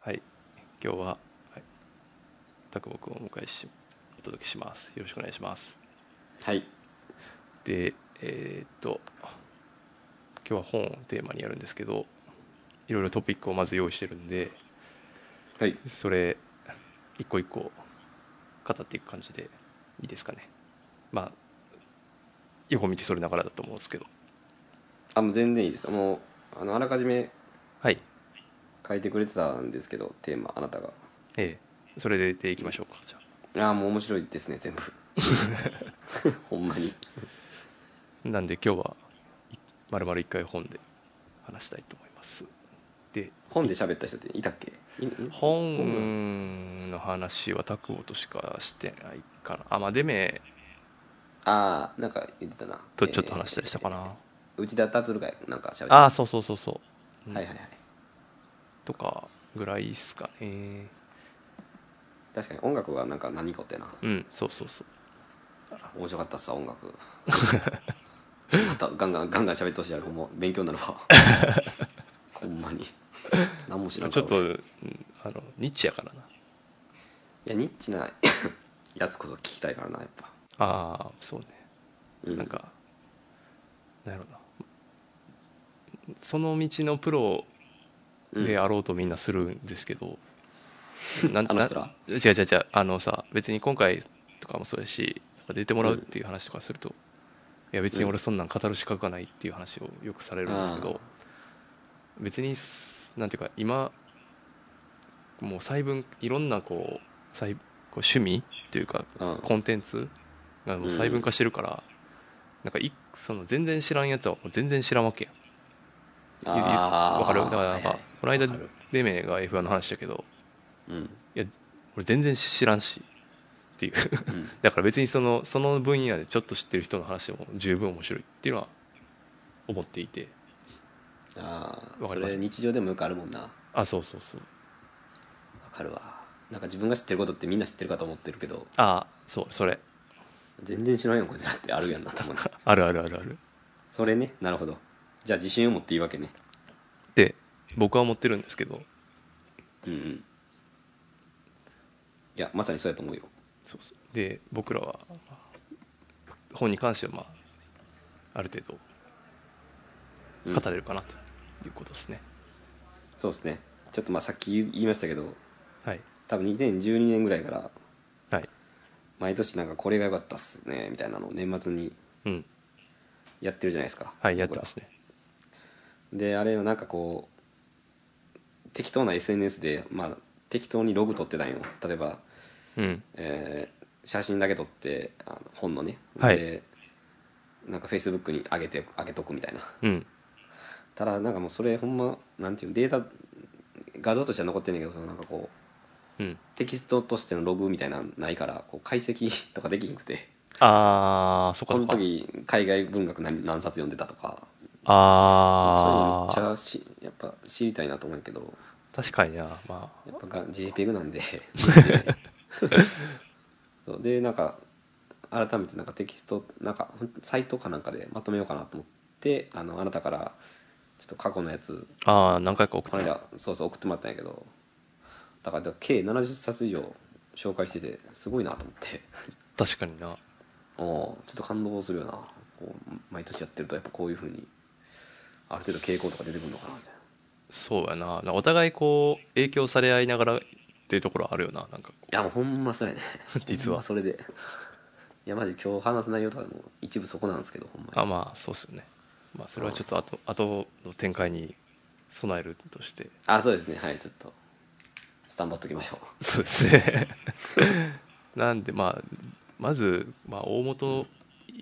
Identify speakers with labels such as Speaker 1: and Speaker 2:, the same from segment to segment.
Speaker 1: はい今日は、はい、タクボ君をお迎えしお届けしますよろしくお願いします
Speaker 2: はい
Speaker 1: でえーっと今日は本をテーマにやるんですけどいろいろトピックをまず用意してるんで
Speaker 2: はい
Speaker 1: それ一個一個語っていく感じでいいですかねまあ横道それながらだと思うんですけど
Speaker 2: あもう全然いいですもうあのあらかじめ
Speaker 1: はい
Speaker 2: 書いてくれてたんですけどテーマあなたが
Speaker 1: ええそれでいきましょうかじゃ
Speaker 2: ああもう面白いですね 全部ほんまに
Speaker 1: あなんで今日はまるまる一回本で話したいと思いますで
Speaker 2: 本で喋った人っていたっけいん
Speaker 1: 本の話は拓保としかしてないかなあまあデメ
Speaker 2: ああなんか言ってたな
Speaker 1: とちょっと話したりしたか
Speaker 2: な、
Speaker 1: な、
Speaker 2: えー内田達郎がなんか喋って
Speaker 1: ああそうそうそうそう、うん
Speaker 2: はいはいはい
Speaker 1: とかぐらいですかね
Speaker 2: 確かに音楽はなんか何かってな
Speaker 1: うんそうそうそう
Speaker 2: 面白かったっすわ音楽またガンガンガンガン喋ってほしいやろほんま勉強にな るわほんまに何も知らん
Speaker 1: ち
Speaker 2: か
Speaker 1: ょ
Speaker 2: ら
Speaker 1: っと、うんあのニッチやからない
Speaker 2: やニッチな やつこそ聞きたいからなやっぱ、
Speaker 1: ああそうね、
Speaker 2: うん、
Speaker 1: なんかなんやろうなその道のプロ
Speaker 2: うん
Speaker 1: であろうとみんなするんですけ ど、な
Speaker 2: あの人ら
Speaker 1: な違う違う違うあのさ別に今回とかもそうやしなんか出てもらうっていう話とかすると、いや別に俺そんなん語る資格がないっていう話をよくされるんですけど、別にすなんていうか今もう細分いろんなこう細こう趣味っていうか
Speaker 2: うん
Speaker 1: コンテンツがもう細分化してるから、なんかいその全然知らんやつはもう全然知らんわけやんゆゆ
Speaker 2: あー
Speaker 1: わかるだからな
Speaker 2: は
Speaker 1: ん
Speaker 2: い
Speaker 1: か、
Speaker 2: はい
Speaker 1: この間
Speaker 2: わかる
Speaker 1: デメが F1 の話だけど
Speaker 2: うん
Speaker 1: いや俺全然知らんしっていう
Speaker 2: うん
Speaker 1: だから別にそのその分野でちょっと知ってる人の話でも十分面白いっていうのは思っていて
Speaker 2: ああ
Speaker 1: わか
Speaker 2: そ
Speaker 1: ります
Speaker 2: れ日常でもよくあるもんなわ
Speaker 1: あそうそうそう
Speaker 2: かるわなんか自分が知ってることってみんな知ってるかと思ってるけど
Speaker 1: あそうそれ
Speaker 2: 全然知らんよこいつらってあるやんなた まに
Speaker 1: あるあるあるある
Speaker 2: それねなるほどじゃあ自信を持っていいわけね
Speaker 1: で僕は思ってるんですけど
Speaker 2: うんうんいやまさにそうやと思うよ
Speaker 1: そうそうで僕らはまあ本に関してはまあある程
Speaker 2: うん
Speaker 1: 度語れるかなということですね、
Speaker 2: そうですねちょっとまあさっき言い言いましたけど
Speaker 1: はい
Speaker 2: 多分2012年ぐらいから
Speaker 1: はい
Speaker 2: 毎年なんかこれが良かったっすねみたいなのを年末に
Speaker 1: うん
Speaker 2: やってるじゃないですか
Speaker 1: はいやってますね
Speaker 2: であれはなんかこう適当な SNS で、まあ、適当にログ撮ってたんよ例えば、
Speaker 1: うん
Speaker 2: えー写真だけ撮ってあの本のね、
Speaker 1: はい
Speaker 2: でなんかフェイスブックに上げて上げとくみたいな
Speaker 1: うん
Speaker 2: ただなんかもうそれほんまなんていうのデータ画像としては残ってんねんけどそのなんかこう
Speaker 1: うん
Speaker 2: テキストとしてのログみたいなのないからこう解析とかできひんくて
Speaker 1: ああそっか
Speaker 2: こ
Speaker 1: そっ
Speaker 2: の
Speaker 1: か
Speaker 2: 時海外文学何何冊読んでたとか
Speaker 1: あ
Speaker 2: そういうの
Speaker 1: あ
Speaker 2: めっちゃしやっぱ知りたいなと思うんやけど
Speaker 1: 確かになまあ
Speaker 2: やっぱが JPEG なんでそうでなんか改めてなんかテキストなんかほんサイトかなんかでまとめようかなと思ってあのあなたからちょっと過去のやつ
Speaker 1: ああ何回か送
Speaker 2: こ
Speaker 1: っ
Speaker 2: の
Speaker 1: て
Speaker 2: 間そうそう送ってもらったんやけどだからだから計70冊以上紹介しててすごいなと思って
Speaker 1: 確かにな
Speaker 2: おーちょっと感動するよなこう毎年やってるとやっぱこういうふうにある程度傾向とか出てくるのかなみたいな
Speaker 1: そうやなお互いこう影響され合いながらっていうところあるよななんかこ
Speaker 2: いやもうほんまそれね
Speaker 1: 実は
Speaker 2: ほんまそれでいやマジ今日話す内容とかも一部そこなんですけどほん
Speaker 1: う
Speaker 2: ま
Speaker 1: あ
Speaker 2: に
Speaker 1: まあそうっすよねまあそれはちょっと後後の展開に備えるとして
Speaker 2: あそうですねはいちょっとスタンバっときましょ
Speaker 1: そうですね なんでまあまず、まあ、大元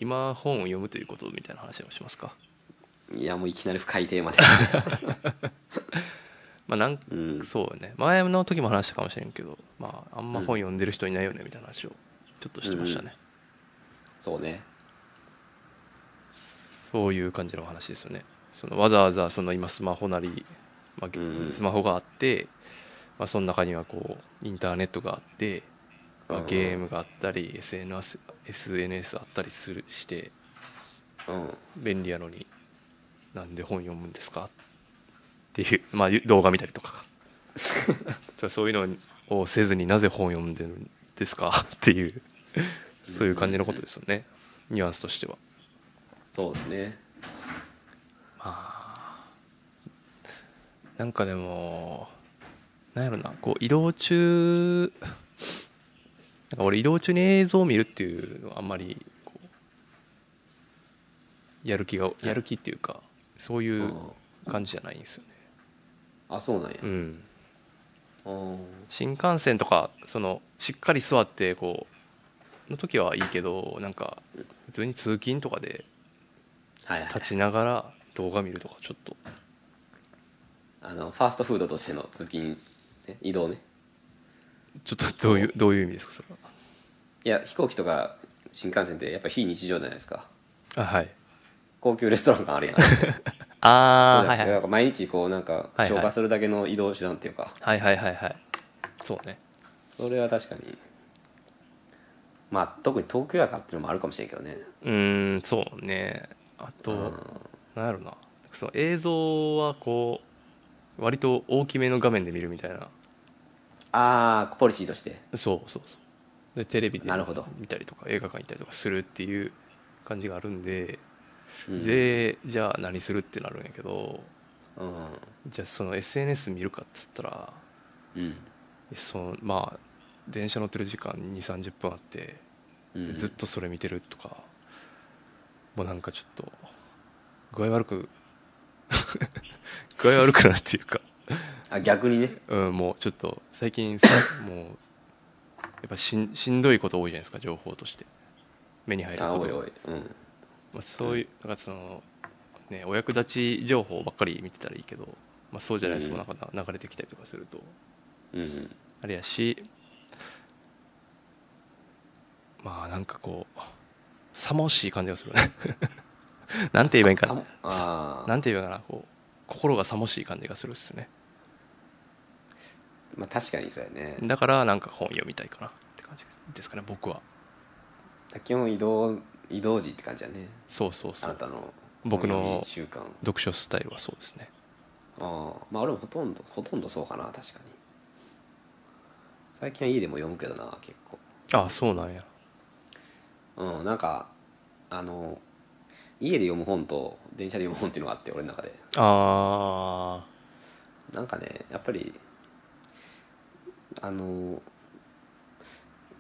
Speaker 1: 今本を読むということみたいな話をしますか、
Speaker 2: ういやもういきなり深い テーマで
Speaker 1: まあなん
Speaker 2: うん
Speaker 1: そうよね前の時も話したかもしれんけど、まあ、あんま本読んでる人いないよねみたいな話をちょっとしてましたね、
Speaker 2: そうね
Speaker 1: そういう感じの話ですよねそのわざわざその今スマホなり、まあ
Speaker 2: うん
Speaker 1: スマホがあって、まあ、その中にはこうインターネットがあって、まあ
Speaker 2: うん
Speaker 1: ゲームがあったり SNS, SNS あったりするして
Speaker 2: うん
Speaker 1: 便利やのになんで本読むんですかっていう、まあ、動画見たりとかただそういうのをせずになぜ本読んでるんですかっていうそういう感じのことですよねニュアンスとしては
Speaker 2: そうですね
Speaker 1: なんかでもなんやろなこう移動中なんか俺移動中に映像を見るっていうのはあんまりこうやる気がやる気っていうかそういう感じじゃないんですよね
Speaker 2: あそうなんや、
Speaker 1: うん
Speaker 2: あ
Speaker 1: 新幹線とかそのしっかり座ってこうの時はいいけどなんか普通に通勤とかで
Speaker 2: あはいはい
Speaker 1: 立ちながら動画見るとかちょっと
Speaker 2: あのファーストフードとしての通勤ね移動ね
Speaker 1: ちょっとどういうどういう意味ですかそれ
Speaker 2: いや飛行機とか新幹線ってやっぱ非日常じゃないですか
Speaker 1: はあはい
Speaker 2: 高級レストラン感あるやん
Speaker 1: あ
Speaker 2: そう
Speaker 1: あ
Speaker 2: じゃ
Speaker 1: は
Speaker 2: ないく
Speaker 1: は
Speaker 2: てないんか毎日こうなんか
Speaker 1: はいはい
Speaker 2: 消化するだけの移動手段っていうか、
Speaker 1: はいはいはいはいそうね
Speaker 2: それは確かにまあ特に東京やからっていうのもあるかもしれんけどね
Speaker 1: うーんそうねあと、
Speaker 2: うん
Speaker 1: なんやろなその映像はこう割と大きめの画面で見るみたいな
Speaker 2: ああポリシーとして
Speaker 1: そうそうそうでテレビで
Speaker 2: なるほど
Speaker 1: 見たりとか映画館行ったりとかするっていう感じがあるんで、
Speaker 2: うん
Speaker 1: でじゃあ何するってなるんやけど
Speaker 2: うん
Speaker 1: じゃあその SNS 見るかっつったら
Speaker 2: うん
Speaker 1: そのまあ電車乗ってる時間2 3 0分あって
Speaker 2: うん
Speaker 1: ずっとそれ見てるとか、もうなんかちょっと具合悪く 具合悪くなっていうか、
Speaker 2: あ逆にね
Speaker 1: うん、もうちょっと最近さもうやっぱしんしんどいこと多いじゃないですか情報として目に入る
Speaker 2: あ
Speaker 1: こ
Speaker 2: おい
Speaker 1: と
Speaker 2: おいうん
Speaker 1: まあ、そういうなんかその、ね、お役立ち情報ばっかり見てたらいいけど、まあ、そうじゃないですか、
Speaker 2: うん
Speaker 1: なんか流れてきたりとかすると
Speaker 2: うん
Speaker 1: あれやしまあなんかこうさもしい感じがする ねなんて言えばいいんか
Speaker 2: さ
Speaker 1: な
Speaker 2: あ
Speaker 1: な
Speaker 2: あ
Speaker 1: んて言えばいいかなこう心がさもしい感じがするっすね
Speaker 2: まあ確かにそうやね
Speaker 1: だからなんか本読みたいかなって感じですかね僕は
Speaker 2: 基本移動移動時って感じやね
Speaker 1: そうそうそ
Speaker 2: あな
Speaker 1: う
Speaker 2: たの
Speaker 1: 僕の
Speaker 2: 本読み習慣
Speaker 1: 読書スタイルはそうですね
Speaker 2: ああまあ俺もほとんどほとんどそうかな確かに最近は家でも読むけどな結構
Speaker 1: ああそうなんや
Speaker 2: うんなんかあの家で読む本と電車で読む本っていうのがあって俺の中で
Speaker 1: あ
Speaker 2: なんかねやっぱりあの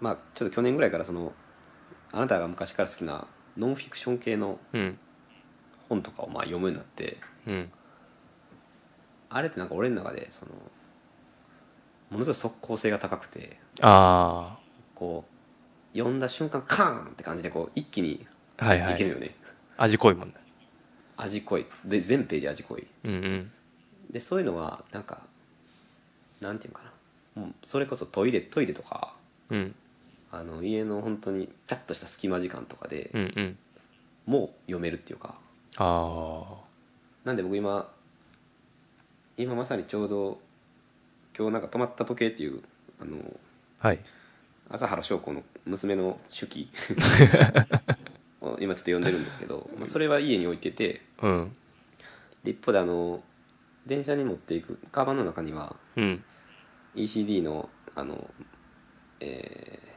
Speaker 2: まあちょっと去年ぐらいからそのあなたが昔から好きなノンフィクション系の
Speaker 1: ーうん
Speaker 2: 本とかをまあ読むようになって
Speaker 1: うん
Speaker 2: あれってなんか俺の中でそのものすごい即効性が高くて
Speaker 1: あ
Speaker 2: こう読んだ瞬間カーンって感じでこう一気に
Speaker 1: あはいはいい
Speaker 2: けるよね、
Speaker 1: 味濃いもんね
Speaker 2: 味濃いで全ページ味濃い
Speaker 1: うんうん
Speaker 2: でそういうのはなんかなんていうのかなもうそれこそトイレトイレとか
Speaker 1: うん
Speaker 2: あの家の本当にピャッとした隙間時間とかで
Speaker 1: うんうん
Speaker 2: もう読めるっていうか
Speaker 1: あ
Speaker 2: なんで僕今今まさにちょうど今日なんか「止まった時計」っていうあの
Speaker 1: あはい
Speaker 2: 朝原翔子の娘の手記 を今ちょっと読んでるんですけど、まあ、それは家に置いてて
Speaker 1: うん
Speaker 2: で一方であの電車に持っていくカバンの中には
Speaker 1: うん
Speaker 2: ECD のあの、えー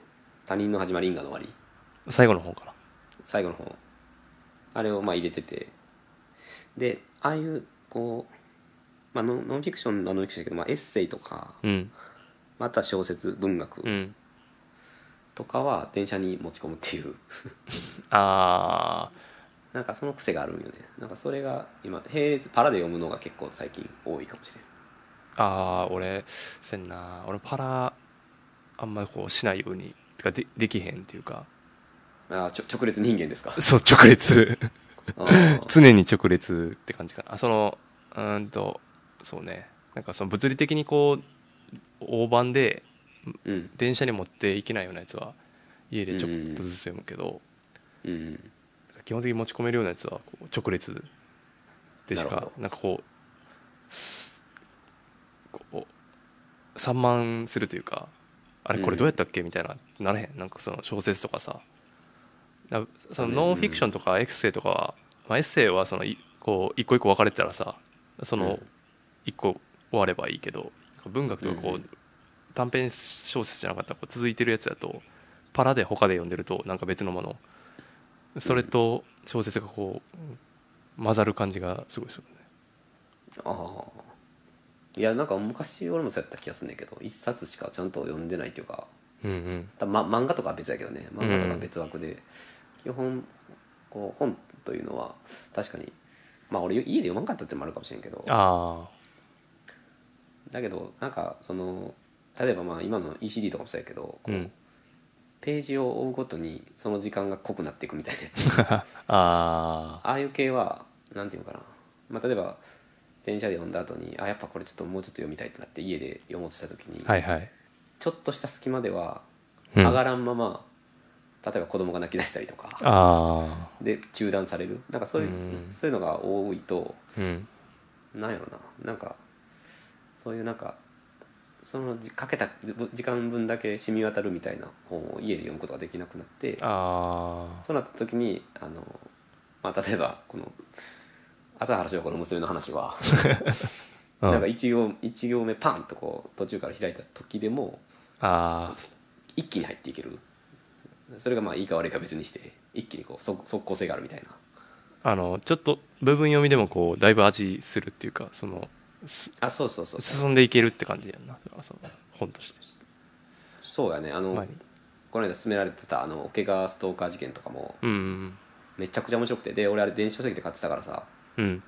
Speaker 2: 他人の始まり因果の終わり」
Speaker 1: 最後の方かな
Speaker 2: 最後の方あれをまあ入れててでああいうこう、まあ、ノンノンフィクションはノンフィクションだけど、まあ、エッセイとか
Speaker 1: うん
Speaker 2: また小説文
Speaker 1: う
Speaker 2: 学
Speaker 1: ん
Speaker 2: とかは電車に持ち込むっていう
Speaker 1: あ
Speaker 2: なんかその癖があるんよねなんかそれが今平日パラで読むのが結構最近多いかもしれない
Speaker 1: ーあー俺せんな俺パラあんまりこうしないようにてかでできへんっていうか
Speaker 2: あーちょ直列人間ですか
Speaker 1: そう直 列
Speaker 2: あー
Speaker 1: 常に直列って感じかなあそのうーんとそうねなんかその物理的にこう大盤で
Speaker 2: うん
Speaker 1: 電車に持っていけないようなやつは家でちょっとずつ読むけど、
Speaker 2: うん
Speaker 1: 基本的に持ち込めるようなやつはこう直列でし
Speaker 2: なる
Speaker 1: か
Speaker 2: ほ
Speaker 1: なんかこうすこう散漫するというかあれこれどうやったっけみたいなならへんなんかその小説とかさなそのノンフィクションとかエッセイとかは、まあ、エッセイはそのいこう一個一個分かれてたらさそうの
Speaker 2: ん
Speaker 1: 一個終わればいいけど文学とかこ
Speaker 2: う
Speaker 1: う短編小説じゃなかったらこう続いてるやつだとパラで他で読んでるとなんか別のものそれと小説がこう混ざる感じがすごいですよね
Speaker 2: ああいやなんか昔俺もそうやった気がするんだけど一冊しかちゃんと読んでないというか
Speaker 1: うんうん
Speaker 2: た、ま、漫画とかは別やけどね漫画とかは別枠で、基本こう本というのは確かにまあ俺家で読まんかったってのもあるかもしれんけど
Speaker 1: あ
Speaker 2: だけどなんかその例えばまあ今の ECD とかもそうやけどこ
Speaker 1: あう
Speaker 2: うんページを追うごとにその時間が濃くなっていくみたいなや つ
Speaker 1: ああ
Speaker 2: ああいう系はなんていうのかな、まあ、例えば電車で読んだ後にあやっぱこれちょっともうちょっと読みたいってなって家で読もうとした時に、
Speaker 1: はいはい
Speaker 2: ちょっとした隙間では
Speaker 1: うん
Speaker 2: 上がらんまま、例えば子供が泣き出したりとか
Speaker 1: あ
Speaker 2: で中断されるなんかそういう
Speaker 1: うん
Speaker 2: そういうのが多いと
Speaker 1: あうん
Speaker 2: なんやろななんかそういうなんかそのじかけたぶ時間分だけ染み渡るみたいな本を家で読むことができなくなって
Speaker 1: ああ
Speaker 2: そうなった時にあの、まあ、例えばこの朝原翔子の娘の話は、
Speaker 1: うん
Speaker 2: なんか一行一行目パンとこう途中から開いた時でも
Speaker 1: あ
Speaker 2: 一気に入っていけるそれがまあいいか悪いか別にして一気にこう即即効性があるみたいな
Speaker 1: ああのちょっと部分読みでもこうだいぶ味するっていうかそのす
Speaker 2: あそうそうそう
Speaker 1: 進んでいけるって感じやんなだからその本として
Speaker 2: そうやねあの、
Speaker 1: 前に
Speaker 2: この間勧められてたあの桶川ストーカー事件とかも
Speaker 1: うんうん
Speaker 2: めちゃくちゃ面白くてで俺あれ電子書籍で買ってたからさ
Speaker 1: うん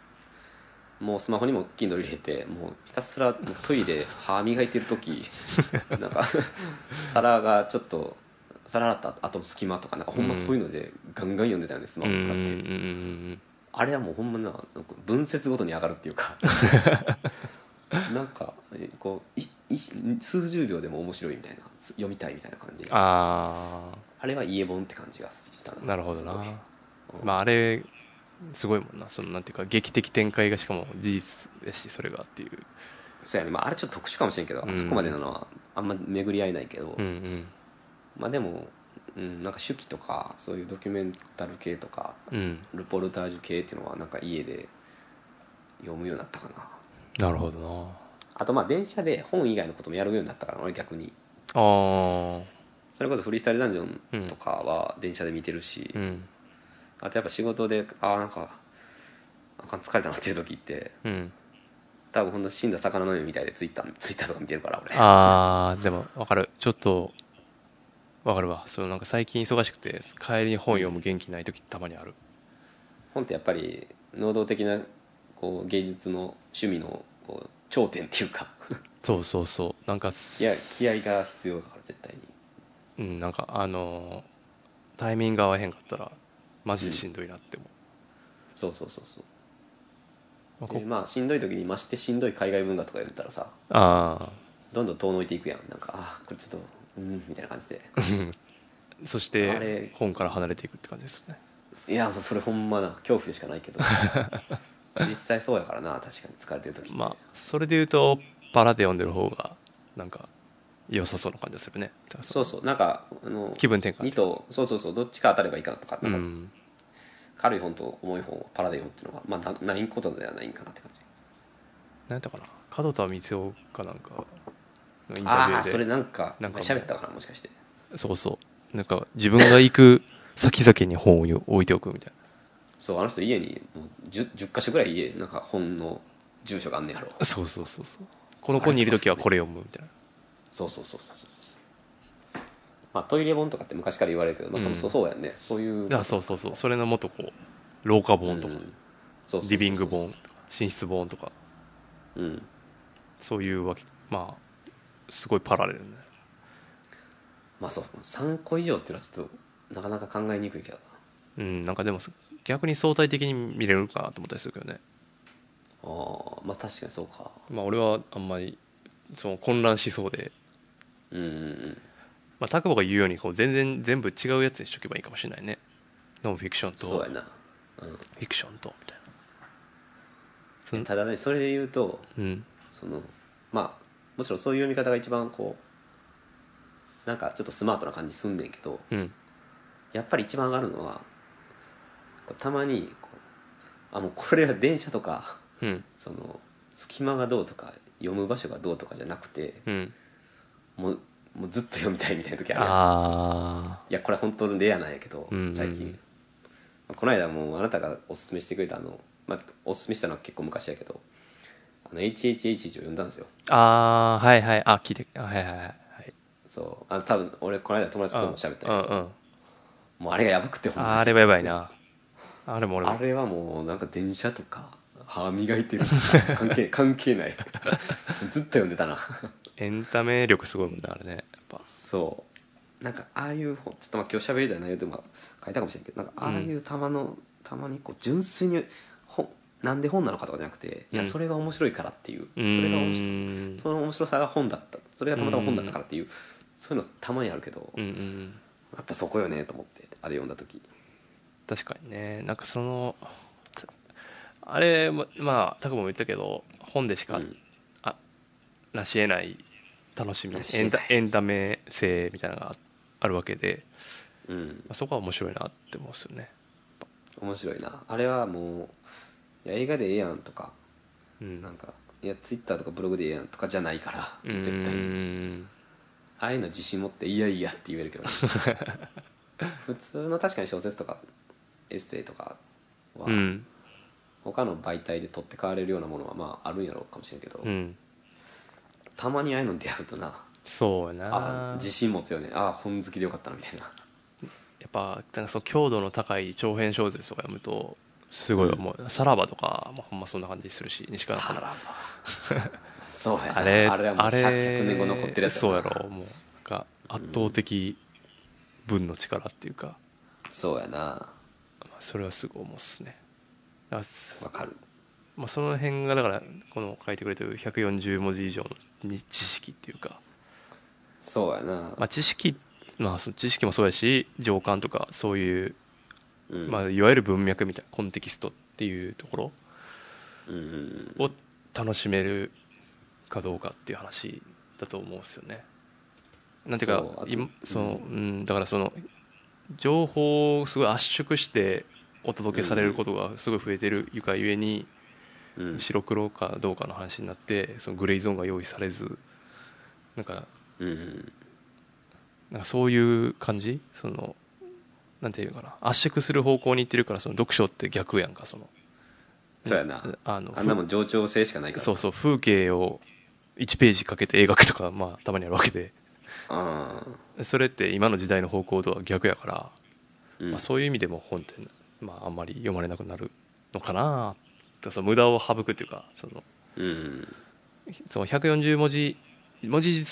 Speaker 2: もうスマホにも Kindle 入れてもうひたすらもうトイレ歯磨いてる 時なんか皿がちょっと皿洗った後の隙間とかなんかほんまそういうのでガンガン読んでたよねスマ
Speaker 1: うんう
Speaker 2: ホ
Speaker 1: ん
Speaker 2: 使って、
Speaker 1: うんうん
Speaker 2: あれはもうほんまななんか文節ごとに上がるってい うかなんかえこういい数十秒でも面白いみたいなす読みたいみたいな感じあ
Speaker 1: あ
Speaker 2: れは家本って感じがした
Speaker 1: あなるほど
Speaker 2: すごい
Speaker 1: な
Speaker 2: うん
Speaker 1: まああれすごいもんなそのなんていうか劇的展開がしかも事実やしそれがっていう
Speaker 2: そうやね、まあ、あれちょっと特殊かもしれんけど、
Speaker 1: うん
Speaker 2: あそこまでなのはあんま巡り合えないけど、
Speaker 1: うんうん
Speaker 2: まあでも、うん、なんか手記とかそういうドキュメンタル系とか
Speaker 1: うん
Speaker 2: ルポルタージュ系っていうのはなんか家で読むようになったかな
Speaker 1: なるほどな
Speaker 2: あとまあ電車で本以外のこともやるようになったから俺逆に
Speaker 1: ああ
Speaker 2: それこそフリースタイルダンジョンとかは電車で見てるし、
Speaker 1: うん
Speaker 2: あとやっぱ仕事でああんかあかん疲れたなっていう時って
Speaker 1: うん
Speaker 2: 多分ほんと死んだ魚の目みたいでツイッターツイッターとか見てるから俺
Speaker 1: ああでもわかるちょっとわかるわそうなんか最近忙しくて帰りに本読む元気ない時たまにある
Speaker 2: 本ってやっぱり能動的なこう芸術の趣味のこう頂点っていうか
Speaker 1: そうそうそうなんか
Speaker 2: いや気合が必要だから絶対に
Speaker 1: うんなんかあのータイミング合わへんかったらマジでしんどいなって思
Speaker 2: そうそうそうそう
Speaker 1: う、まあ
Speaker 2: で
Speaker 1: こ
Speaker 2: まあしんどい時にましてしんどい海外文化とか読んでたらさ
Speaker 1: あ
Speaker 2: どんどん遠のいていくやんなんかあーこれちょっとうんみたいな感じで
Speaker 1: ーそし
Speaker 2: あ
Speaker 1: て
Speaker 2: れ
Speaker 1: 本から離れていくって感じですね
Speaker 2: いやもうそれほんまな恐怖でしかな いけど実際そうやからな確かに疲れてる時って
Speaker 1: まあそれで言うとパラで読んでる方がなんか良さそうな感じがするねだから
Speaker 2: そうそうなんかあの
Speaker 1: 気分転換
Speaker 2: 二とそうそうそうどっちか当たればいいかなとか
Speaker 1: う
Speaker 2: なんか
Speaker 1: ん
Speaker 2: 軽い本と重い本をパラで読むっていうのはまあなないことではないんかなって感じ
Speaker 1: 何やったかな角田光代かなんかのインタビ
Speaker 2: あ
Speaker 1: ュ
Speaker 2: あーそ
Speaker 1: ー
Speaker 2: れ
Speaker 1: で
Speaker 2: なんか
Speaker 1: なんか
Speaker 2: 喋ったかなもしかして
Speaker 1: そうそうなんか自分が行く先々に本を置いておくみたい
Speaker 2: そうあの人家にもう 10, 10箇所ぐらい家なんか本の住所があんねやろ
Speaker 1: なそうそうそうそうこの子にいる時はこれ読むみたいな
Speaker 2: そうそうそうそうそうまあトイレ本とかって昔から言われるけど、まあ、多分そうそうやんね、そういう
Speaker 1: あそうそうそうそれのもっとこう廊下本とか、
Speaker 2: うんそうそうそうそう
Speaker 1: リビング本とか寝室本とか
Speaker 2: うん
Speaker 1: そういうわけまあすごいパラレルね
Speaker 2: まあそう3個以上っていうのはちょっとなかなか考えにくいけど
Speaker 1: う
Speaker 2: な
Speaker 1: んなんかでも逆に相対的に見れるかなと思ったりするけどね
Speaker 2: あーまあ確かにそうか
Speaker 1: まあ俺はあんまりその混乱しそうで
Speaker 2: うんうんうん
Speaker 1: まあ拓保、が言うようにこう全然全部違うやつにしとけばいいかもしれないねノンフィクション
Speaker 2: そう
Speaker 1: と
Speaker 2: やな、うん
Speaker 1: フィクションとみたいなそん
Speaker 2: ただねそれで言うと
Speaker 1: うん
Speaker 2: そのまあもちろんそういう読み方が一番こうなんかちょっとスマートな感じすんねんけど
Speaker 1: うん
Speaker 2: やっぱり一番上がるのはこうたまにこうあもうこれは電車とか
Speaker 1: うん
Speaker 2: その隙間がどうとか読む場所がどうとかじゃなくて
Speaker 1: うん
Speaker 2: もうもうずっと読みたいみたいな時あるやん
Speaker 1: あ
Speaker 2: いやこれ本当にレアなんやけど、
Speaker 1: うんうんうん
Speaker 2: 最近この間もうあなたがおすすめしてくれたあの、まあ、おすすめしたのは結構昔やけど「あの HHH」を読んだんですよ
Speaker 1: ーあーはいはいあ聞いてあはいはいはいはい
Speaker 2: そうあ多分俺この間友達とも喋ったん
Speaker 1: うん
Speaker 2: や
Speaker 1: うんうん
Speaker 2: けどもうあれがやばくてほんまに
Speaker 1: あれはやばいなあれも俺
Speaker 2: あ
Speaker 1: も
Speaker 2: れはもうなんか電車とか歯磨いてるとか関係関係 ないずっと読んでたな
Speaker 1: エンタメ力すごいもんなあれねやっぱ
Speaker 2: そうなんかああいう本ちょっとまあ今日喋りたい内容でも書いたかもしれんけどなんかああいうたまの、たまにこう純粋に本なんで本なのかとかじゃなくて、いや
Speaker 1: うん
Speaker 2: それが面白いからっていう
Speaker 1: う
Speaker 2: それが面白い
Speaker 1: ーん
Speaker 2: その面白さが本だったそれがたまたま本だったからっていうそういうのたまにあるけど、
Speaker 1: うんうんうん
Speaker 2: やっぱそこよねと思ってあれ読んだ時
Speaker 1: 確かにねなんかそのたあれもまあ拓磨も言ったけど本でしか、
Speaker 2: うん
Speaker 1: あなし得ない楽しみ
Speaker 2: 成し得
Speaker 1: エンタ
Speaker 2: ない
Speaker 1: エンタメ性みたいなのがああるわけで、
Speaker 2: うん
Speaker 1: まあ、そこは面白いなって思うんですよね、
Speaker 2: 面白いなあれはもういや映画でええやんとか
Speaker 1: うん、
Speaker 2: なんかいやツイッターとかブログでええやんとかじゃないから
Speaker 1: うん
Speaker 2: 絶対にああいうの自信持って「いやいや」って言え るけど普通の確かに小説とかエッセイとかは、
Speaker 1: うん
Speaker 2: 他の媒体で取って代われるようなものはまああるんやろうかもしれんけど、
Speaker 1: うん
Speaker 2: たまにああいうの出会うとな
Speaker 1: そうや
Speaker 2: あ
Speaker 1: な
Speaker 2: 自信持つよねああ本好きでよかったなみたいな
Speaker 1: やっぱなんかその強度の高い長編小説とか読むとすごい思う、さらばとか、まあ、ほんまそんな感じするし西川
Speaker 2: さ
Speaker 1: さん
Speaker 2: らば そうやな
Speaker 1: あれ
Speaker 2: あれはもう 100, 100年後残ってるやつ
Speaker 1: そうや
Speaker 2: な
Speaker 1: ろもうなんか圧倒的分の力っていうか、
Speaker 2: そうやな
Speaker 1: まあ、それはすごい思うっすねだからす
Speaker 2: わかる
Speaker 1: まあ、その辺がだからこの書いてくれてる140文字以上のに知識っていうか、
Speaker 2: そうやな、
Speaker 1: まあ、知識まあその知識もそうやし情感とかそういう、
Speaker 2: うん
Speaker 1: まあ、いわゆる文脈みたいなコンテキストっていうところ
Speaker 2: うんうんうん
Speaker 1: を楽しめるかどうかっていう話だと思うんですよね。なんていうか
Speaker 2: そうあと
Speaker 1: 今その、うん、だからその情報をすごい圧縮してお届けされることがすごい増えてるゆかゆえに
Speaker 2: うん
Speaker 1: 白黒かどうかの話になってそのグレーゾーンが用意されずなんか
Speaker 2: うんうん
Speaker 1: なんかそういう感じそのなんていうのかな圧縮する方向に行ってるからその読書って逆やんかその
Speaker 2: そうやな
Speaker 1: あの
Speaker 2: あんなもん冗長性しかないから
Speaker 1: そうそう風景を1ページかけて描くとか、まあ、たまにあるわけで
Speaker 2: あ
Speaker 1: それって今の時代の方向とは逆やから、
Speaker 2: ーうん
Speaker 1: まあ、そういう意味でも本って、まあ、あんまり読まれなくなるのかなとその無駄を省くっていうかその
Speaker 2: うん
Speaker 1: その140文字文字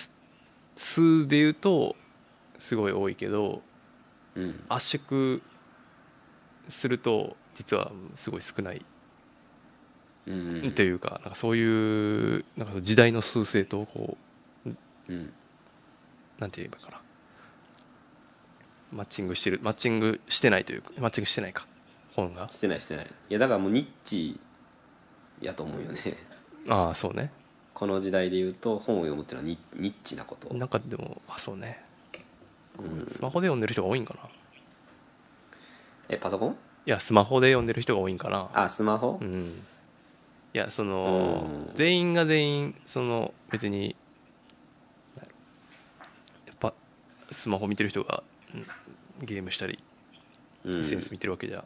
Speaker 1: 数で言うとすごい多いけど
Speaker 2: うん
Speaker 1: 圧縮すると実はすごい少ない
Speaker 2: うん
Speaker 1: というかなんかそういうなんか時代の趨勢とこう
Speaker 2: うん
Speaker 1: なんて言えばいいかなマッチングしてるマッチングしてないというかマッチングしてないか本が
Speaker 2: してないしてないいやだからもうニッチやと思うよね
Speaker 1: ああそうね
Speaker 2: この時代で言うと本を読むっていうのはニニッチなこと
Speaker 1: なんかでもあそうね
Speaker 2: うん
Speaker 1: スマホで読んでる人が多いんかない
Speaker 2: えパソコン
Speaker 1: やスマホで読んでる人が多いんかな
Speaker 2: あスマホ
Speaker 1: うんいやその
Speaker 2: うん
Speaker 1: 全員が全員その別になんやろやっぱスマホ見てる人がうんゲームしたり
Speaker 2: うん
Speaker 1: SNS 見てるわけじゃ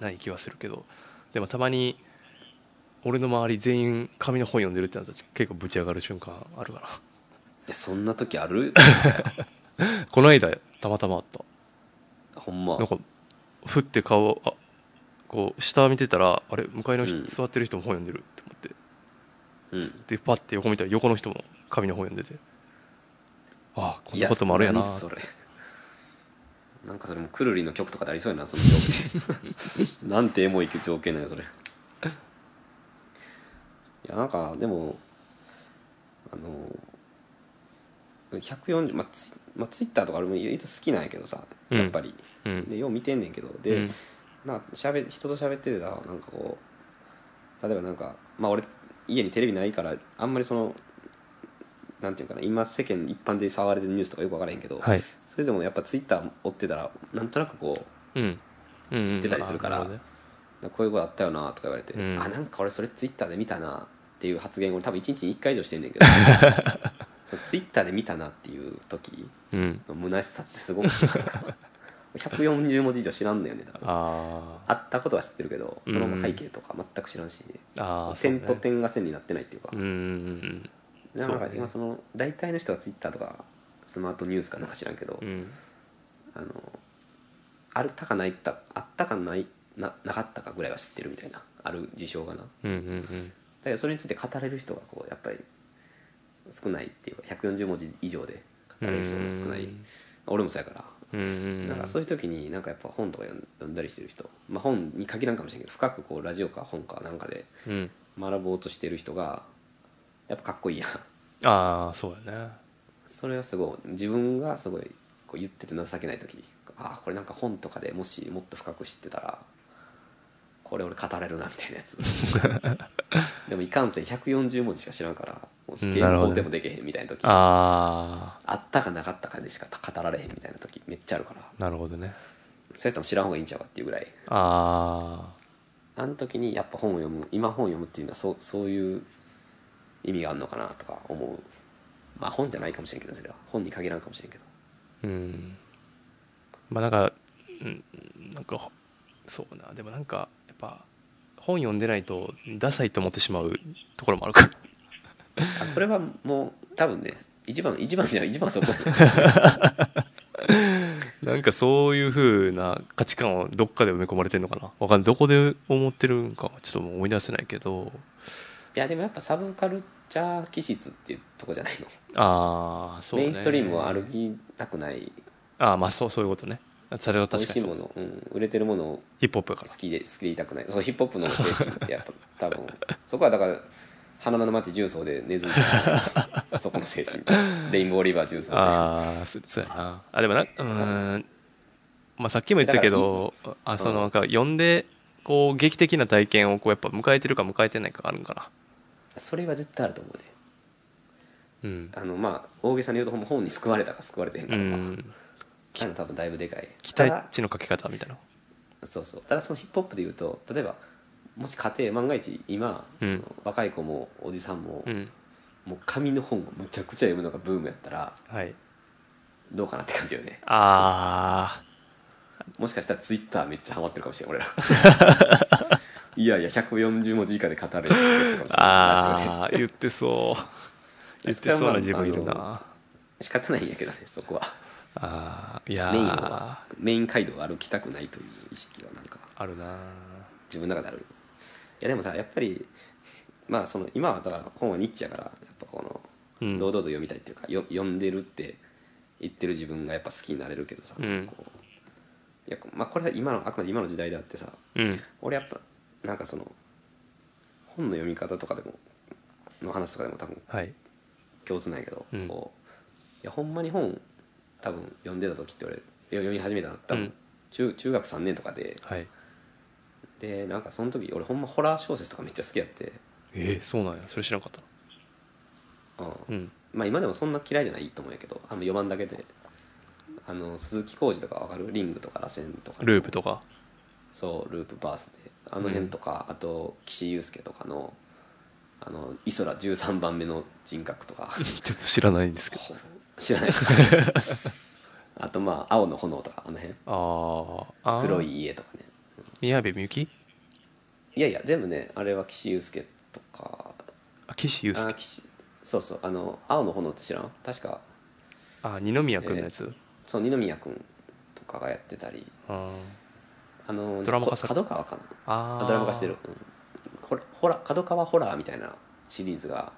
Speaker 1: ない気はするけど、でもたまに俺の周り全員紙の本読んでるってなったら結構ぶち上がる瞬間あるか
Speaker 2: いやそんな時あ る
Speaker 1: ら この間たまたまあった
Speaker 2: ほんま
Speaker 1: なんかふって顔をあこう下見てたらあれ向かいの人、
Speaker 2: うん
Speaker 1: 座ってる人も本読んでるって思って
Speaker 2: うん
Speaker 1: でパッて横見たら横の人も紙の本読んでてああこん
Speaker 2: い
Speaker 1: な
Speaker 2: や
Speaker 1: こともあるやな
Speaker 2: 何それなんかそれもくるりの曲とかでありそうやなその条 件なんてエモい条件なんやそれいやなんかでもあの140まあツイ,、まあ、ツイッターとか俺もいつ好きなんやけどさ
Speaker 1: うん
Speaker 2: やっぱり、
Speaker 1: うん
Speaker 2: でよう見てんねんけど
Speaker 1: う
Speaker 2: で、
Speaker 1: ん
Speaker 2: なんかしゃべ人と喋っててさなんかこう例えばなんかまあ俺家にテレビないからあんまりそのなんていうかな今世間一般で騒がれてるニュースとかよく分からへんけど、
Speaker 1: はい
Speaker 2: それでもやっぱツイッター追ってたらなんとなくこう
Speaker 1: うんうん
Speaker 2: 知ってたりするから
Speaker 1: あなほどね
Speaker 2: こういうことあったよなとか言われて、
Speaker 1: うん
Speaker 2: あなんか俺それツイッターで見たなっていう発言を多分1日に1回以上してんねんけどそのツイッターで見たなっていう時
Speaker 1: うん
Speaker 2: の虚しさって すごく140文字以上知らんのよねだから
Speaker 1: あ
Speaker 2: あったことは知ってるけどその背景とか全く知らんし、
Speaker 1: ーあーそうね
Speaker 2: 点と点が線になってないっていうか、
Speaker 1: うんうんうん
Speaker 2: なんか
Speaker 1: そうね
Speaker 2: 今その大体の人はツイッターとかスマートニュースかなんか知らんけど、
Speaker 1: うんうん
Speaker 2: あのあるたかないったあったかないななかったかぐらいは知ってるみたいなある事象がなだ
Speaker 1: うんうん
Speaker 2: けどそれについて語れる人がこうやっぱり少ないっていうか140文字以上で語れる人が少ない
Speaker 1: うん
Speaker 2: 俺もそうやから、
Speaker 1: うんうん
Speaker 2: なんかそういう時になんかやっぱ本とか読ん読んだりしてる人、まあ、本に限らんかもしれんけど深くこうラジオか本かなんかで
Speaker 1: うん
Speaker 2: 学ぼうとしてる人がやっぱかっこいいやん
Speaker 1: ああそうやね
Speaker 2: それはすごい自分がすごいこう言ってて情けない時ああこれなんか本とかでもしもっと深く知ってたらこれ俺語れるなみたいなやつ でもいかんせん140文字しか知らんからもう否定
Speaker 1: なるほど
Speaker 2: も
Speaker 1: ね
Speaker 2: 肯定もできへんみたいな時あ
Speaker 1: あ
Speaker 2: ったかなかったかでしか語られへんみたいな時めっちゃあるから
Speaker 1: あなるほどね
Speaker 2: そうやったら知らん方がいいんちゃうかっていうぐらい
Speaker 1: あ
Speaker 2: あの時にやっぱ本を読む今本を読むっていうのはそうそういう意味があるのかなとか思うまあ本じゃないかもしれんけどそれは本に限らんかもしれんけど
Speaker 1: あうんまあなんかうんなんかそうなでもなんかやっぱ本読んでないとダサいと思ってしまうところもあるか
Speaker 2: あそれはもう多分ね一番一番じゃない一番は そこ
Speaker 1: らなんかそういう風な価値観をどっかで埋め込まれてるのかなわかんないどこで思ってるんかちょっともう思い出せないけど
Speaker 2: いやでもやっぱサブカルチャー気質っていうとこじゃないの、
Speaker 1: ああそう
Speaker 2: メ
Speaker 1: ね
Speaker 2: インストリームを歩きたくない
Speaker 1: ああまあそうそういうことねそれは
Speaker 2: 美
Speaker 1: 確
Speaker 2: 味
Speaker 1: か
Speaker 2: し
Speaker 1: に
Speaker 2: い
Speaker 1: そう
Speaker 2: もの、うん、売れてるものを
Speaker 1: ヒップホップやか
Speaker 2: 好
Speaker 1: ら
Speaker 2: きで好きでいたくないそうヒップホップの精神ってやっぱ多分そこはだから花の町重曹で根付いてそこの精神レインボーリバー重曹
Speaker 1: ああそそうやなあでもなうーんまあさっきも言ったけどあそのなんか呼んでこう劇的な体験をこうやっぱ迎えてるか迎えてないかあるんか
Speaker 2: それは絶対あると思うで
Speaker 1: なうん
Speaker 2: あのまあ大げさに言うとほんま本に救われたか救われてへんか
Speaker 1: う
Speaker 2: とか、
Speaker 1: ん
Speaker 2: あの多分だいぶでかい
Speaker 1: 期
Speaker 2: ただ
Speaker 1: 待値のかけ方みたいな
Speaker 2: そうそうただそのヒップホップで言うと例えばもし家庭万が一今、
Speaker 1: うん
Speaker 2: その若い子もおじさんも、
Speaker 1: うん
Speaker 2: もう紙の本をむちゃくちゃ読むのがブームやったら
Speaker 1: はい
Speaker 2: どうかなって感じよね
Speaker 1: あ
Speaker 2: もしかしたらツイッターめっちゃハマってるかもしれ ない俺らいやいや140文字以下で語れるって言ってるかもしれない
Speaker 1: あああ言ってそう 言ってそうな自分いる
Speaker 2: それはま
Speaker 1: な
Speaker 2: 仕方ないんやけどねそこは
Speaker 1: あーい
Speaker 2: メ
Speaker 1: や
Speaker 2: インを
Speaker 1: ー
Speaker 2: メイン街道を歩きたくないという意識はなんか
Speaker 1: あるな
Speaker 2: 自分の中であるいやでもさやっぱりまあその今はだから本はニッチやからやっぱこの
Speaker 1: うん
Speaker 2: 堂々と読みたいっていうか、よ読んでるって言ってる自分がやっぱ好きになれるけどさ、
Speaker 1: うん
Speaker 2: こういやまあ、これは今のあくまで今の時代であってさ
Speaker 1: うん
Speaker 2: 俺やっぱなんかその本の読み方とかでもの話とかでも多分
Speaker 1: はい
Speaker 2: 共通なんやけど、
Speaker 1: うん
Speaker 2: こういやほんまに本多分読んでた時って俺いや読み始めたの多
Speaker 1: うん
Speaker 2: 分中,、中学3年とかで
Speaker 1: はい
Speaker 2: でなんかその時俺ほんまホラー小説とかめっちゃ好きやって、
Speaker 1: えーそうなんやそれ知らんかった
Speaker 2: う
Speaker 1: う
Speaker 2: ん
Speaker 1: ん
Speaker 2: まあ今でもそんな嫌いじゃないと思うんやけどあの4番だけであの鈴木浩二とかわかるリングとか螺旋とか
Speaker 1: ループとか
Speaker 2: そうループバースであの辺とか、あと岸優介とかのあのイソラ13番目の人格とか
Speaker 1: ちょっと知らないんですけど
Speaker 2: 知らないですか あとまあ青の炎とかあの辺
Speaker 1: ああ
Speaker 2: 黒い家とかね
Speaker 1: 宮部みゆき
Speaker 2: いやいや全部ねあれは岸優介とか
Speaker 1: あ岸優
Speaker 2: あ
Speaker 1: 介
Speaker 2: 岸そうそうあの青の炎って知らん確か
Speaker 1: あ二宮君のやつ、
Speaker 2: そう二宮君とかがやってたり
Speaker 1: あ
Speaker 2: あの
Speaker 1: ドラマ化され
Speaker 2: 角川かな
Speaker 1: あ
Speaker 2: あドラマ化してる、うん、ほらほら角川ホラーみたいなシリーズが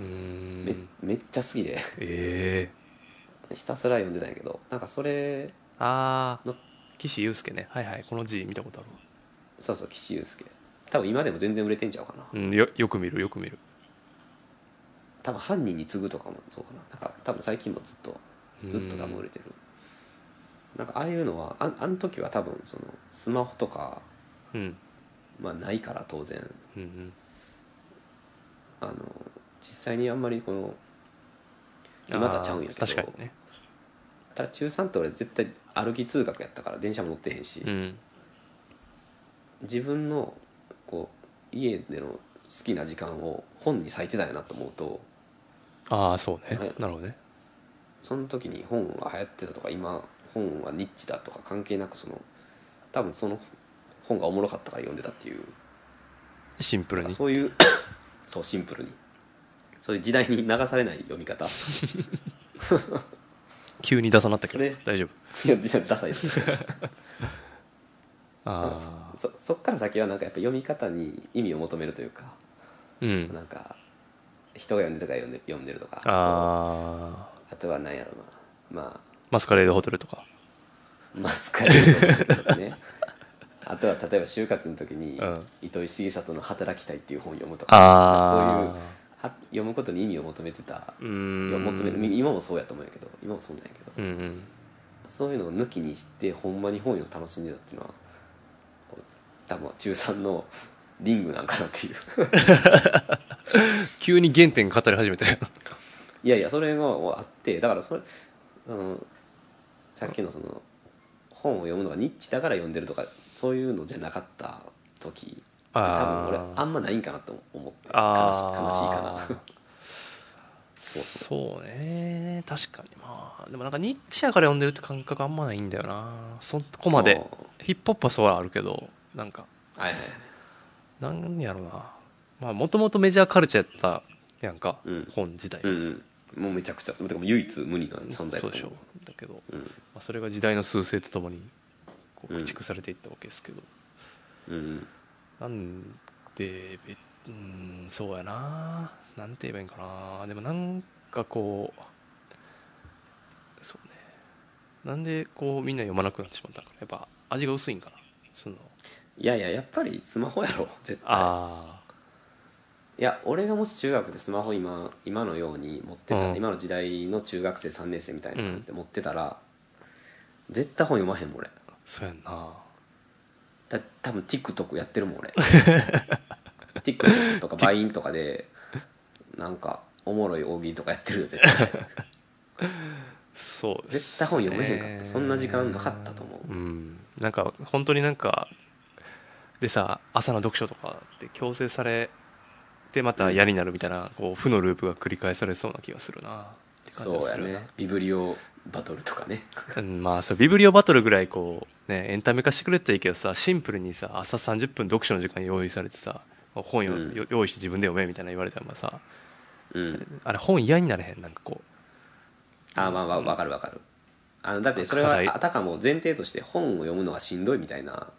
Speaker 1: うーん
Speaker 2: め,、めっちゃ好きで
Speaker 1: ええ
Speaker 2: ひたすら読んでたんやけどなんかそれ
Speaker 1: ああ
Speaker 2: の
Speaker 1: 岸優介ねはいはいこの字見たことあるわ
Speaker 2: そうそう岸優介多分今でも全然売れてんちゃうかな
Speaker 1: うんよよく見るよく見る
Speaker 2: 多分犯人に次ぐとかもそうかななんか多分最近もずっとずっと多分売れてるなんかああいうのはあんあの時は多分そのスマホとか、
Speaker 1: うん
Speaker 2: まあ、ないから当然
Speaker 1: うんうん
Speaker 2: あの実際にあんまりこの
Speaker 1: あー
Speaker 2: 今とはちゃうんやけど
Speaker 1: 確かにね
Speaker 2: ただ中3って俺絶対歩き通学やったから電車も乗ってへんし、
Speaker 1: うん
Speaker 2: 自分のこう家での好きな時間を本に割いてたんやなと思うと
Speaker 1: ああそうね、
Speaker 2: はい
Speaker 1: なるほどね
Speaker 2: その時に本が流行ってたとか今本はニッチだとか関係なくその多分その本がおもろかったから読んでたっていう
Speaker 1: シンプルに
Speaker 2: そういうそうシンプルにそういう時代に流されない読み方 い
Speaker 1: 急に出さなったけ
Speaker 2: そ
Speaker 1: ど
Speaker 2: れ
Speaker 1: 大丈夫
Speaker 2: や実はダサいですなんか
Speaker 1: ああ
Speaker 2: そそそっから先はなんかやっぱ読み方に意味を求めるというか、
Speaker 1: うん
Speaker 2: なんか人が読んでたから読んで読んでるとか
Speaker 1: ああ
Speaker 2: あとは何やろうなま
Speaker 1: マスカレードホテルとか
Speaker 2: あマスカレードと かねあとは例えば就活の時に、
Speaker 1: うん
Speaker 2: 糸井重里の「働きたい」っていう本を読むとか
Speaker 1: あ
Speaker 2: そういう
Speaker 1: あ
Speaker 2: は読むことに意味を求めてた、
Speaker 1: うー
Speaker 2: い
Speaker 1: ん
Speaker 2: や求め今もそうやと思うんやけど今もそうなんやけど、
Speaker 1: うんうん
Speaker 2: そういうのを抜きにしてほんまに本を楽しんでたっていうのはこう多分中3のリングなんかなっていう
Speaker 1: 急に原点語り始め たよ
Speaker 2: いやいやそれがあってだからそれあのさっきのその本を読むのがニッチだから読んでるとかそういうのじゃなかった時多
Speaker 1: あー
Speaker 2: 分俺あんまないんかなと思って悲し悲しい
Speaker 1: あ
Speaker 2: かな
Speaker 1: そうね確かにまあでもなんかニッチやから読んでるって感覚あんまないんだよなそこま でヒップホップはそうはあるけどなんか
Speaker 2: はいはい
Speaker 1: なんやろうなまあもともとメジャーカルチャーやったやんか、
Speaker 2: うん
Speaker 1: 本自体が
Speaker 2: うん、うん、もうめちゃくちゃてかもう唯一無二の存在だと
Speaker 1: そう
Speaker 2: 思
Speaker 1: でしょだけど、ま
Speaker 2: うん
Speaker 1: あ、それが時代の趨勢とともにこう
Speaker 2: うん
Speaker 1: 駆逐されていったわけですけど、
Speaker 2: うん
Speaker 1: なんでべうんそうやななんて言えばいいんかなでもなんかこうそうねなんでこうみんな読まなくなってしまったのかなやっぱ味が薄いんかなその
Speaker 2: いやいややっぱりスマホやろ絶対
Speaker 1: あ
Speaker 2: いや俺がもし中学でスマホ今今のように持ってた、
Speaker 1: うん
Speaker 2: 今の時代の中学生3年生みたいな感じで持ってたら、絶対本読まへんもん俺
Speaker 1: あそうやんな
Speaker 2: だ多分 TikTok やってるもん 俺 TikTok とか LINE とかでなんかおもろい大喜利とかやってるよ絶対
Speaker 1: そう
Speaker 2: 絶対本読めへんかったそんな時間なかったと思う
Speaker 1: うん、なんか本当になんかでさ朝の読書とかって強制されてまた嫌になるみたいな、こう負のループが繰り返されそうな気がするなって感じ
Speaker 2: そ
Speaker 1: が
Speaker 2: うや
Speaker 1: するな
Speaker 2: ねビブリオバトルとかね
Speaker 1: うんまあそうビブリオバトルぐらいこうねエンタメ化してくれていいけどさシンプルにさ朝30分読書の時間用意されてさ本よ、
Speaker 2: うん
Speaker 1: 用意して自分で読めみたいな言われたらまあさ
Speaker 2: うん
Speaker 1: あれ本嫌になれへんなんかこ
Speaker 2: あまあまあわかるわかるあのだってそれは
Speaker 1: 課題
Speaker 2: あたかも前提として本を読むのがしんどいみたいな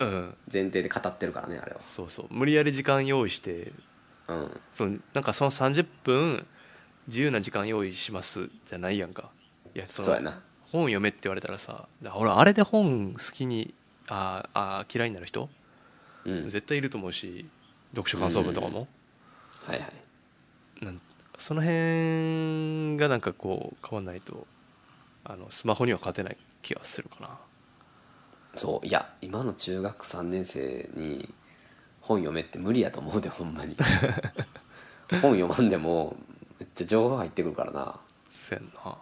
Speaker 1: ううん
Speaker 2: 前提で語ってるからねあれは
Speaker 1: そうそう無理やり時間用意して
Speaker 2: うん
Speaker 1: そのなんかその30分自由な時間用意しますじゃないやんかいやそ
Speaker 2: そうや
Speaker 1: の
Speaker 2: な
Speaker 1: 本読めって言われたらさだ俺あれで本好きにあーあー嫌いになる人、
Speaker 2: うん
Speaker 1: 絶対いると思うし読書感想文とかも、
Speaker 2: はいはい
Speaker 1: なんその辺がなんかこう変わんないとあのスマホには勝てない気がするかな
Speaker 2: そういや今の中学3年生に本読めって無理やと思うでほん まに本読まんでもめっちゃ情報入ってくるからな
Speaker 1: せやんな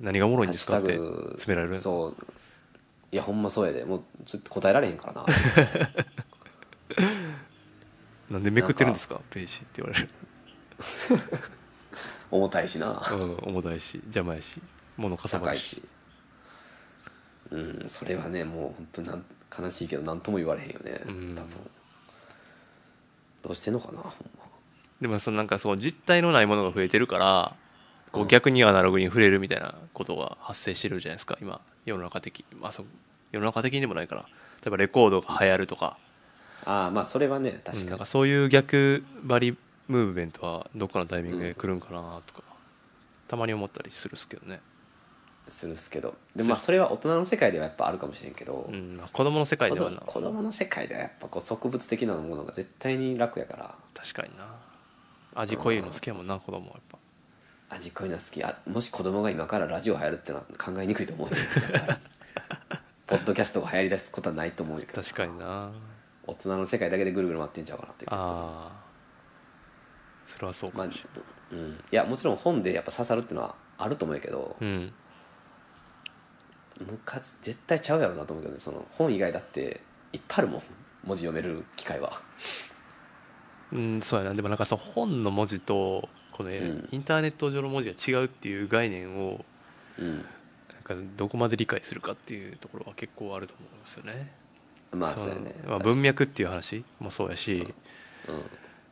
Speaker 1: 何がおもろいんですかって
Speaker 2: ハッシュタグ
Speaker 1: 詰められるう
Speaker 2: そういやほんまそうやでもうちょっと答えられへんから な
Speaker 1: なんでめくってるんですかページって言われる
Speaker 2: 重たいしな
Speaker 1: うん重たいし邪魔やし物かさば
Speaker 2: 高
Speaker 1: る
Speaker 2: い
Speaker 1: し
Speaker 2: しうんそれはねもう本当なん悲しいけど何とも言われへんよね多
Speaker 1: うん
Speaker 2: 分どうしてんのかなほんま
Speaker 1: でもそのなんかそう実体のないものが増えてるからこ
Speaker 2: う
Speaker 1: うん逆にアナログに触れるみたいなことが発生してるじゃないですか今世の中的、まあ、そう世の中的にでもないから例えばレコードが流行るとか
Speaker 2: ああまあそれはね
Speaker 1: う
Speaker 2: 確
Speaker 1: ん
Speaker 2: か
Speaker 1: なん
Speaker 2: に
Speaker 1: かそういう逆張りムーブメントはどっかのタイミングで来るんかなとか、たまに思ったりするっすけどね、
Speaker 2: するっすけどでもまあそれは大人の世界ではやっぱあるかもしれんけど、
Speaker 1: うんまあ、子供の世界
Speaker 2: 子
Speaker 1: では
Speaker 2: 供
Speaker 1: な
Speaker 2: 子供の世界ではやっぱこう植物的なものが絶対に楽やから
Speaker 1: 確かにな味濃いの好きやもんな子供はやっぱ
Speaker 2: 味濃いのは好きあもし子供が今からラジオ流行るってのは考えにくいと思うね ポッドキャストが流行りだすことはないと思うけど
Speaker 1: 確かにな
Speaker 2: 大人の世界だけでぐるぐる回ってんちゃうかなっていう気がする
Speaker 1: ああそれはそうか
Speaker 2: ま
Speaker 1: も
Speaker 2: あ
Speaker 1: しれない、
Speaker 2: うん、いやもちろん本でやっぱ刺さるってのはあると思うけど、
Speaker 1: うん
Speaker 2: 昔絶対ちゃうやろなと思うけどねその本以外だっていっぱいあるもん文字読める機会は
Speaker 1: うん、そうやなでもなんかその本の文字とこの、
Speaker 2: ん
Speaker 1: インターネット上の文字が違うっていう概念を
Speaker 2: うん
Speaker 1: なんかどこまで理解するかっていうところは結構あると思うんですよね。
Speaker 2: まあ
Speaker 1: そ
Speaker 2: そううやね、
Speaker 1: まあ、文脈っていう話もそうやし、
Speaker 2: 確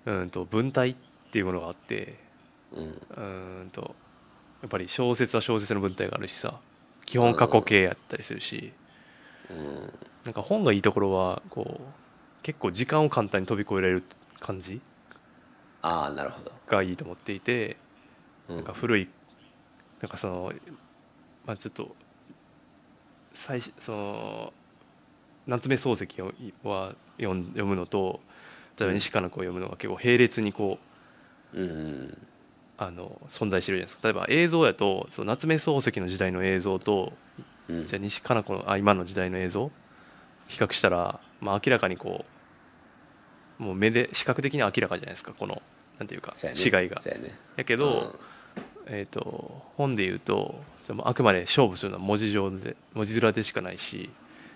Speaker 2: か
Speaker 1: うん、と文体っていうものがあって
Speaker 2: にうんうん
Speaker 1: うんとやっぱり小説は小説の文体があるしさ基本過去形やったりするし、
Speaker 2: うん
Speaker 1: なんか本のいいところはこう結構時間を簡単に飛び越えられる感じ
Speaker 2: ああなるほど、
Speaker 1: がいいと思っていて
Speaker 2: うん、
Speaker 1: なんか古いなんかそのまあちょっと最初その夏目漱石をは読ん読むのと例えば西加奈子を読むのが結構並列にこう
Speaker 2: うんうん
Speaker 1: あの存在してるじゃないですか例えば映像やとその夏目漱石の時代の映像と
Speaker 2: うん
Speaker 1: じゃあ西加奈子のあ今の時代の映像比較したら、まあ、明らかにこうもう目で視覚的には明らかじゃないですかこのなんていうか
Speaker 2: そうやね
Speaker 1: 違いが。
Speaker 2: そうやね
Speaker 1: やけど、えー、と本で言うとでもあくまで勝負するのは文字上で文字面でしかないし、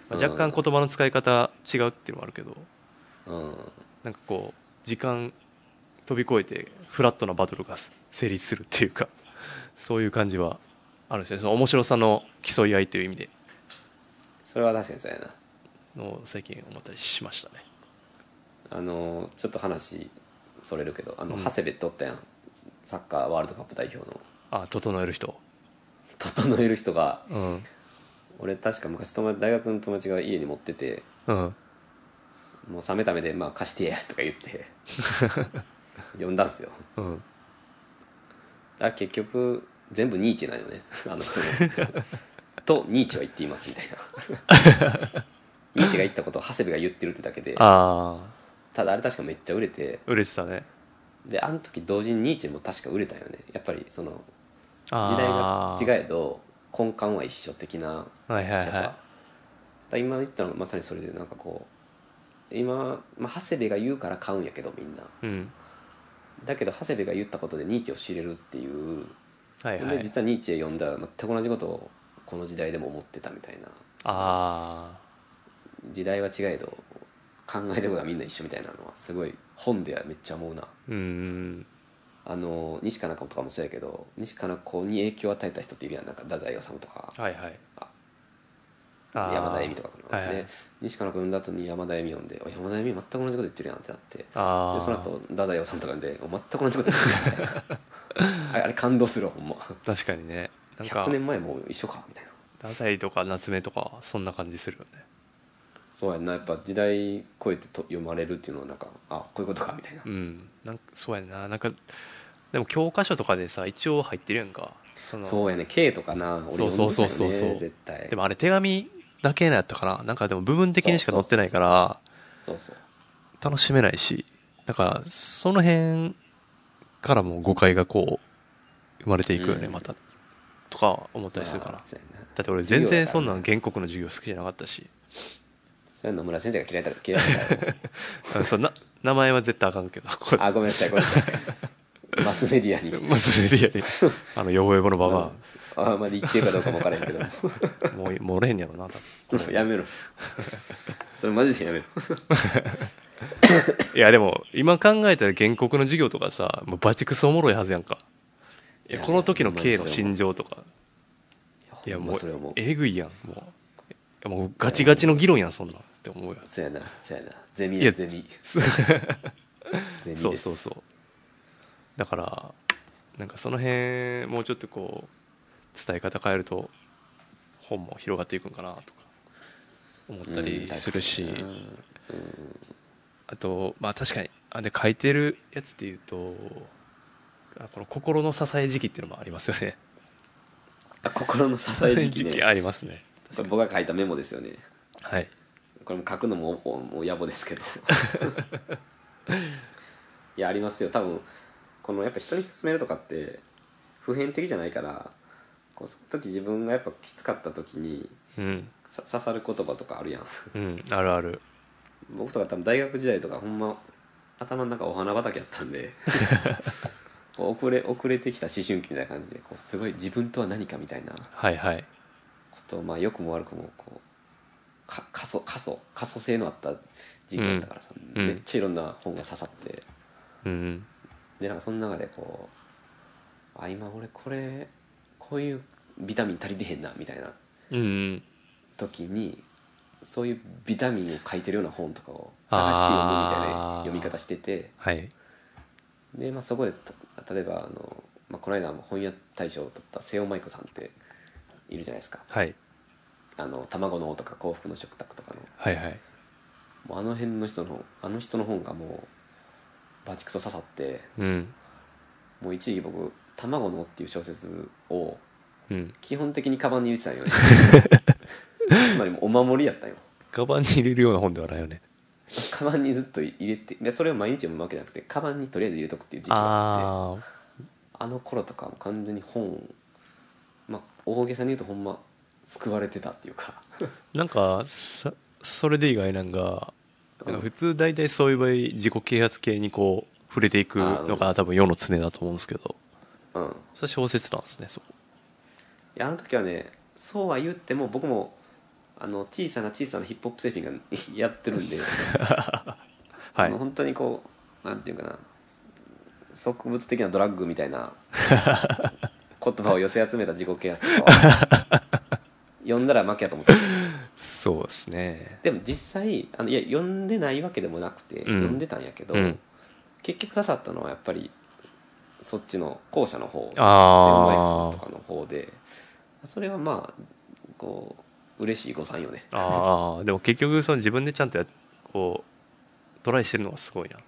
Speaker 1: まあ、若干
Speaker 2: うん
Speaker 1: 言葉の使い方違うっていうのもあるけど
Speaker 2: うんうん
Speaker 1: なんかこう時間飛び越えてフラットなバトルが成立するっていうかそういう感じはあるんですよねその面白さの競い合いという意味で
Speaker 2: それは確かにそうやな
Speaker 1: の最近思ったりしましたね
Speaker 2: あのちょっと話それるけどあの、
Speaker 1: うん
Speaker 2: 長谷部とったやんサッカーワールドカップ代表の
Speaker 1: あ整える人
Speaker 2: 整える人が
Speaker 1: うん
Speaker 2: 俺確か昔友達大学の友達が家に持ってて
Speaker 1: うん
Speaker 2: もう冷めた目で「まあ貸してや」とか言って 呼んだんすよ
Speaker 1: うん
Speaker 2: あれ結局全部ニーチェなんよね あの 人のとニーチェは言っていますみたいな ニーチェが言ったことを長谷部が言ってるってだけで
Speaker 1: ああ
Speaker 2: ただあれ確かめっちゃ売れて
Speaker 1: 嬉しさね
Speaker 2: であの時同時にニーチェも確か売れたんよねやっぱりその時代
Speaker 1: あ
Speaker 2: が
Speaker 1: あ
Speaker 2: 違えど根幹は一緒的な
Speaker 1: はいは
Speaker 2: や
Speaker 1: い
Speaker 2: っぱ
Speaker 1: は
Speaker 2: だ今言ったのがまさにそれでなんかこう今、まあ、長谷部が言うから買うんやけどみんない
Speaker 1: うん
Speaker 2: だけど長谷部が言ったことでニーチェを知れるっていう、
Speaker 1: はいは
Speaker 2: で
Speaker 1: い
Speaker 2: 実はニーチェ読んだら全く同じことをこの時代でも思ってたみたいな
Speaker 1: あ
Speaker 2: 時代は違えど考えてることはみんな一緒みたいなのはすごい本ではめっちゃ思うな
Speaker 1: あうん
Speaker 2: あの西加奈子とかもそうやけど西加奈子に影響を与えた人っているやんなんか太宰治とか
Speaker 1: はいはい
Speaker 2: あ
Speaker 1: あー
Speaker 2: 山田恵美とかかな、
Speaker 1: はいはい
Speaker 2: で西加奈子読んだ後に山田恵美読んでお山田恵美全く同じこと言ってるやんってなって
Speaker 1: ああ
Speaker 2: でその後太宰治とか読んでお全く同じこと言ってるやんみたいな あれあれ感動するわほんま
Speaker 1: 確かにねなんか
Speaker 2: 100年前も一緒かみたいな
Speaker 1: 太宰とか夏目とかそんな感じするよね
Speaker 2: そうやんなやっぱ時代超えてと読まれるっていうのはなんかあこういうことかみたいな
Speaker 1: うんなんかそうやななんかでも教科書とかでさ一応入ってるやんかその
Speaker 2: そうやね K とかな俺読んでた
Speaker 1: そう
Speaker 2: よ
Speaker 1: そうそうそうそう
Speaker 2: ね絶対
Speaker 1: でもあれ手紙だけなやったかななんかでも部分的にしか載ってないから
Speaker 2: そうそう
Speaker 1: 楽しめないしだからその辺からも誤解がこう生まれていくよね、
Speaker 2: うん
Speaker 1: またとか思ったりするか
Speaker 2: ま
Speaker 1: な
Speaker 2: あ
Speaker 1: だ
Speaker 2: そうやな
Speaker 1: って俺全然そんな
Speaker 2: 授業だか
Speaker 1: ん原告
Speaker 2: らね
Speaker 1: の授業好きじゃなかったし
Speaker 2: それは野村先生が嫌いだ嫌いだから
Speaker 1: あのそんな名前は絶対あかんけどこれ
Speaker 2: あごめんなさいごめんなさいマスメディアに
Speaker 1: まずいやねあのヨボヨボのババ
Speaker 2: ああまで言ってるかどうかも分からへんけど
Speaker 1: アもう漏れへんやろな多分
Speaker 2: やめろそれマジでやめろ
Speaker 1: いやでも今考えたら原告の授業とかさもうバチクソおもろいはずやんかいや
Speaker 2: いや
Speaker 1: この時の
Speaker 2: ほんまに
Speaker 1: K
Speaker 2: それ
Speaker 1: の
Speaker 2: は
Speaker 1: 心情とかいや
Speaker 2: ほんま
Speaker 1: も
Speaker 2: それはも
Speaker 1: う
Speaker 2: う
Speaker 1: えぐいやんもういやもうガチガチの議論やんそんなんって思うよ
Speaker 2: そうやなそうやなゼミ
Speaker 1: いや
Speaker 2: やゼミ
Speaker 1: そう
Speaker 2: ゼミです
Speaker 1: そうそうそうだからなんかその辺もうちょっとこう伝え方変えると本も広がっていくんかなとか思ったりするし、
Speaker 2: うん確かにな
Speaker 1: あとまあ確かにあで書いてるやつで言うとあこの心の支え時期っていうのもありますよね
Speaker 2: あ心の支え時 期ね
Speaker 1: ありますね
Speaker 2: これ僕が書いたメモですよね
Speaker 1: はい
Speaker 2: これも書くのもおもう野暮ですけどいやありますよ多分このやっぱ人に勧めるとかって普遍的じゃないからこうその時自分がやっぱきつかった時に
Speaker 1: うん
Speaker 2: さ刺さる言葉とかあるやん
Speaker 1: うんあるある
Speaker 2: 僕とか多分大学時代とかほんま頭の中お花畑やったんでこう遅れ遅れてきた思春期みたいな感じでこうすごい自分とは何かみたいなこ
Speaker 1: はいはい
Speaker 2: とをまあ良くも悪くもこうか過疎過疎過疎性のあった時期だったからさ、
Speaker 1: うん
Speaker 2: めっちゃいろんな本が刺さって
Speaker 1: うん
Speaker 2: でなんかその中でこうあ今俺これこういうビタミン足りてへんなみたいな
Speaker 1: うんうん
Speaker 2: 時にそういうビタミンを書いてるような本とかを探して読むみたいな
Speaker 1: あー
Speaker 2: 読み方してて
Speaker 1: はい
Speaker 2: で、まあ、そこでた例えばあの、まあ、この間も本屋大賞を取った瀬尾舞子さんっているじゃないですか
Speaker 1: はい
Speaker 2: 「あの卵の王」とか「幸福の食卓」とかの
Speaker 1: はいはい
Speaker 2: もうあの辺の人のあの人の本がもうバチクソ刺さって
Speaker 1: うん
Speaker 2: もう一時期僕「卵の王」っていう小説を
Speaker 1: うん
Speaker 2: 基本的にカバンに入れてたんよつまりもうお守りやったんよ
Speaker 1: カバンに入れるような本ではないよね
Speaker 2: カバンにずっと入れてでそれを毎日読むわけじゃなくてカバンにとりあえず入れとくっていう時期があって
Speaker 1: ああ
Speaker 2: あの頃とかも完全に本まあ大げさに言うとほんま救われてたっていうか
Speaker 1: なんかそそれで意外なんかなんか普通大体そういう場合自己啓発系にこう触れていくのが多分世の常だと思うんですけど
Speaker 2: うんい
Speaker 1: それは小説なんですねそこ
Speaker 2: やあの時はねそうは言っても僕もあの小さな小さなヒップホップ製品がやってるんで、
Speaker 1: はい
Speaker 2: もう本当にこうなんていうかな植物的なドラッグみた いな言葉を寄せ集めた自己啓発とかは 読んだら負けやと思ってた
Speaker 1: そうですね
Speaker 2: でも実際あのいや読んでないわけでもなくて、
Speaker 1: ん
Speaker 2: 読んでたんやけど、
Speaker 1: うん
Speaker 2: 結局刺さったのはやっぱりそっちの後者の方専門エピソ
Speaker 1: あ
Speaker 2: ードとかの方でそれはまあこう嬉しい誤算よね
Speaker 1: あああでも結局その自分でちゃんとやこうトライしてるのがすごいなっ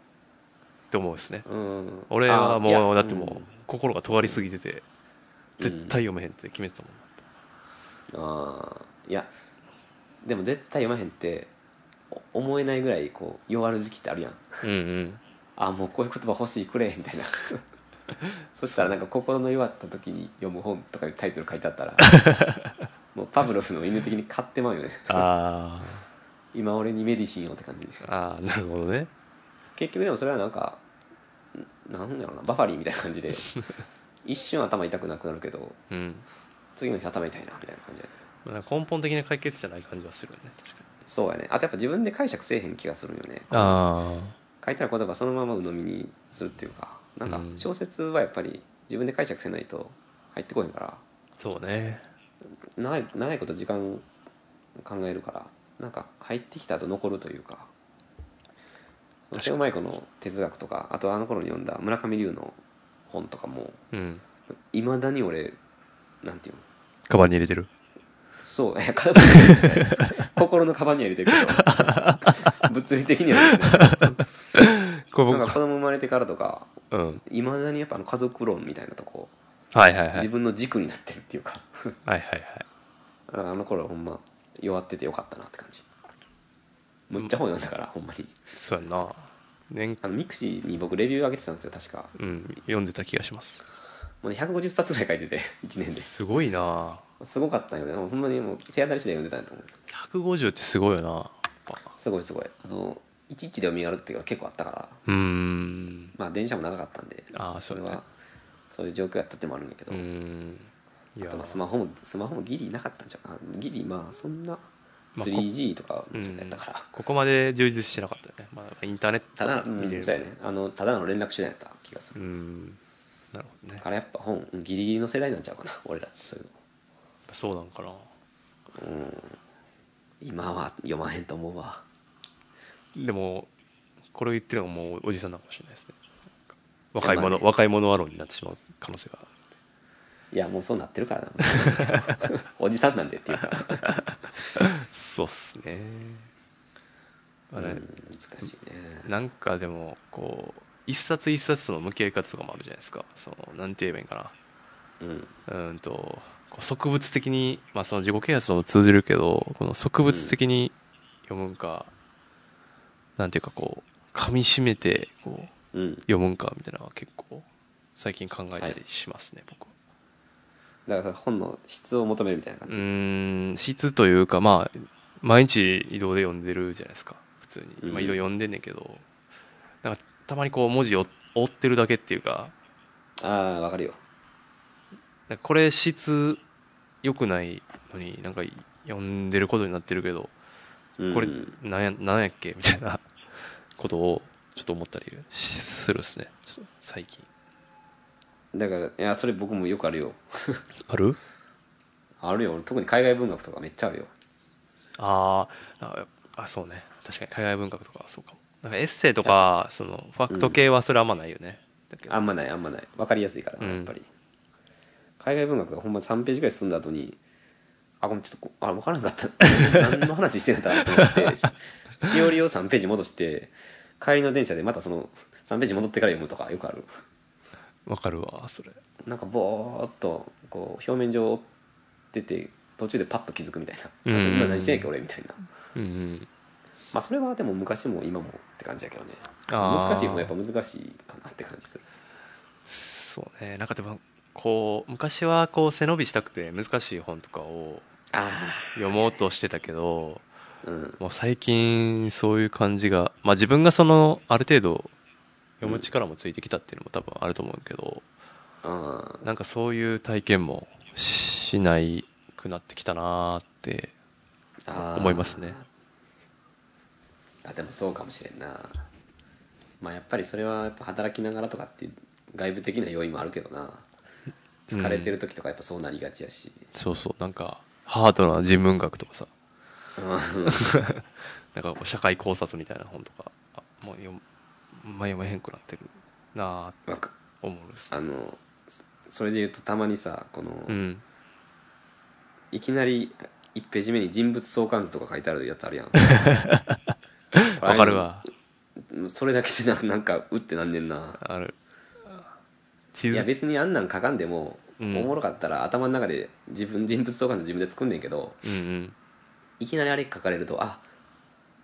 Speaker 1: て思うですね
Speaker 2: うん
Speaker 1: 俺は
Speaker 2: あい
Speaker 1: も
Speaker 2: や
Speaker 1: うだっても
Speaker 2: う
Speaker 1: うん心が尖りすぎてて
Speaker 2: うん
Speaker 1: 絶対読めへんって決めてたもん
Speaker 2: あーいやでも絶対読まへんってお思えないぐらいこう弱る時期ってあるやん
Speaker 1: うんうん
Speaker 2: あもうこういう言葉欲しいくれみたいな そしたらなんか心の弱った時に読む本とかにタイトル書いてあったらもうパブロフの犬的に買ってまうよね
Speaker 1: あ
Speaker 2: 今俺にメディシンをって感じ
Speaker 1: あああなるほどね
Speaker 2: 結局でもそれはなんかんなんだろうなバファリンみたいな感じで一瞬頭痛くなくなるけど
Speaker 1: うん
Speaker 2: 次の日頭痛いなみたいな感じで
Speaker 1: なんか根本的な解決じゃない感じはするよね確かに
Speaker 2: そうやねあとやっぱ自分で解釈せえへん気がするよね
Speaker 1: あ
Speaker 2: 書いてある言葉そのまま鵜呑みにするっていうかなんか
Speaker 1: うん
Speaker 2: 小説はやっぱり自分で解釈せないと入ってこへんから
Speaker 1: あそうね
Speaker 2: 長い長いこと時間考えるからなんか入ってきた後残るというかその瀬尾舞子の哲学とかあとあの頃に読んだ村上龍の本とかも
Speaker 1: うん
Speaker 2: いまだに俺なんていうの
Speaker 1: カバンに入れてる
Speaker 2: そういやカバンに入れてない 心のカバンには入れてるけど物理的には入れてない
Speaker 1: これ
Speaker 2: なんか
Speaker 1: 僕
Speaker 2: 子供生まれてからとか
Speaker 1: うん
Speaker 2: いまだにやっぱあの家族論みたいなとこ
Speaker 1: はいはいは
Speaker 2: 自
Speaker 1: い
Speaker 2: 分の軸になってるっていうか
Speaker 1: はいはいはい
Speaker 2: だからあの頃はほんま弱っててよかったなって感じむっちゃ本読んだからほんまに
Speaker 1: そうやんな年
Speaker 2: あのミクシーに僕レビュー上げてたんですよ確か
Speaker 1: うん読んでた気がします
Speaker 2: もう、ね、150冊ぐらい書いて て1年です
Speaker 1: ごいな
Speaker 2: すごかったよねもうほんまにもう手当たり次第読んでたんだと思う
Speaker 1: 150ってすごいよなやっぱ
Speaker 2: すごいすごいあのいちいちで読み上がるっていうのは結構あったから
Speaker 1: うーん
Speaker 2: まあ電車も長かったんで
Speaker 1: ああそ
Speaker 2: そうれ
Speaker 1: だね
Speaker 2: はそういう状況やったってのもあるんだけ
Speaker 1: う
Speaker 2: ど、
Speaker 1: ーんい
Speaker 2: あ
Speaker 1: や
Speaker 2: とまあスマホもスマホもギリなかったんじゃんあギリまあそんな
Speaker 1: まあこ
Speaker 2: 3G とか
Speaker 1: う
Speaker 2: の世代やっ
Speaker 1: ん
Speaker 2: たから、
Speaker 1: ここまで充実してなかったよねまあインターネッ
Speaker 2: ただ
Speaker 1: ト見れ
Speaker 2: うん
Speaker 1: る
Speaker 2: そうやねあのただの連絡手段やった気がす
Speaker 1: う
Speaker 2: る、
Speaker 1: んなるほどね
Speaker 2: だからやっぱ本うんギリギリの世代になんちゃうかな俺らってそういう
Speaker 1: そうなんかな
Speaker 2: のうん今は読まへんと思うわ
Speaker 1: でもこれを言ってるのはもうおじさんなのかもしれないですね若い
Speaker 2: いやま
Speaker 1: 者
Speaker 2: あね
Speaker 1: 若い者アロンになってしまう可能性が
Speaker 2: いやもうそうなってる からなおじさんなんでっていうか、
Speaker 1: そうっすねあ
Speaker 2: うん、
Speaker 1: れ、
Speaker 2: 難しいね
Speaker 1: なんかでもこう一冊一冊との向き合い方とかもあるじゃないですかそのなんて言えばいいんか
Speaker 2: う
Speaker 1: な
Speaker 2: ん
Speaker 1: うーんとこう植物的にまあその自己啓発とも通じるけどこの植物的に読むんか、なんていうかこう噛みしめてこう
Speaker 2: うん
Speaker 1: 読むんかみたいなのは結構最近考えたりしますね、僕は
Speaker 2: だからそれ本の質を求めるみたいな感
Speaker 1: う
Speaker 2: じ、
Speaker 1: ーん質というかまあ毎日移動で読んでるじゃないですか普通に、まあ、
Speaker 2: うん
Speaker 1: 移動読んでんねんけどなんかたまにこう文字を追ってるだけっていうか
Speaker 2: ああわかるよ
Speaker 1: なんかこれ質良くないのになんか読んでることになってるけどこれ
Speaker 2: うん
Speaker 1: なんやなんやっけみ たいなことをちょっと思ったりしするっすねちょっと最近
Speaker 2: だからいやそれ僕もよくあるよ
Speaker 1: ある
Speaker 2: あるよ俺特に海外文学とかめっちゃあるよ
Speaker 1: あーああそうね確かに海外文学とかはそうかもなんかエッセイとかそのファクト系はそれあんまないよね、だけど
Speaker 2: あんまないあんまない分かりやすいからな
Speaker 1: うん
Speaker 2: やっぱり、海外文学がほんま3ページぐらい進んだ後にあごめんちょっとこあ分からんかった 何の話してんだったな と思ってししおりを3ページ戻して帰りの電車でまたその3ページ戻ってから読むとかよくある
Speaker 1: わかるわそれ
Speaker 2: なんかぼーっとこう表面上追ってて途中でパッと気づくみたいな「
Speaker 1: うん
Speaker 2: 今何してんやっけ俺」みたいな
Speaker 1: うんうん
Speaker 2: まあそれはでも昔も今もって感じやけどね
Speaker 1: あー
Speaker 2: 難しい方がやっぱ難しいかなって感じする
Speaker 1: そうねなんかでもこう昔はこう背伸びしたくて難しい本とかを
Speaker 2: あ
Speaker 1: 読もうとしてたけど
Speaker 2: あうん
Speaker 1: もう最近そういう感じがまあ自分がそのある程度読む力もついてきたっていうのも多分あると思うけど、
Speaker 2: あ
Speaker 1: なんかそういう体験もしないくなってきたなーって
Speaker 2: あ
Speaker 1: 思いますね
Speaker 2: あでもそうかもしれんなまあやっぱりそれはやっぱ働きながらとかっていう外部的な要因もあるけどな
Speaker 1: うん
Speaker 2: 疲れてる時とかやっぱそうなりがちやし、
Speaker 1: そうそうなんかハードな人文学とかさ
Speaker 2: うん
Speaker 1: なんかこう社会考察みたいな本とかあもう読むまあ読めへんくなってるなあって
Speaker 2: わか
Speaker 1: 思うんです
Speaker 2: あのそそれで言うとたまにさこの、
Speaker 1: うん
Speaker 2: いきなり1ページ目に人物相関図とか書いてあるやつあるやん
Speaker 1: わかるわ
Speaker 2: それだけでななんかうってなんねんな
Speaker 1: ある地
Speaker 2: いや
Speaker 1: 図
Speaker 2: 別にあんなん書かんでも、
Speaker 1: うん
Speaker 2: おもろかったら頭の中で自分人物相関図自分で作んねんけど
Speaker 1: うんうん
Speaker 2: いきなりあれ書かれるとあ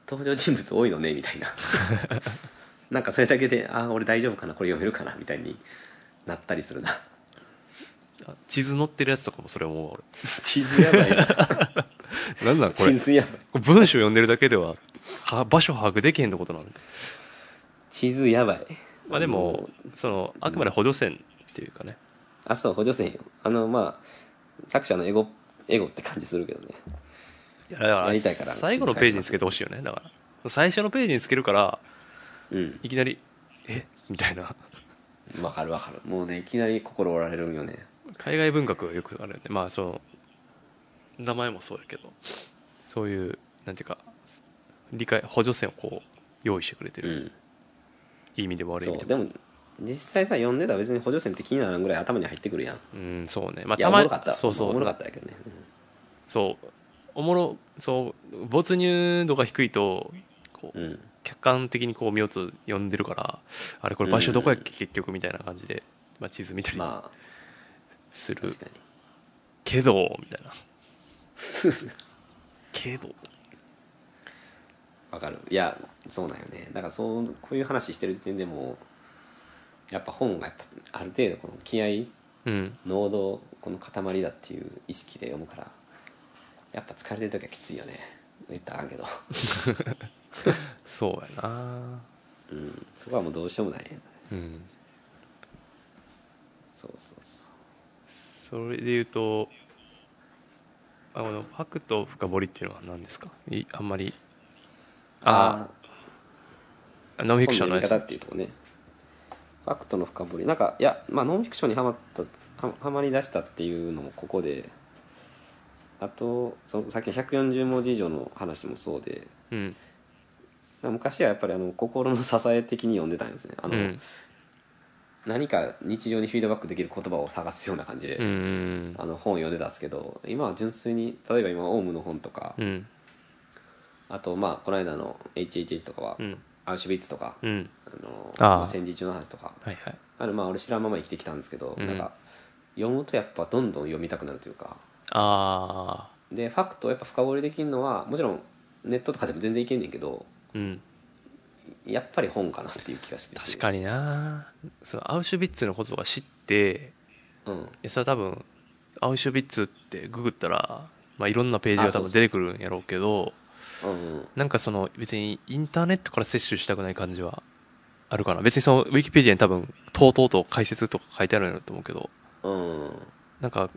Speaker 2: 登場人物多いのねみ たいななんかそれだけであ俺大丈夫かなこれ読めるかなみたいになったりす るな
Speaker 1: あ地図載ってるやつとかもそれ思うわ
Speaker 2: 地図や ばいな
Speaker 1: 俺 なんなんこ
Speaker 2: 地
Speaker 1: れ
Speaker 2: 図やばい
Speaker 1: これ文章読んでるだけではは場所把握できへんってことなんだ
Speaker 2: 地図やばい
Speaker 1: まあでもそのあくまで補助線っていうかね
Speaker 2: あそう補助線よあのまあ作者のエゴエゴって感じするけどね
Speaker 1: いやだから
Speaker 2: やりたいから
Speaker 1: 最後のページにつけてほしいよねだから最初のページにつけるから
Speaker 2: うん
Speaker 1: いきなり「えみたいな
Speaker 2: わかるわかるもうねいきなり心折られるんよね
Speaker 1: 海外文学はよくあるんでまあその名前もそうやけどそういうなんていうか理解補助線をこう用意してくれて
Speaker 2: う
Speaker 1: る、
Speaker 2: ん
Speaker 1: いい意味でも悪い意
Speaker 2: そ
Speaker 1: 味で
Speaker 2: うで
Speaker 1: も
Speaker 2: も実際さ読んでたら別に補助線って気にならんぐらい頭に入ってくるやん
Speaker 1: うんそうねまあ
Speaker 2: い
Speaker 1: た
Speaker 2: やおも
Speaker 1: ま
Speaker 2: ろかった
Speaker 1: そうそ
Speaker 2: おもろかっ
Speaker 1: う
Speaker 2: たやけどね
Speaker 1: そうおもろそう没入度が低いとこう、
Speaker 2: うん、うん
Speaker 1: 客観的にこう見ようと読んでるからあれこれ場所どこやっけ結局みたいな感じで、まあ、地図見たり
Speaker 2: まあ
Speaker 1: する
Speaker 2: 確かに
Speaker 1: けどみた いなけど
Speaker 2: わかるいやそうなんよねだからそうこういう話してる時点でもうやっぱ本がやっぱある程度この気合
Speaker 1: うん
Speaker 2: 濃度この塊だっていう意識で読むからやっぱ疲れてる時はきついよね言ったらあかんけど、
Speaker 1: そうやな
Speaker 2: うん、そこはもうどうしようもない
Speaker 1: うん
Speaker 2: そうそうそう
Speaker 1: それで言うとあこの「ファクト深掘り」っていうのは何ですかいあんまりああノンフ
Speaker 2: フ
Speaker 1: ィクションのやつ
Speaker 2: 方っていうとこねファクトの深掘りなんかいやまあノンフィクションにはまったははまりだしたっていうのもここであとそのさっきの140文字以上の話もそうで
Speaker 1: うん
Speaker 2: 昔はやっぱりあの心の支え的に読んでたんですねあの、
Speaker 1: うん
Speaker 2: 何か日常にフィードバックできる言葉を探すような感じで、
Speaker 1: うんうん
Speaker 2: あの本を読んでたんですけど今は純粋に例えば今オウムの本とか、
Speaker 1: うん
Speaker 2: あとまあこの間の HHH とかは、
Speaker 1: うん
Speaker 2: アウシュビッツとか、
Speaker 1: うん
Speaker 2: あの
Speaker 1: あー
Speaker 2: まあ、戦時中の話とか
Speaker 1: はいはい
Speaker 2: あのまあ俺知らんまま生きてきたんですけど、
Speaker 1: うん
Speaker 2: なんか読むとやっぱどんどん読みたくなるというか
Speaker 1: ああ
Speaker 2: でファクトをやっぱ深掘りできるのはもちろんネットとかでも全然いけんねんけど
Speaker 1: うん
Speaker 2: やっぱり本かなっていう気がして
Speaker 1: 確かになそのアウシュビッツのことが知って
Speaker 2: に、うん、
Speaker 1: いやそれは多分アウシュビッツってググったら、まあ、いろんなページが
Speaker 2: あそ
Speaker 1: 多
Speaker 2: うそ
Speaker 1: 分
Speaker 2: う
Speaker 1: 出てくるんやろうけど
Speaker 2: うんうん
Speaker 1: なんかその別にインターネットから摂取したくない感じはあるかな別にそのウィキペディアに多分とうとうと解説とか書いてあるんだと思うけど
Speaker 2: うん
Speaker 1: なんか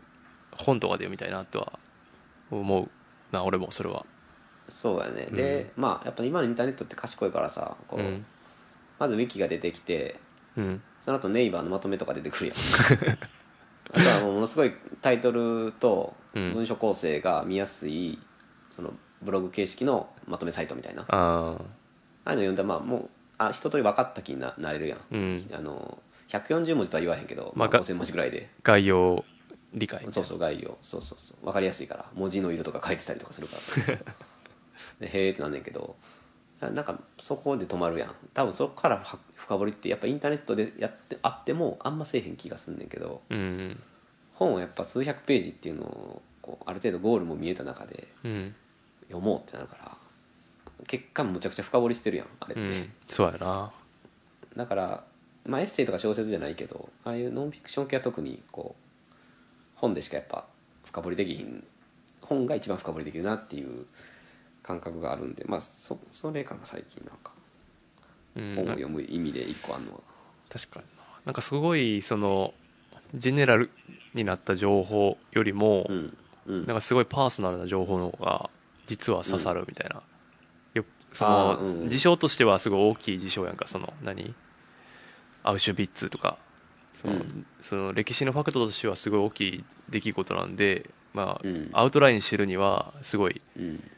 Speaker 1: 本とかで読みたいなとは思うな俺もそれは
Speaker 2: そうやね、でまあやっぱ今のインターネットって賢いからさこう、
Speaker 1: うん
Speaker 2: まずウィキが出てきて
Speaker 1: うん
Speaker 2: その後ネイバーのまとめとか出てくるやん あとはもうものすごいタイトルと
Speaker 1: うん
Speaker 2: 文書構成が見やすいそのブログ形式のまとめサイトみたいなあ
Speaker 1: ああ
Speaker 2: あいうの読んだらまあもうあ一通り分かった気にななれるやん、
Speaker 1: うん
Speaker 2: あの140文字とは言わへんけど、
Speaker 1: ま
Speaker 2: ま
Speaker 1: あ
Speaker 2: あ、
Speaker 1: が
Speaker 2: 5000文字ぐらいで
Speaker 1: 概要理解みたい
Speaker 2: そ
Speaker 1: うな
Speaker 2: そう概要そうそうそう分かりやすいから文字の色とか書いてたりとかするから でへえってなんねんけどななんかそこで止まるやん多分そこからは深掘りってやっぱインターネットでやってあってもあんませえへん気がすんねんけど
Speaker 1: うん
Speaker 2: 本はやっぱ数百ページっていうのをこうある程度ゴールも見えた中で
Speaker 1: うん
Speaker 2: 読もうってなるから結果むちゃくちゃ深掘りしてるやんあれっ
Speaker 1: う
Speaker 2: て、
Speaker 1: んそうやな
Speaker 2: だから、まあ、エッセイとか小説じゃないけどああいうノンフィクション系は特にこう本でしかやっぱ深掘りできひん本が一番深掘りできるなっていう感覚があるんでまあそそれかな最近なんか
Speaker 1: う
Speaker 2: 本を
Speaker 1: んな
Speaker 2: 読む意味で一個あんのは、
Speaker 1: 確かにななんかすごいそのジェネラルになった情報よりも、
Speaker 2: うんうん
Speaker 1: なんかすごいパーソナルな情報の方が実は刺さるみたいな、よそ
Speaker 2: あーうんう
Speaker 1: の
Speaker 2: ん
Speaker 1: 事象としてはすごい大きい事象やんかその何アウシュビッツとかその,、
Speaker 2: うん
Speaker 1: その歴史のファクトとしてはすごい大きい出来事なんで、まあ
Speaker 2: うん
Speaker 1: アウトラインしてるにはすごい
Speaker 2: うん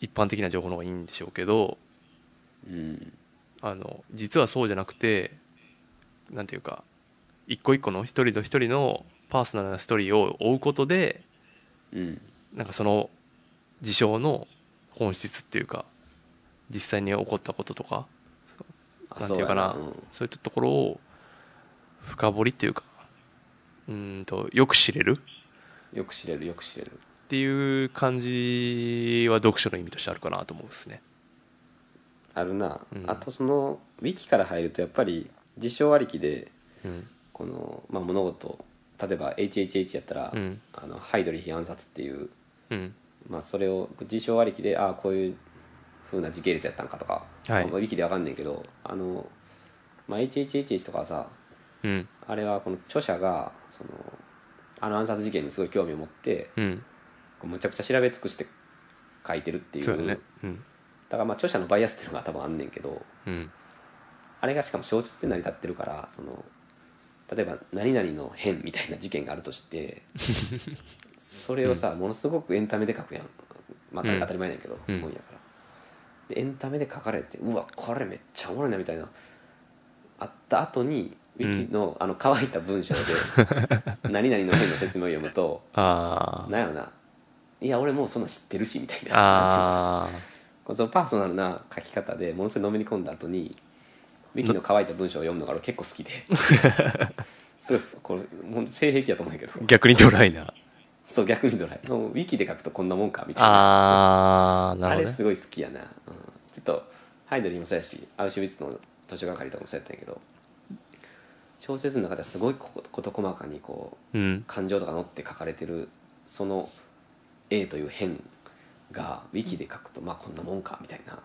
Speaker 1: 一般的な情報の方がいいんでしょうけど
Speaker 2: うん
Speaker 1: あの実はそうじゃなくてなんていうか一個一個の一人の一人のパーソナルなストーリーを追うことで
Speaker 2: うん
Speaker 1: なんかその事象の本質っていうか実際に起こったこととか
Speaker 2: あ
Speaker 1: なんていうかな
Speaker 2: そ
Speaker 1: そう
Speaker 2: や
Speaker 1: ういったところを深掘りっていうかうーんとよく知れる
Speaker 2: うんよく知れるよく知れる
Speaker 1: っていう感じは読書の意味としてあるかなと思うんですね。
Speaker 2: あるな、
Speaker 1: うん
Speaker 2: あとそのウィキから入るとやっぱり事象ありきで
Speaker 1: うん
Speaker 2: この、まあ、物事例えば HHH やったら、
Speaker 1: うん
Speaker 2: あのハイドリヒ暗殺っていう、
Speaker 1: うん
Speaker 2: まあ、それを事象ありきでああこういう風な時系列やったんかとか、
Speaker 1: はい
Speaker 2: まあ、ウィキでわかんねんけどあの、まあ、HHH とかはさ
Speaker 1: うん
Speaker 2: あれはこの著者がそのあの暗殺事件にすごい興味を持って
Speaker 1: うん
Speaker 2: こうむちゃくちゃ調べ尽くして書いてるっていう
Speaker 1: そうだねうん
Speaker 2: だからまあ著者のバイアスっていうのが多分あんねんけど
Speaker 1: うん
Speaker 2: あれがしかも小説で成り立ってるからその例えば「何々の変」みたいな事件があるとしてそれをさ、ものすごくエンタメで書くやん、まあ、
Speaker 1: うん
Speaker 2: 当たり前なんやけど、
Speaker 1: うん
Speaker 2: 本やからでエンタメで書かれてうわこれめっちゃおもろいなみたいなあった後にウィキの,、あの乾いた 文章で「何々の変」の説明を読むと
Speaker 1: あ
Speaker 2: なんやろないや俺もうそんなん知ってるしみたい
Speaker 1: あ
Speaker 2: な
Speaker 1: あ
Speaker 2: このパーソナルな書き方でものすごいのめり込んだ後にウィキの乾いた文章を読むのが俺結構好き ですごいこれもう性癖やと思うんやけど
Speaker 1: ー逆にドライな
Speaker 2: そう逆にドライもうウィキで書くとこんなもんかみたいな
Speaker 1: ああな
Speaker 2: あ
Speaker 1: るほ
Speaker 2: れ
Speaker 1: どね
Speaker 2: すごい好きやな、うんちょっとハイドリーもそうやしアウシュビッツの図書係とかもそうやったんやけど小説の中ではすごいここと細かにこう
Speaker 1: うん
Speaker 2: 感情とかのって書かれてるその A という変がウィキで書くとまあこんなもんかみたいな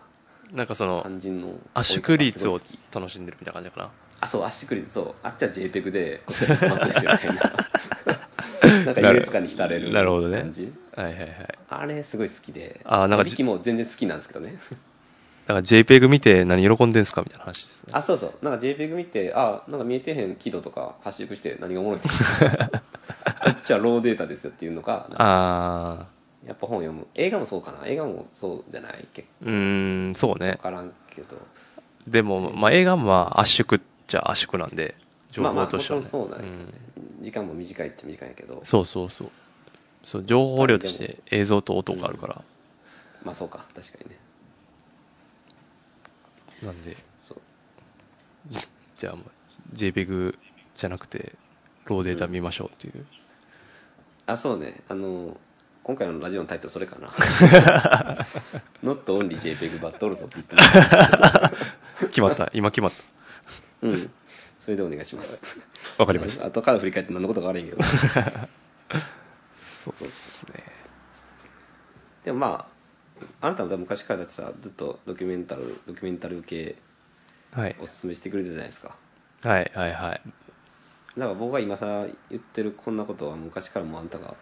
Speaker 1: なんかその
Speaker 2: 肝心の
Speaker 1: 圧縮率
Speaker 2: 追い
Speaker 1: を
Speaker 2: 方すごい好き
Speaker 1: 楽しんでるみたいな感じかな
Speaker 2: あそう圧縮率そうあっちは JPEG でこっちはマックですよ みたいななんか優越感に浸れる
Speaker 1: なるほどね
Speaker 2: 感じ
Speaker 1: はいはいはいだか
Speaker 2: あれすごい好きで
Speaker 1: あなんか
Speaker 2: 響きも全然好きなんですけ どね
Speaker 1: ら JPEG 見て何喜んでんすかみたいな話ですね
Speaker 2: あそうそうなんか JPEG 見てあなんか見えてへん軌道とか発縮して何がおもろい のあっちはローデータですよっていうのがなんか
Speaker 1: あ
Speaker 2: やっぱ本読む映画もそうかな映画もそうじゃない結
Speaker 1: ーうーんそうね
Speaker 2: 構分からんけど
Speaker 1: でも、まあ、映画もまあ圧縮っちゃ圧縮なんで情
Speaker 2: まあまあ
Speaker 1: 報
Speaker 2: も
Speaker 1: とし
Speaker 2: ち
Speaker 1: ては
Speaker 2: ろん
Speaker 1: ね
Speaker 2: そうなんやけど
Speaker 1: う
Speaker 2: ね
Speaker 1: ん、
Speaker 2: 時間も短いっちゃ短いんやけど
Speaker 1: そうそうそうそう情報量として映像と音があるから、
Speaker 2: まあそうか確かにね
Speaker 1: なんで
Speaker 2: そう
Speaker 1: じゃあもう JPEG じゃなくてローデータ見ましょうっていう、
Speaker 2: あそうねあの今回のラジオのタイトルそれか な「Not only JPEG but also」って言ったの
Speaker 1: 決まった今決まっ
Speaker 2: うんそれでお願いします
Speaker 1: たわかりま した
Speaker 2: 後から振り返って何のことか悪いんけど
Speaker 1: そうっすね
Speaker 2: でもまああなたも多分昔からだってさずっとドキュメンタルドキュメンタル系
Speaker 1: はい
Speaker 2: おすすめしてくれてたじゃないですか
Speaker 1: はいはいはい
Speaker 2: だから僕が今さ言ってるこんなことは昔からもうあんたが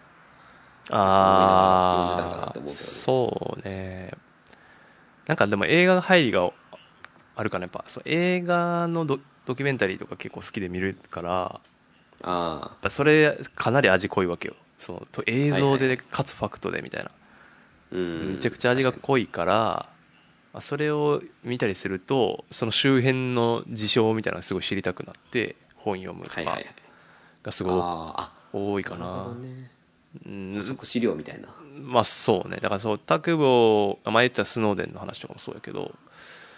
Speaker 2: 読んでたんかな
Speaker 1: あ
Speaker 2: って
Speaker 1: あ
Speaker 2: 思うけどね
Speaker 1: そうねなんかでも映画が入りがあるかなやっぱそう映画のドドキュメンタリーとか結構好きで見るからや
Speaker 2: あ
Speaker 1: っぱそれかなり味濃いわけよそのと映像
Speaker 2: はいは
Speaker 1: で
Speaker 2: い
Speaker 1: かつファクトでみたいな、
Speaker 2: ーうん
Speaker 1: めちゃくちゃ味が
Speaker 2: 確か
Speaker 1: 濃いからまあそれを見たりするとその周辺の事象みたいなのがすごい知りたくなって本読むと
Speaker 2: にはい
Speaker 1: か
Speaker 2: はいはい
Speaker 1: がすご
Speaker 2: あ
Speaker 1: く多い
Speaker 2: ー
Speaker 1: か
Speaker 2: あ
Speaker 1: な,、
Speaker 2: なるほどね
Speaker 1: うん
Speaker 2: そこ資料みたいな
Speaker 1: まあそうねだからそうタクボー前言ったスノーデンの話とかもそうやけど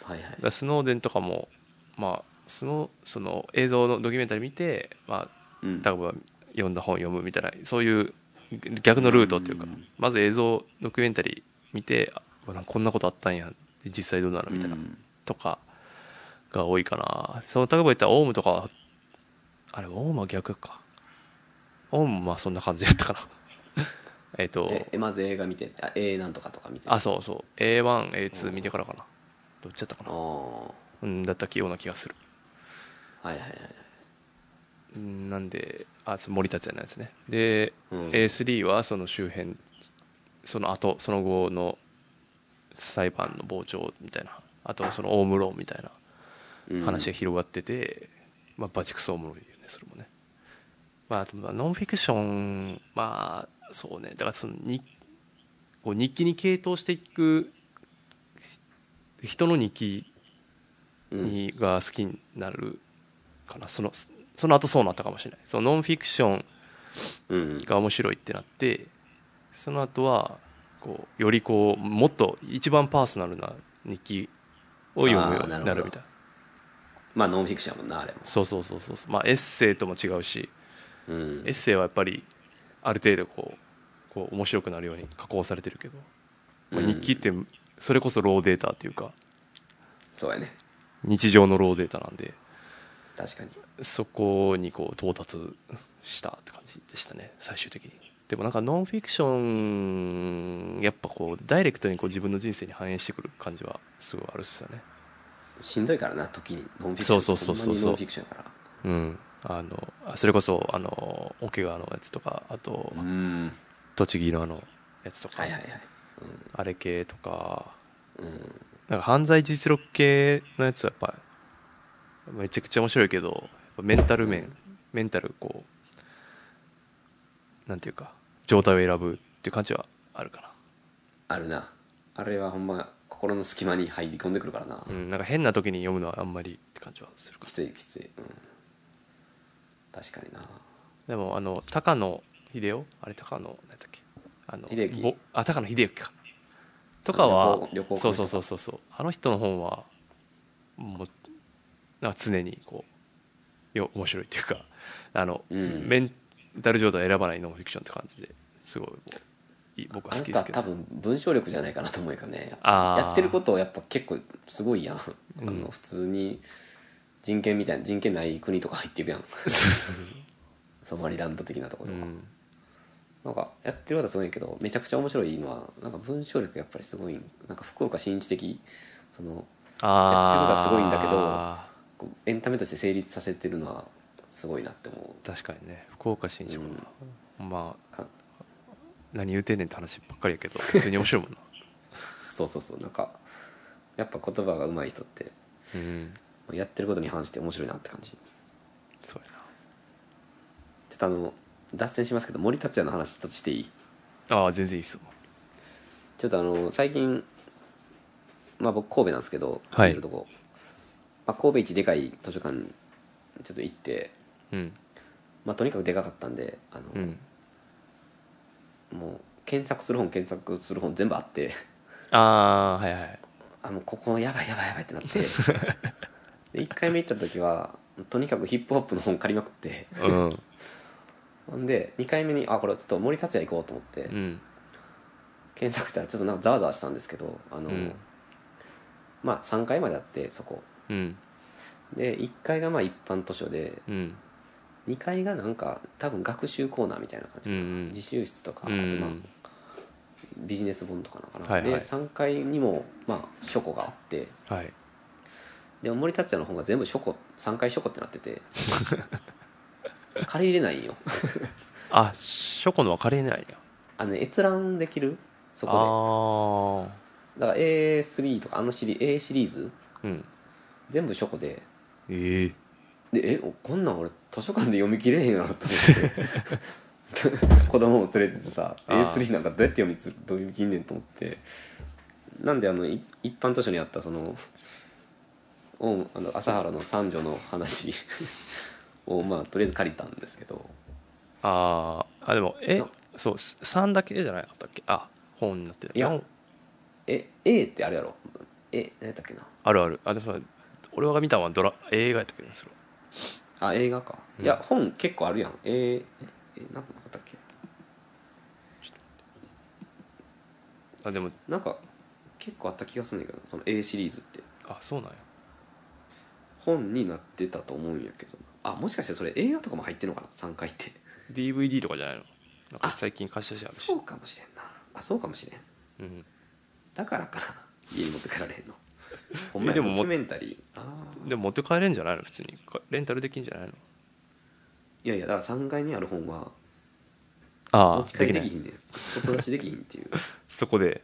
Speaker 2: はいは
Speaker 1: だからスノーデンとかもまあそのその映像のドキュメンタリー見て、まあ、
Speaker 2: いうん
Speaker 1: タクボーが読んだ本読むみたいなそういう逆のルートっていうか
Speaker 2: うん
Speaker 1: まず映像ドキュメンタリー見てあうわこんなことあったんや実際どうなのみたいな
Speaker 2: うん
Speaker 1: とかが多いかなそのタクボー言ったらオウムとかはあれオウムは逆かオウムはまあそんな感じだったかな えっと
Speaker 2: ええまず映画見てあえーなんとかとか見て
Speaker 1: あそうそう A1A2 見てからかなどっちだったか
Speaker 2: あ
Speaker 1: な
Speaker 2: ー
Speaker 1: うんだったような気がする
Speaker 2: はいはいはい
Speaker 1: うんなんであそう森達也のやつねで、
Speaker 2: うん
Speaker 1: A3 はその周辺その後その後の裁判の傍聴みたいなあとそのオウムローみたい
Speaker 2: うん
Speaker 1: な話が広がってて、まあバチクソおもろいよねそれもねまああとまあノンフィクションまあそうねだからそのにこう日記に傾倒していく人の日記
Speaker 2: うん
Speaker 1: にが好きになるかなそのその後そうなったかもしれないそのノンフィクション
Speaker 2: うん
Speaker 1: が面白いってなってその後はこうよりこうもっと一番パーソナルな日記を読むようにな
Speaker 2: あーなる
Speaker 1: る
Speaker 2: ほ
Speaker 1: みた
Speaker 2: ど
Speaker 1: いな
Speaker 2: まあノンフィクションやもんなあれも
Speaker 1: そうそうそうそうそうまあエッセイとも違うし
Speaker 2: うん
Speaker 1: エッセイはやっぱりある程度こうこう面白くなるように加工されてるけど、まあ
Speaker 2: うん
Speaker 1: 日記ってそれこそローデータっていうか
Speaker 2: そうやね
Speaker 1: 日常のローデータなんで
Speaker 2: 確かに
Speaker 1: そこにこう到達したって感じでしたね最終的にでもなんかノンフィクションやっぱこうダイレクトにこう自分の人生に反映してくる感じはすごいあるっすよね
Speaker 2: しんどいからな時にノンフィクシ
Speaker 1: そ
Speaker 2: ョ
Speaker 1: う
Speaker 2: ン
Speaker 1: そうそうそう
Speaker 2: ほんまにノンフィクションやから
Speaker 1: うんあのあそれこそあの桶川のやつとかあと
Speaker 2: うん
Speaker 1: 栃木のあのやつとか、
Speaker 2: はいはいはい
Speaker 1: あれ系とか
Speaker 2: うんうん
Speaker 1: なんか犯罪実録系のやつはやっぱめちゃくちゃ面白いけどやっぱメンタル面メンタルこうなんていうか状態を選ぶっていう感じはあるか
Speaker 2: あるなあれはほんま心の隙間に入り込んでくるからな
Speaker 1: な、うん、なんか変な時に読むのはあんまりって感じはするか
Speaker 2: きついきつい、うん、確かにな
Speaker 1: でもあの高野秀夫あれ高野何だっけあの
Speaker 2: 秀行
Speaker 1: ぼあ高野秀行かとかは
Speaker 2: 旅行旅行の人
Speaker 1: そうそうそうそうそうあの人の本はもうなんか常にこうよ面白いっていうか あの、
Speaker 2: うん
Speaker 1: メンタル状態を選ばないノンフィクションって感じですごいこういい僕は
Speaker 2: あ
Speaker 1: 好
Speaker 2: な
Speaker 1: きで
Speaker 2: た
Speaker 1: す
Speaker 2: は
Speaker 1: け
Speaker 2: 多
Speaker 1: ど
Speaker 2: 分文章力じゃないかなと思うけどね
Speaker 1: あー
Speaker 2: やってることをやっぱ結構すごいやん、
Speaker 1: うん
Speaker 2: あの普通に人権みたいな人権ない国とか入っていくやん
Speaker 1: そうそうそう
Speaker 2: ソマリランド的なとこ
Speaker 1: う
Speaker 2: ろとか、
Speaker 1: ん
Speaker 2: なんかやってることはすごいけどめちゃくちゃ面白いのはなんか文章力やっぱりすごいなんか福岡新一的その
Speaker 1: あ
Speaker 2: やってることはすごいんだけ
Speaker 1: け
Speaker 2: どこうエンタメとして成立させてるのはすごいなって思
Speaker 1: ど確かにね福岡新一も、まあ
Speaker 2: うか
Speaker 1: 何言うてんねんって話ばっかりやけど普通に面白 いもんな
Speaker 2: そうそうそうなんかやっぱ言葉が上手い人って
Speaker 1: うん
Speaker 2: やってることに反して面白いなって感じちょ
Speaker 1: そうやな
Speaker 2: っとあの脱線しますけど森達也の話ちょっとしていい
Speaker 1: ああ全然いいっすよ
Speaker 2: ちょっとあの最近まあ僕神戸なんですけど
Speaker 1: はい
Speaker 2: 住んでるとこ、まあ、神戸一でかい図書館にちょっと行って、
Speaker 1: うん
Speaker 2: まあ、とにかくでかかったんであの、
Speaker 1: うん
Speaker 2: もう検索する本検索する本全部あって
Speaker 1: ああーはいはい
Speaker 2: あもうここやばいやばいやばいってなってで1回目行った時はとにかくヒップホップの本借りまくって
Speaker 1: うん
Speaker 2: ほんで2回目にあこれちょっと森達也行こうと思って、
Speaker 1: うん
Speaker 2: 検索したらちょっとなんかざわざわしたんですけどあの、
Speaker 1: うん
Speaker 2: まあ3階まであってそこ
Speaker 1: うん
Speaker 2: で1階がまあ一般図書で
Speaker 1: うん
Speaker 2: 2階がなんか多分学習コーナーみたいな感
Speaker 1: う
Speaker 2: じ、
Speaker 1: ん
Speaker 2: 自習室とか、
Speaker 1: うん
Speaker 2: あとまあビジネス本とかなのかな、
Speaker 1: はいはい
Speaker 2: で3階にもまあ書庫があって
Speaker 1: はい
Speaker 2: で森達也の本が全部書庫3階書庫ってなってて 借りれないんよ
Speaker 1: あショコのは借りれないや
Speaker 2: あのね閲覧できるそ
Speaker 1: あ
Speaker 2: こ
Speaker 1: あ
Speaker 2: でだから A3 とかあのシリ A シリーズ
Speaker 1: うん
Speaker 2: 全部書庫で
Speaker 1: ええ
Speaker 2: でえおこんなん俺図書館で読み切れへんよな と思って子供も連れててさ
Speaker 1: あー
Speaker 2: A3 なんかどうやって読みつどう読み切んねんと思ってなんであのい一般図書にあったそのおあの朝原の三女の 話をまあとりあえず借りたんですけど
Speaker 1: あーあでもえ
Speaker 2: な
Speaker 1: そうす3だけじゃなかったっけあ本になってる
Speaker 2: いや
Speaker 1: 四
Speaker 2: え A ってあれやろえ何やったっけな
Speaker 1: あるあるあでもさ俺が見たのはドラ映画やったけどそれ
Speaker 2: あ映画か、
Speaker 1: うん
Speaker 2: いや本結構あるやんえー、ええなんかなかったっけ
Speaker 1: あでも
Speaker 2: なんか結構あった気がするんだけどその A シリーズって
Speaker 1: あそうなんや
Speaker 2: 本になってたと思うんやけどなあもしかしてそれ映画とかも入ってんのかな3回って
Speaker 1: DVD とかじゃないのなんか
Speaker 2: あ
Speaker 1: 最近貸し出しあるし
Speaker 2: そうかもしれんなあそうかもしれん
Speaker 1: うん
Speaker 2: だからかな家に持って帰られへ んのほんまや
Speaker 1: で
Speaker 2: ド
Speaker 1: も
Speaker 2: キ
Speaker 1: も
Speaker 2: ュメンタリーあー
Speaker 1: でも持って帰れんじゃないの普通にかレンタルできんじゃないの
Speaker 2: いやいやだから3階にある本は
Speaker 1: あ
Speaker 2: 持ち帰りできひんねん外出しできひんっ ていう
Speaker 1: そこで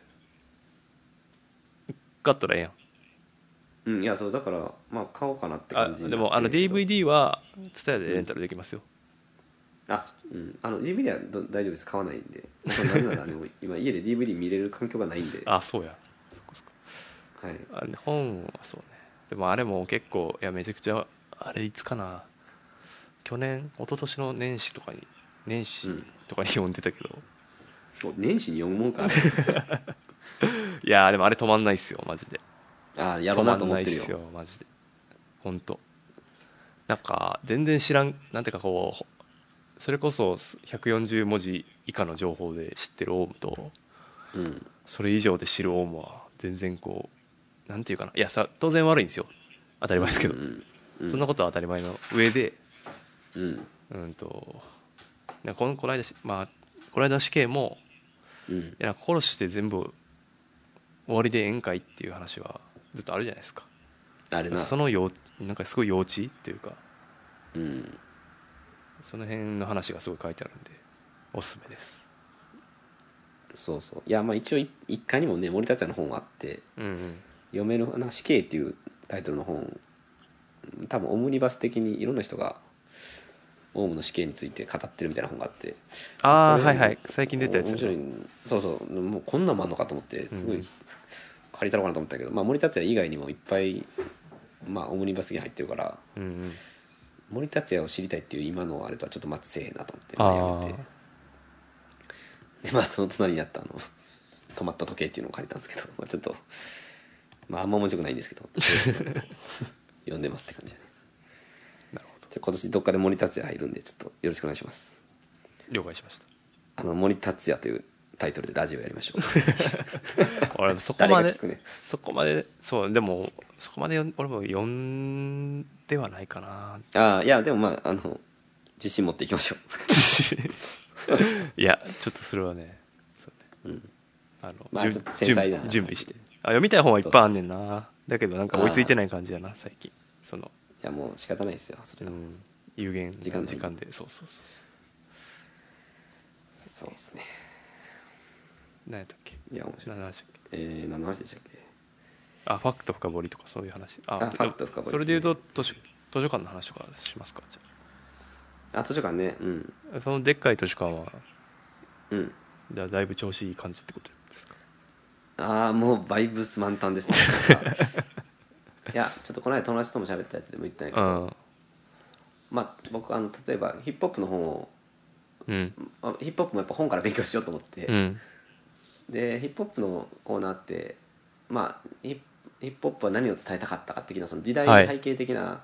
Speaker 1: 買ったらええやん
Speaker 2: うんいやそうだからまあ買おうかなって
Speaker 1: あ
Speaker 2: 感じに
Speaker 1: で
Speaker 2: なって
Speaker 1: もあの
Speaker 2: るけど
Speaker 1: DVD は TSUTAYA でレンタルできますよ、
Speaker 2: あうんあの DVD はど大丈夫です買わないんでそれなぜならあの 今家で DVD 見れる環境がないんで、は
Speaker 1: あそうやそっかそっか
Speaker 2: い、
Speaker 1: あれ本はそうねでもあれも結構いやめちゃくちゃあれいつかな去年一昨年の年始とかに年始
Speaker 2: うん
Speaker 1: とかに読んでたけど、
Speaker 2: お年始に読むもんか な
Speaker 1: いやーでもあれ止まんないっすよマジで
Speaker 2: あーやろ
Speaker 1: 止
Speaker 2: う
Speaker 1: ま
Speaker 2: なと
Speaker 1: ん
Speaker 2: 思
Speaker 1: ない
Speaker 2: っ
Speaker 1: って
Speaker 2: るよ
Speaker 1: すよマジで本当なんか全然知らんなんていうかこうそれこそ140文字以下の情報で知ってるオウムと
Speaker 2: うん
Speaker 1: それ以上で知るオウムは全然こうなんていうかないやさ当然悪いんですよ当たり前ですけど、
Speaker 2: うんうん
Speaker 1: そんなことは当たり前の上で
Speaker 2: うん
Speaker 1: うんとなんかこのこの間しまあこの間の死刑も
Speaker 2: うん
Speaker 1: いや殺して全部終わりで宴会っていう話はずっとあるじゃないですか
Speaker 2: あれな
Speaker 1: そのようなんかすごい幼稚っていうか
Speaker 2: うん
Speaker 1: その辺の話がすごい書いてあるんでおすすめです
Speaker 2: そうそういやまあ一応い一回にもね森田ちゃんの本はあって
Speaker 1: うんうん
Speaker 2: 読めるな「死刑」っていうタイトルの本多分オムニバス的にいろんな人がオウムの死刑について語ってるみたいな本があって
Speaker 1: ああ
Speaker 2: これ
Speaker 1: はいはい最近出たやつ
Speaker 2: 面白いそうそうもうこんなんもあんのかと思ってすご
Speaker 1: う
Speaker 2: い
Speaker 1: ん
Speaker 2: 借りたのかなと思ったけど、まあ、森達也以外にもいっぱい、まあ、オムニバス的に入ってるから
Speaker 1: うんうん
Speaker 2: 森達也を知りたいっていう今のあれとはちょっと待つせえへんなと思って、
Speaker 1: あー
Speaker 2: まあやめてでまあその隣にあったあの止まった時計っていうのを借りたんですけど、まあ、ちょっとまああんま面白くないんですけ ど読んでますって感じだね
Speaker 1: なるほど
Speaker 2: じゃあ今年どっかで森達也入るんでちょっとよろしくお願いします
Speaker 1: 了解し まし
Speaker 2: あの森達也というタイトルでラジオやりま しょう
Speaker 1: た俺もそこま
Speaker 2: 誰
Speaker 1: で
Speaker 2: が聞くね
Speaker 1: そこまでそうでもそこまで読ん俺も読んではないか な
Speaker 2: ああいやでもまああの自信持っていきましょ
Speaker 1: いやちょっとそれはねそうね
Speaker 2: う、うん、
Speaker 1: あの、
Speaker 2: まあ
Speaker 1: 準
Speaker 2: ちょっと繊細な
Speaker 1: 準準備してあ読みたい本はいっぱいあんねんなだけどなんか追いついてない感じだな最近その、
Speaker 2: いやもう仕方ないですよそれ
Speaker 1: う
Speaker 2: は、
Speaker 1: ん、有限な
Speaker 2: 時間ない
Speaker 1: 時間でそうそうそうそ
Speaker 2: そうですね
Speaker 1: う何やったっけ
Speaker 2: いや面白
Speaker 1: 何
Speaker 2: い
Speaker 1: の話だっけ
Speaker 2: えー、何の話でしたっけ
Speaker 1: あファクト深掘りとかそういう話あ
Speaker 2: あファクト深掘りですね
Speaker 1: それで言うと図書図書館の話とかしますかじ
Speaker 2: あ図書館ねうん
Speaker 1: ゃあそのでっかい図書館は
Speaker 2: うん
Speaker 1: だだいぶ調子いい感じってことですか
Speaker 2: ああもうバイブス満タ ンですねいやちょっとこの間友達とも喋ったやつでも言ったんやけ
Speaker 1: う
Speaker 2: ど、
Speaker 1: ん
Speaker 2: まあ僕あの例えばヒップホップの本を
Speaker 1: うん
Speaker 2: あヒップホップもやっぱ本から勉強しようと思って、
Speaker 1: うん
Speaker 2: でヒップホップのコーナーってまあヒップヒップホップは何を伝えたかったか的なその時代
Speaker 1: はい
Speaker 2: 背景的な、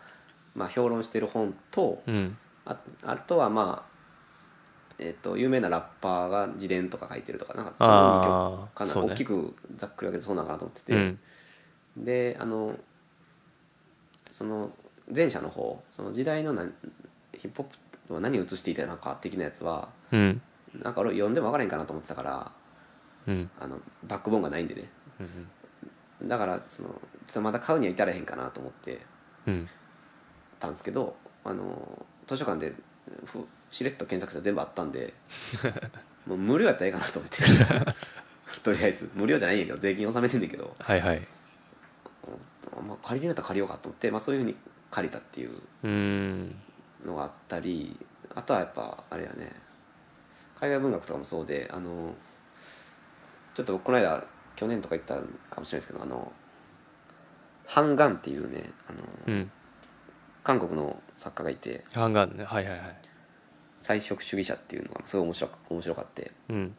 Speaker 2: まあ、評論してる本と
Speaker 1: うん
Speaker 2: ああとはまあえっと有名なラッパーが自伝とか書いてるとかなんかそういう
Speaker 1: あ
Speaker 2: 曲
Speaker 1: あ
Speaker 2: かな、
Speaker 1: そうね
Speaker 2: 大きくざっくり分けてそうなのかなと思ってて、
Speaker 1: うん
Speaker 2: であのその前者の方その時代のなヒップホップは何を映していたのか的なやつは
Speaker 1: うん
Speaker 2: なんか俺読んでも分からへんかなと思ってたから
Speaker 1: うん
Speaker 2: あのバックボーンがないんでね
Speaker 1: うん
Speaker 2: だからそのちょっとまだ買うには至らへんかなと思って
Speaker 1: うん
Speaker 2: たんですけどあの図書館でふしれっと検索したら全部あったんでもう無料やったらええかなと思ってとりあえず無料じゃないんやけど税金納めてんだけど
Speaker 1: はいはい
Speaker 2: まあ、借りるんやったら借りようかと思って、まあ、そういうふうに借りたっていう
Speaker 1: うん
Speaker 2: のがあったりあとはやっぱあれやね海外文学とかもそうであのちょっとこの間去年とか言ったかもしれないですけどあのハンガンっていうねあの、
Speaker 1: うん
Speaker 2: 韓国の作家がいて
Speaker 1: ハンガーねはいはいはい
Speaker 2: 菜食主義者っていうのがすごい面白か面白かって
Speaker 1: うん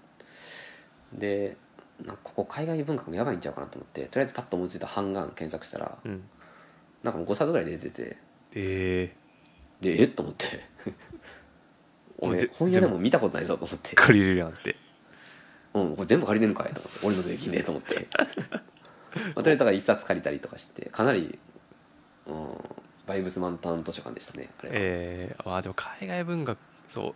Speaker 2: でなんかここ海外文学もやばいんちゃうかなと思ってとりあえずパッと思いついた「ハンガン」検索したら
Speaker 1: うん
Speaker 2: なんかもう5冊ぐらい出てて
Speaker 1: ええ
Speaker 2: でえっと思って 俺
Speaker 1: ぜ
Speaker 2: 本屋でも見たことないぞと思って
Speaker 1: 借りれるやんって
Speaker 2: うん、これ全部借りれるんかいと思って俺の税金でと思って まあ、とりあえずだから1冊借りたりとかしてかなり、うん、バイブス満タン図書館でしたねあれは、
Speaker 1: ええまあでも海外文学そう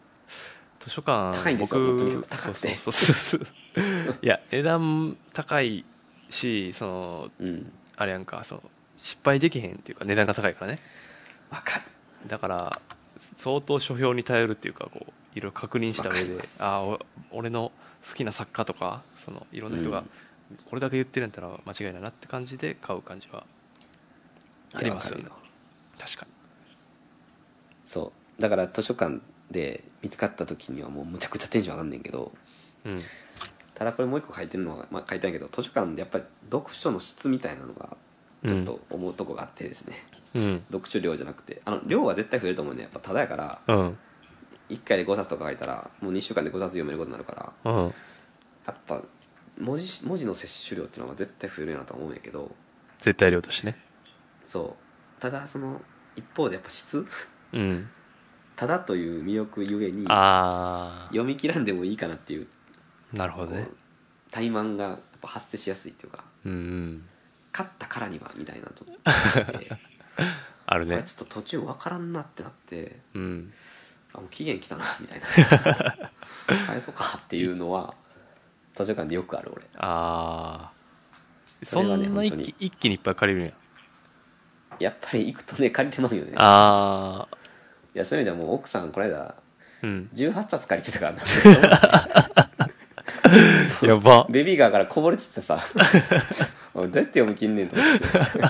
Speaker 1: 図書館
Speaker 2: 高いんですよとにか
Speaker 1: 僕
Speaker 2: く高
Speaker 1: そう
Speaker 2: くて
Speaker 1: そうそうそう いや値段高いしその
Speaker 2: うん
Speaker 1: あれやんかそう失敗できへんっていうか値段が高いからね
Speaker 2: わかる
Speaker 1: だから相当書評に頼るっていうかこういろいろ確認した上
Speaker 2: わかり
Speaker 1: で
Speaker 2: ます
Speaker 1: ああお俺の好きな作家とかそのいろんな人が
Speaker 2: うん
Speaker 1: これだけ言ってるんやったら間違いないなって感じで買う感じはありますよね
Speaker 2: いやわかる
Speaker 1: 確かに
Speaker 2: そうだから図書館で見つかった時にはもうむちゃくちゃテンション上がんねんけど
Speaker 1: うん
Speaker 2: ただこれもう一個書いてるのは、まあ、書いてないけど図書館でやっぱり読書の質みたいなのがちょっと思うとこがあってですね、
Speaker 1: うん
Speaker 2: 読書量じゃなくてあの量は絶対増えると思うねやっぱただやから
Speaker 1: うん
Speaker 2: 1回で5冊とか書いたらもう2週間で5冊読めることになるから
Speaker 1: うん
Speaker 2: やっぱ文字文字の摂取量っていうのは絶対増えるなとは思うんやけど
Speaker 1: 絶対量としてね
Speaker 2: そうただその一方でやっぱ質
Speaker 1: うん
Speaker 2: ただという魅力ゆえに
Speaker 1: あ
Speaker 2: 読み切らんでもいいかなっていう
Speaker 1: あなるほ
Speaker 2: こ
Speaker 1: どね
Speaker 2: う怠慢がやっぱ発生しやすいっていうか
Speaker 1: うんうん
Speaker 2: 勝ったからにはみたいな とこ
Speaker 1: ある
Speaker 2: れ
Speaker 1: ね
Speaker 2: ちょっと途中わからんなってなって
Speaker 1: うん
Speaker 2: あもう期限来たな みたいな返そうかっていうのは図書館でよくある俺
Speaker 1: ああそ
Speaker 2: それはね
Speaker 1: んな一
Speaker 2: 本当
Speaker 1: 気
Speaker 2: に
Speaker 1: 一気にいっぱい借りるんや
Speaker 2: やっぱり行くとね借りてまうよね
Speaker 1: ああ
Speaker 2: いやそういう意味ではもう奥さんこの間
Speaker 1: うん
Speaker 2: 18冊借りてたからな
Speaker 1: やば
Speaker 2: ベビーガーからこぼれて てさおいどうやって読み切んねんと思って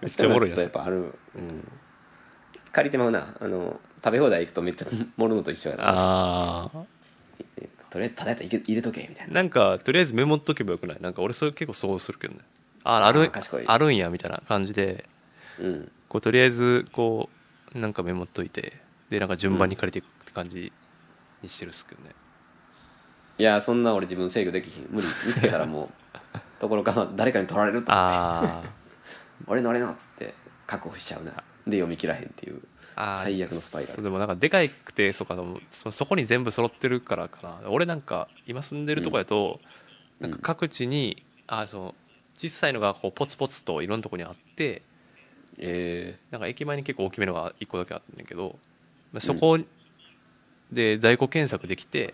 Speaker 1: めっちゃおもろい
Speaker 2: ちょ
Speaker 1: や
Speaker 2: っとや
Speaker 1: つ
Speaker 2: っぱある、うん、借りてまうなあの食べ放題行くとめっちゃ盛るのと一緒やな
Speaker 1: ああ
Speaker 2: とりあえずただやったら入れ入れとけみたいな
Speaker 1: なんかとりあえずメモっとけばよくないなんか俺それ結構そうするけどねあある
Speaker 2: あー賢い
Speaker 1: あるんやみたいな感じで
Speaker 2: うん
Speaker 1: こうとりあえずこうなんかメモっといてでなんか順番に借りていくって感じにしてるっすけどね、
Speaker 2: いやそんな俺自分制御できひん無理見つけたらもう ところが誰かに取られると思って
Speaker 1: あー
Speaker 2: 俺の俺のっつって確保しちゃうなで読み切らへんっていう
Speaker 1: あー
Speaker 2: 最悪のスパイラル
Speaker 1: そうでもなんかでかいくてそうかでもそそこに全部揃ってるからかな俺なんか今住んでるとこやと、
Speaker 2: うん
Speaker 1: なんか各地にあーその小さいのがこうポツポツといろんなとこにあって
Speaker 2: え
Speaker 1: なんか駅前に結構大きめのが1個だけあったんだけど、まあ、そこで在庫検索できて、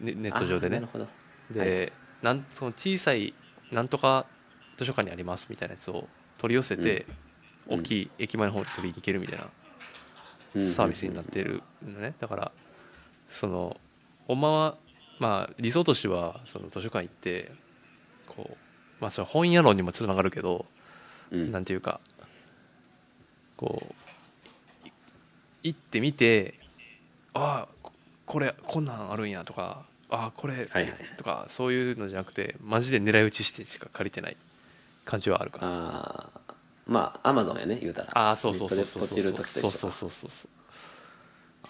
Speaker 1: ねネ
Speaker 2: え
Speaker 1: ット上で
Speaker 2: な
Speaker 1: ね
Speaker 2: るほど
Speaker 1: で、なんその小さいなんとか図書館にありますみたいなやつを取り寄せて、
Speaker 2: うん
Speaker 1: 大きい駅前の方に取りに行けるみたいなサービスになってるのね、だからそのほんまは、まあ、理想としてはその図書館行ってこう、まあ、それは本屋論にもつながるけど
Speaker 2: うんうん
Speaker 1: なんていうかこうい行ってみてああここれこんなんあるんやとかああこれ、
Speaker 2: はいはい
Speaker 1: とかそういうのじゃなくてマジで狙い撃ちしてしか借りてない感じはあるから
Speaker 2: ああまあアマゾンやね言うたら
Speaker 1: ああそうそうそうそうそうそう
Speaker 2: ネットでポチる時と一緒
Speaker 1: そう
Speaker 2: か
Speaker 1: そうそうそ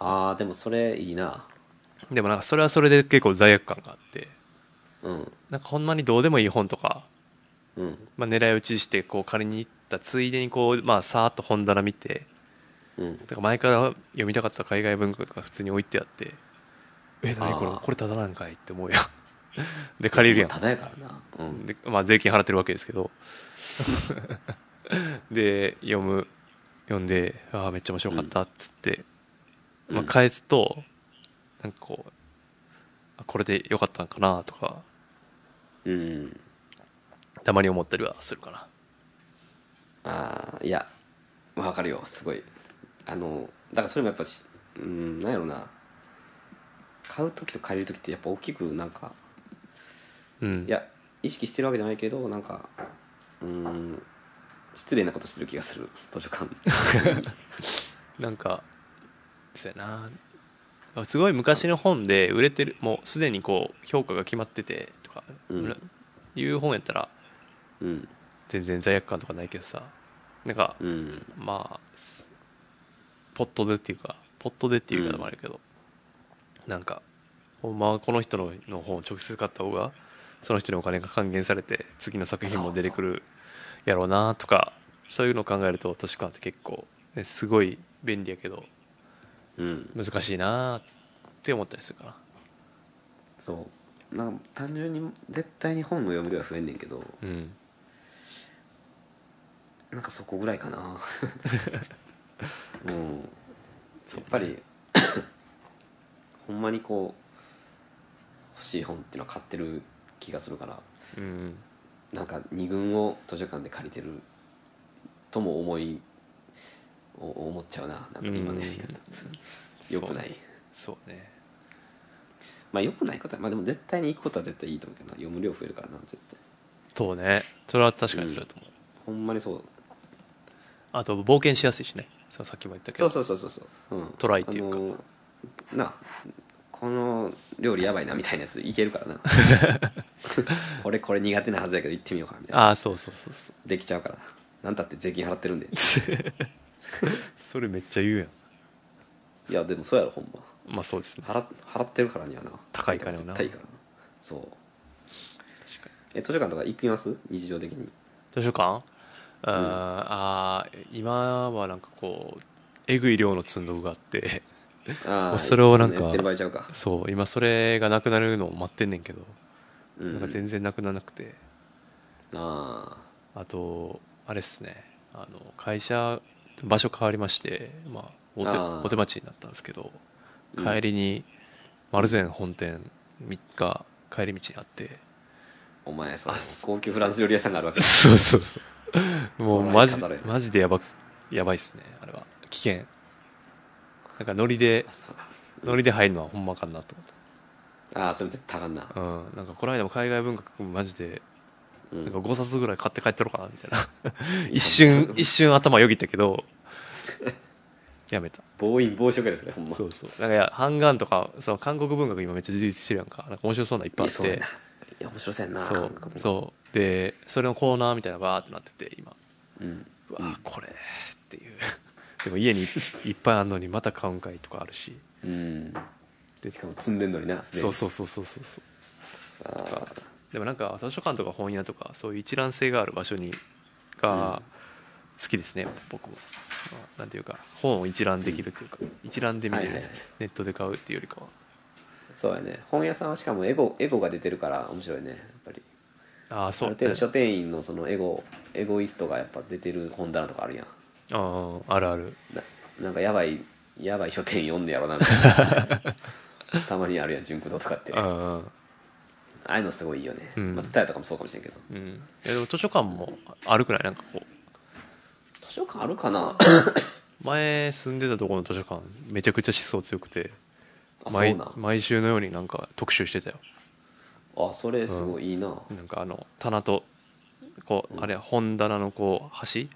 Speaker 2: ああでもそれいいな
Speaker 1: うでもなんかそれはそれで結構罪悪感があって
Speaker 2: うん
Speaker 1: なんかほんまにどうでもいい本とか、
Speaker 2: うん
Speaker 1: まあ、狙い撃ちしてこう借りに行ったついでにこうまあさーっと本棚見て
Speaker 2: うん
Speaker 1: だから前から読みたかった海外文学とか普通に置いてあってえ何これ
Speaker 2: あー
Speaker 1: これただなんかいって思うやん で借りるや
Speaker 2: ただやからなうんん
Speaker 1: で、まあ、税金払ってるわけですけ どで読む読んでああめっちゃ面白かったっつって、まあ、
Speaker 2: うん
Speaker 1: 返すとなんかこうあこれでよかったんかなとか
Speaker 2: うん
Speaker 1: たまに思ったりはするかな
Speaker 2: ああいやわかるよすごいあのだからそれもやっぱしうんなんやろな買う時と借りる時ってやっぱ大きくなんか
Speaker 1: うん
Speaker 2: いや意識してるわけじゃないけどなんかうーん失礼なことしてる気がする図書館
Speaker 1: なんかそうやなあすごい昔の本で売れてるもうすでにこう評価が決まっててとか、
Speaker 2: うん
Speaker 1: うらいう本やったら
Speaker 2: うん
Speaker 1: 全然罪悪感とかないけどさなんか、
Speaker 2: うん
Speaker 1: まあポットでっていうかポットでっていう言い方もあるけど、なんかほんまはこの人のの本を直接買った方がその人にお金が還元されて次の作品も出てくるやろうなとかそういうのを考えると図書館って結構、ね、すごい便利やけど
Speaker 2: うん
Speaker 1: 難しいなって思ったりするかな
Speaker 2: そうなんか単純に絶対に本の読む量は増えんねんけど
Speaker 1: うん
Speaker 2: なんかそこぐらいかなうんやっぱりほんまにこう欲しい本っていうのは買ってる気がするから
Speaker 1: うん
Speaker 2: なんか二軍を図書館で借りてるとも思いお思っちゃうななんか今のやり方 良くない
Speaker 1: そうそうね
Speaker 2: まあ良くないことはまあでも絶対に行くことは絶対いいと思うけどな読む量増えるからな絶対
Speaker 1: そうねそれは確かにそうだと思う、
Speaker 2: ほんまにそう
Speaker 1: あと冒険しやすいしねそうさっきも言ったけど
Speaker 2: そうそうそうそうそう、うん、
Speaker 1: トライっていうか
Speaker 2: あのーなこの料理やばいなみたいなやついけるか らな俺これ苦手なはずやけど行ってみようかみたいな
Speaker 1: ああそうそうそうそう
Speaker 2: できちゃうからなんたって税金払ってるんで
Speaker 1: それめっちゃ言うやん
Speaker 2: いやでもそうやろほんま
Speaker 1: まあそうですね
Speaker 2: 払っ払ってるからにはな
Speaker 1: 高い金をな
Speaker 2: 絶対いいからなそう
Speaker 1: 確かに
Speaker 2: え図書館とか行きます日常的に
Speaker 1: 図書館、あーあー今はなんかこうえぐい量の積んどくがあ って
Speaker 2: あ
Speaker 1: もう
Speaker 2: あ
Speaker 1: それをなんか
Speaker 2: やってる場合ちゃうか、
Speaker 1: そう今それがなくなるのを待ってんねんけど、
Speaker 2: うん、
Speaker 1: なんか全然なくならなくて
Speaker 2: ああ
Speaker 1: あとあれっすねあの会社場所変わりまして、まあ、大手
Speaker 2: あー
Speaker 1: 大手町になったんですけど
Speaker 2: うん
Speaker 1: 帰りに丸善本店3日帰り道にあって、
Speaker 2: お前さ高級フランス料理屋さんがあるわけ
Speaker 1: そうそうそう もうマジ
Speaker 2: その前に飾れ
Speaker 1: マジでやばやばいっすねあれは危険なんかノリで
Speaker 2: そう
Speaker 1: ノリで入るのはほんまあかんなと思っ
Speaker 2: ああそれ絶対あかんな、
Speaker 1: たうんなんかこの間も海外文学マジで
Speaker 2: うん
Speaker 1: なんか5冊ぐらい買って帰ってろかなみた いな一瞬一瞬頭よぎったけど やめた
Speaker 2: 暴飲暴食やですねほんま
Speaker 1: そうそうなんかいやハンガンとかその韓国文学今めっちゃ充実してるやんかなんか面白そうないっぱいあっ
Speaker 2: いやそうや
Speaker 1: て
Speaker 2: ないや面白そうやんな
Speaker 1: そう
Speaker 2: 韓国
Speaker 1: そうでそれのコーナーみたいなのがバーってなってて今
Speaker 2: うん
Speaker 1: うわこれっていう でも家にいっぱいあんのにまた買うんかいとかあるし
Speaker 2: うんでしかも積んでんのにな
Speaker 1: そう
Speaker 2: う
Speaker 1: そうそうそうそうそう
Speaker 2: あ
Speaker 1: でもなんか図書館とか本屋とかそういう一覧性がある場所にが好きですね、僕も、まあなんていうか本を一覧できるというか、一覧で見れる、
Speaker 2: はいはいはい
Speaker 1: ネットで買うっていうよりかは
Speaker 2: ーそうやね本屋さんはしかもエゴエゴが出てるから面白いねやっぱり
Speaker 1: ああ
Speaker 2: あ
Speaker 1: そう
Speaker 2: る程度書店員のそのエゴエゴイストがやっぱ出てる本棚とかあるやん
Speaker 1: あああるある
Speaker 2: ななんかやばいやばい書店員読んでやろうなみたい なたまにあるやん純駆堂とかってあ
Speaker 1: ああ
Speaker 2: あいうのすごいいいよね、
Speaker 1: うん
Speaker 2: まあ伝えとかもそうかもしれんけど
Speaker 1: うんいやでも図書館もあるくらいなんかこう
Speaker 2: 図書館あるかな
Speaker 1: 前住んでたところの図書館めちゃくちゃ思想強くて
Speaker 2: あそう
Speaker 1: 毎
Speaker 2: なん
Speaker 1: 毎週のようになんか特集してたよ
Speaker 2: あそれすごいいいな、
Speaker 1: なんかあの棚とこうあれ本棚のこう端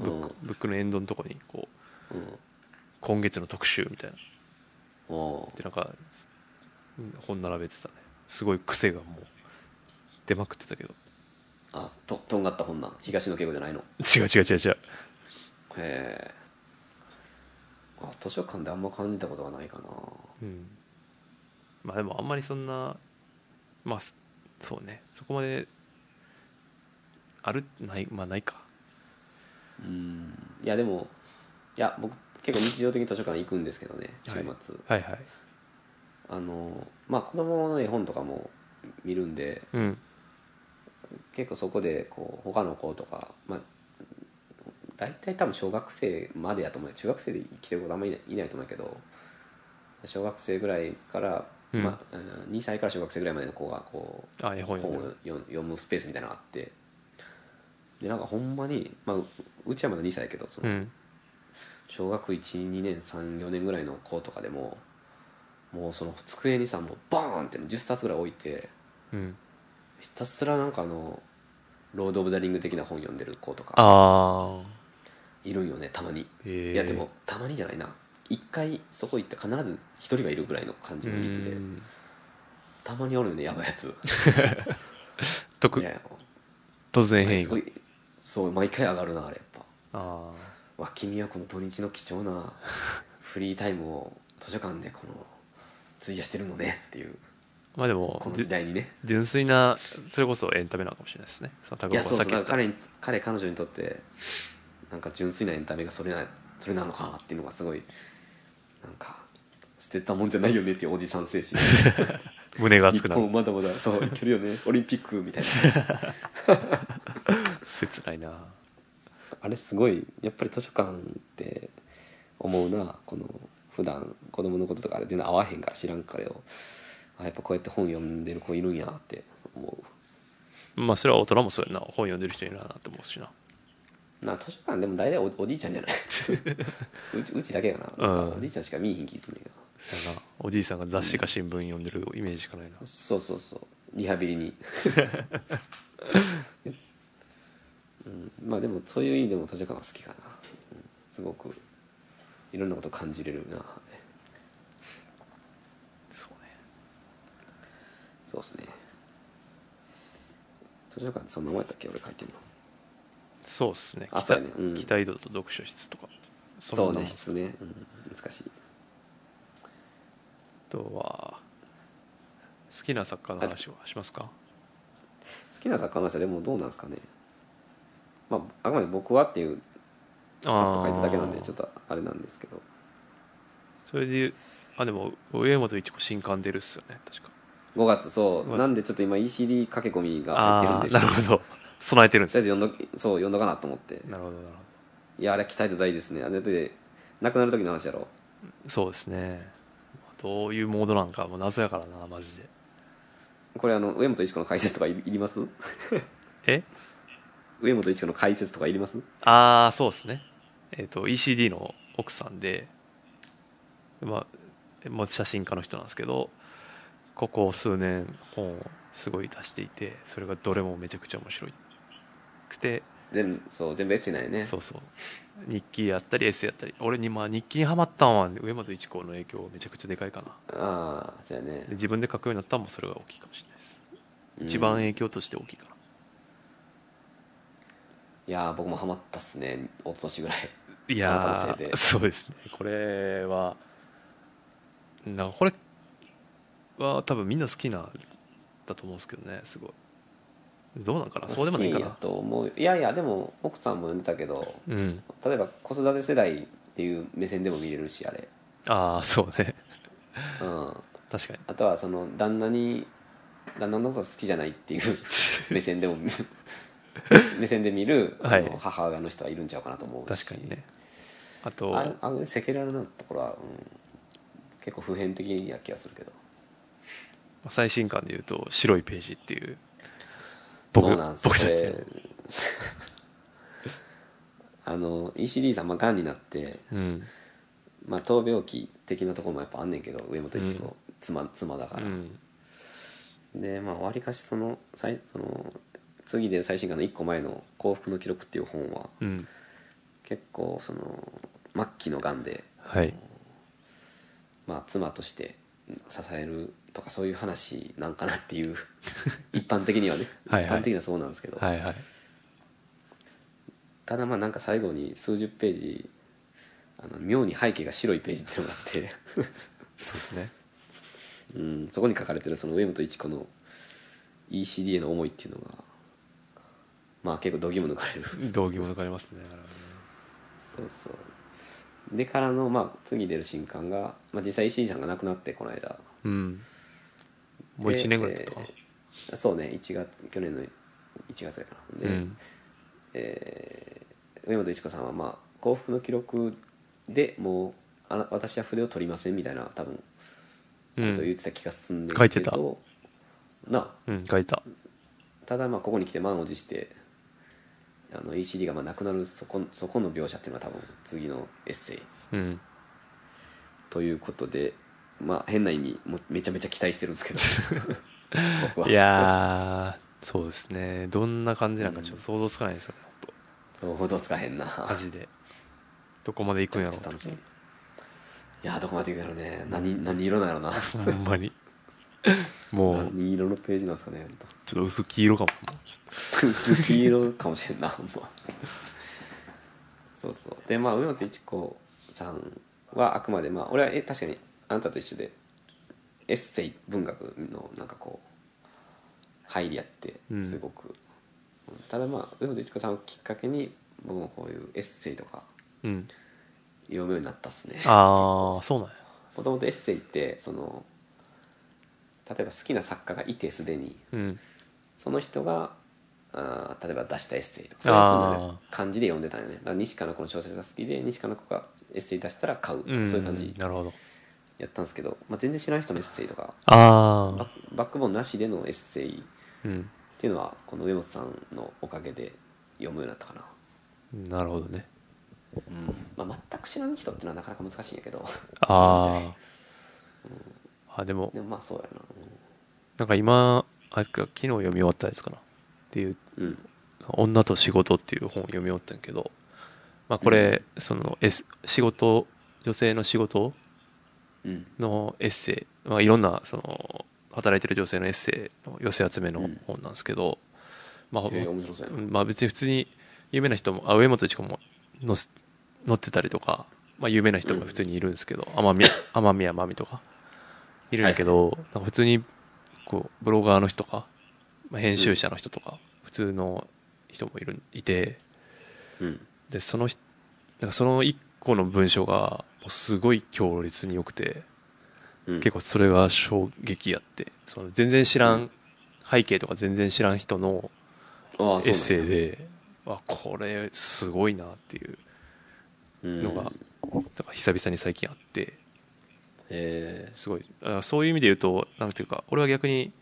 Speaker 2: う
Speaker 1: ブ
Speaker 2: ん
Speaker 1: ック,、ブックのエンドのとこにこう
Speaker 2: うん
Speaker 1: 今月の特集みたいな
Speaker 2: おう
Speaker 1: でなんかうん本並べてたねすごい癖がもう出まくってたけど
Speaker 2: あととんがった本なん東野敬吾じゃないの
Speaker 1: 違う違う違う違う
Speaker 2: へえあ図書館であんま感じたことがないかな
Speaker 1: うんまあでもあんまりそんなまあそそうねそこまであるないまあないか
Speaker 2: うんいやでもいや僕結構日常的に図書館行くんですけどね週末、
Speaker 1: はいはい
Speaker 2: あのまあ子供の絵本とかも見るんで
Speaker 1: うん
Speaker 2: 結構そこでこう他の子とかまあ大体多分小学生までやと思うよ中学生で来てる子あんまりいないいないと思うけど小学生ぐらいから、
Speaker 1: うん
Speaker 2: まあ、うん2歳から小学生ぐらいまでの子がこう
Speaker 1: あ絵本
Speaker 2: 本
Speaker 1: 読ん
Speaker 2: を
Speaker 1: でる
Speaker 2: 読読むスペースみたいなのがあってでなんかほんまに、まあ、ううちはまだ2歳やけどそうの
Speaker 1: ん
Speaker 2: 小学12年34年ぐらいの子とかでももうその机にさもうバーンって10冊ぐらい置いて
Speaker 1: うん
Speaker 2: ひたすらなんかあのロード・オブ・ザ・リング的な本読んでる子とか
Speaker 1: ああ
Speaker 2: いるんよねたまに、
Speaker 1: ええ
Speaker 2: いやでもたまにじゃないな一回そこ行って必ず一人はいるぐらいの感じの率で
Speaker 1: うん
Speaker 2: たまにあるよねやばいやつ
Speaker 1: 特
Speaker 2: いや
Speaker 1: 突然変異
Speaker 2: すご
Speaker 1: が
Speaker 2: いそう毎回上がるなあれやっぱ
Speaker 1: あ
Speaker 2: わ君はこの土日の貴重なフリータイムを図書館でこの費やしてるのねっていう
Speaker 1: ーまあでも
Speaker 2: この
Speaker 1: じ
Speaker 2: 時代にね
Speaker 1: 純粋なそれこそエンタメなのかもしれないですねそのタ
Speaker 2: い
Speaker 1: グを
Speaker 2: やそう
Speaker 1: 避
Speaker 2: そう
Speaker 1: け
Speaker 2: だ
Speaker 1: た
Speaker 2: から彼に彼彼女にとってなんか純粋なエンタメがそれなそれなのかっていうのがすごいなんか捨てたもんじゃないよねっていうおじさん精神
Speaker 1: 胸が 熱
Speaker 2: 日
Speaker 1: くなる
Speaker 2: 本まだまだそういけるよねオリンピックみたいな
Speaker 1: 切ないな
Speaker 2: あれすごいやっぱり図書館って思うなこの普段子供のこととかあれ全然合わへんから知らんからよあやっぱこうやって本読んでる子いるんやって思
Speaker 1: まあそれは大人もそうやな本読んでる人いるなって思うしな
Speaker 2: うな図書館でも大体おおじいちゃんじゃない うちうちだけやななん
Speaker 1: うん
Speaker 2: かおじいちゃんしか見えへん気すんねんけど
Speaker 1: そうやなおじいさんが雑誌か新聞読んでるイメージしかないな
Speaker 2: そうそうそうリハビリに、うん、まあでもそういう意味でも図書館は好きかな、うんすごくいろんなこと感じれる
Speaker 1: そ
Speaker 2: な
Speaker 1: うね
Speaker 2: そうですね図書館ってそのままやったっけ俺書いてるの
Speaker 1: そうっすね
Speaker 2: あ
Speaker 1: 北
Speaker 2: そうやねうん
Speaker 1: 北井戸と読書室とか
Speaker 2: そ
Speaker 1: んな
Speaker 2: う
Speaker 1: もん
Speaker 2: ね質ね、うん、難しい
Speaker 1: あとは好きな作家の話はしますか
Speaker 2: 好きな作家の話はでもどうなんですかねまああくまで僕はっていうパッと書いただけなんでちょっ
Speaker 1: と
Speaker 2: とあれなんですけど
Speaker 1: それで言うあでも上本一子新刊出るっすよね確か
Speaker 2: 5月そ
Speaker 1: 五
Speaker 2: う
Speaker 1: 月
Speaker 2: なんでちょっと今 ECD 駆け込みが入ってるん
Speaker 1: ああ
Speaker 2: です
Speaker 1: ーな
Speaker 2: け
Speaker 1: る
Speaker 2: ど
Speaker 1: ほど備えてるんで
Speaker 2: と
Speaker 1: すね
Speaker 2: りあえず読んどそう読んどかなと思って
Speaker 1: なるほどなるほ
Speaker 2: いやあれ期待と大ですねあれで亡くなる時の話やろ
Speaker 1: どそうですねどういうモードなんかもう謎やからなマジで
Speaker 2: これあの上本一子の解説とかいいります
Speaker 1: え
Speaker 2: 上本一子の解説とかいります
Speaker 1: ああそうですねえっ、と ECD の奥さんでまあまあ写真家の人なんですけどここ数年本をすごい出していてそれがどれもめちゃくちゃ面白くて
Speaker 2: 全部そう全部エッセイなんやね
Speaker 1: そうそう日記やったりエッセイやったり俺にまあ日記にハマったんは上本一子の影響めちゃくちゃでかいかな
Speaker 2: ああそうやね
Speaker 1: で自分で書くようになったんもそれが大きいかもしれないです
Speaker 2: うん
Speaker 1: 一番影響として大きいかない
Speaker 2: やー僕もハマったっすね一昨年ぐらい
Speaker 1: い
Speaker 2: あなた
Speaker 1: や
Speaker 2: のせい
Speaker 1: ー
Speaker 2: で
Speaker 1: そうですねこれはなんかこれは多分みんな好きなんだと思うんですけどねすごいどうなんかなそうでもないか
Speaker 2: 好きや
Speaker 1: な
Speaker 2: と思ういやいやでも奥さんも読んでたけど
Speaker 1: うん
Speaker 2: 例えば子育て世代っていう目線でも見れるしあれ
Speaker 1: ああそうね
Speaker 2: うん
Speaker 1: 確かに
Speaker 2: あとはその旦那に旦那のこと好きじゃないっていう 目線でも目線で見る、
Speaker 1: はい
Speaker 2: あの母親の人はいるんちゃうかなと思うし
Speaker 1: 確かにねあ
Speaker 2: あ
Speaker 1: と
Speaker 2: あのセキュラルなところは、うん結構普遍的な気がするけど
Speaker 1: 最新刊でいうと「白いページ」っていう僕
Speaker 2: そうなんです
Speaker 1: 僕た
Speaker 2: そ
Speaker 1: ち
Speaker 2: れ
Speaker 1: の
Speaker 2: あの ECD さんまあがんになって、
Speaker 1: うん
Speaker 2: まあ、闘病期的なところもやっぱあんねんけど上本一子、
Speaker 1: うん
Speaker 2: 妻妻だか
Speaker 1: う
Speaker 2: ら、
Speaker 1: ん
Speaker 2: でまあわりかしその最その次で最新刊の1個前の「幸福の記録」っていう本は
Speaker 1: うん
Speaker 2: 結構その末期のがんで、
Speaker 1: はい
Speaker 2: まあ、妻として支えるとかそういう話なんかなっ ていう一般的にはね
Speaker 1: はいはい
Speaker 2: 一般的にはそうなんですけど、
Speaker 1: はいはい
Speaker 2: ただまあなんか最後に数十ページあの妙に背景が白いページっていうのがあって、
Speaker 1: そうですね
Speaker 2: うん、そこに書かれてるその上本一子の ECD への思いっていうのがまあ結構度肝抜かれる
Speaker 1: 道義も抜かれますね
Speaker 2: そうそうでからのまあ次出る新刊が、まあ、実際 ECD さんが亡くなってこの間
Speaker 1: うんもう
Speaker 2: で
Speaker 1: 1年ぐらい経ったかな
Speaker 2: えーそうね1月去年の1月ぐらいかなで、
Speaker 1: うん
Speaker 2: えー上本一子さんは、まあ「幸福の記録」でもうあな私は筆を取りませんみたいな多分こ
Speaker 1: う
Speaker 2: とを
Speaker 1: ん
Speaker 2: 言ってた気がすんで
Speaker 1: 書いてた
Speaker 2: なあ
Speaker 1: うん書いた
Speaker 2: ただまあここに来て満を持してあの ECD がまあなくなるそこそこの描写っていうのは多分次のエッセイ
Speaker 1: うん
Speaker 2: ということで まあ変な意味もめちゃめちゃ期待してるんですけど僕はい
Speaker 1: やーそうですねどんな感じなんかちょっと想像つかないですよね、ほんと
Speaker 2: そうほどつかへんな
Speaker 1: マジでどこまで行くんやろう
Speaker 2: 楽しみいやどこまでいくんやろね何何色なんやろな
Speaker 1: ほんま にもう
Speaker 2: 何色のページなんですかねほんと
Speaker 1: ちょっと薄黄色かも
Speaker 2: 薄黄色かもしれんなほんまそうそうでまあ上松一子さんはあくまでまあ俺はえ確かにあなたと一緒でエッセイ文学のなんかこう入りやって
Speaker 1: うん
Speaker 2: すごく、ただまあ上松一子さんをきっかけに僕もこういうエッセイとか
Speaker 1: うん
Speaker 2: 読むようになったっすね
Speaker 1: ああそうなんや
Speaker 2: もともとエッセイってその例えば好きな作家がいてすでに
Speaker 1: うん
Speaker 2: その人があー例えば出したエッセイとかそう
Speaker 1: あー
Speaker 2: いうふうな感じで読んでたんよねだから西加奈子の小説が好きで西加奈子がエッセイ出したら買うとか、
Speaker 1: ん
Speaker 2: そういう感じ
Speaker 1: なるほど
Speaker 2: やったんですけど、まあ、全然知らない人のエッセイとか
Speaker 1: あ
Speaker 2: バ
Speaker 1: あ
Speaker 2: ッバックボーンなしでのエッセイっ
Speaker 1: うん
Speaker 2: ていうのはこの上本さんのおかげで読むようになったかな、
Speaker 1: なるほどね
Speaker 2: まあ、全く知らない人っていうのはなかなか難しいんやけ ど
Speaker 1: あーあでも
Speaker 2: でもまあそうやな
Speaker 1: なんか今あれか昨日読み終わったやつかなっていう
Speaker 2: うんうん
Speaker 1: 「女と仕事」っていう本を読み終わったんやけど、まあ、これ、そのエス仕事女性の仕事
Speaker 2: うん
Speaker 1: のエッセイ、まあ、いろんなその働いてる女性のエッセイの寄せ集め
Speaker 2: う
Speaker 1: の
Speaker 2: ん
Speaker 1: 本なんですけど、まあ
Speaker 2: えー面白そうやな、
Speaker 1: まあ別に普通に有名な人もあ上本一子も載せ載ってたりとか、まあ、有名な人も普通にいるんですけど天宮天宮真美とかいるんだけど、なんか普通にこうブロガーの人とか、まあ、編集者の人とか、普通の人もいるいて
Speaker 2: うん
Speaker 1: でそのひなんかその一個の文章がもうすごい強烈に良くて
Speaker 2: うん、
Speaker 1: 結構それが衝撃やってその全然知らん、背景とか全然知らん人の
Speaker 2: 構
Speaker 1: エッセイで、あこれすごいなっていうのが、だから久々に最近あって
Speaker 2: え
Speaker 1: すごいあそういう意味で言うとなんていうか俺は逆に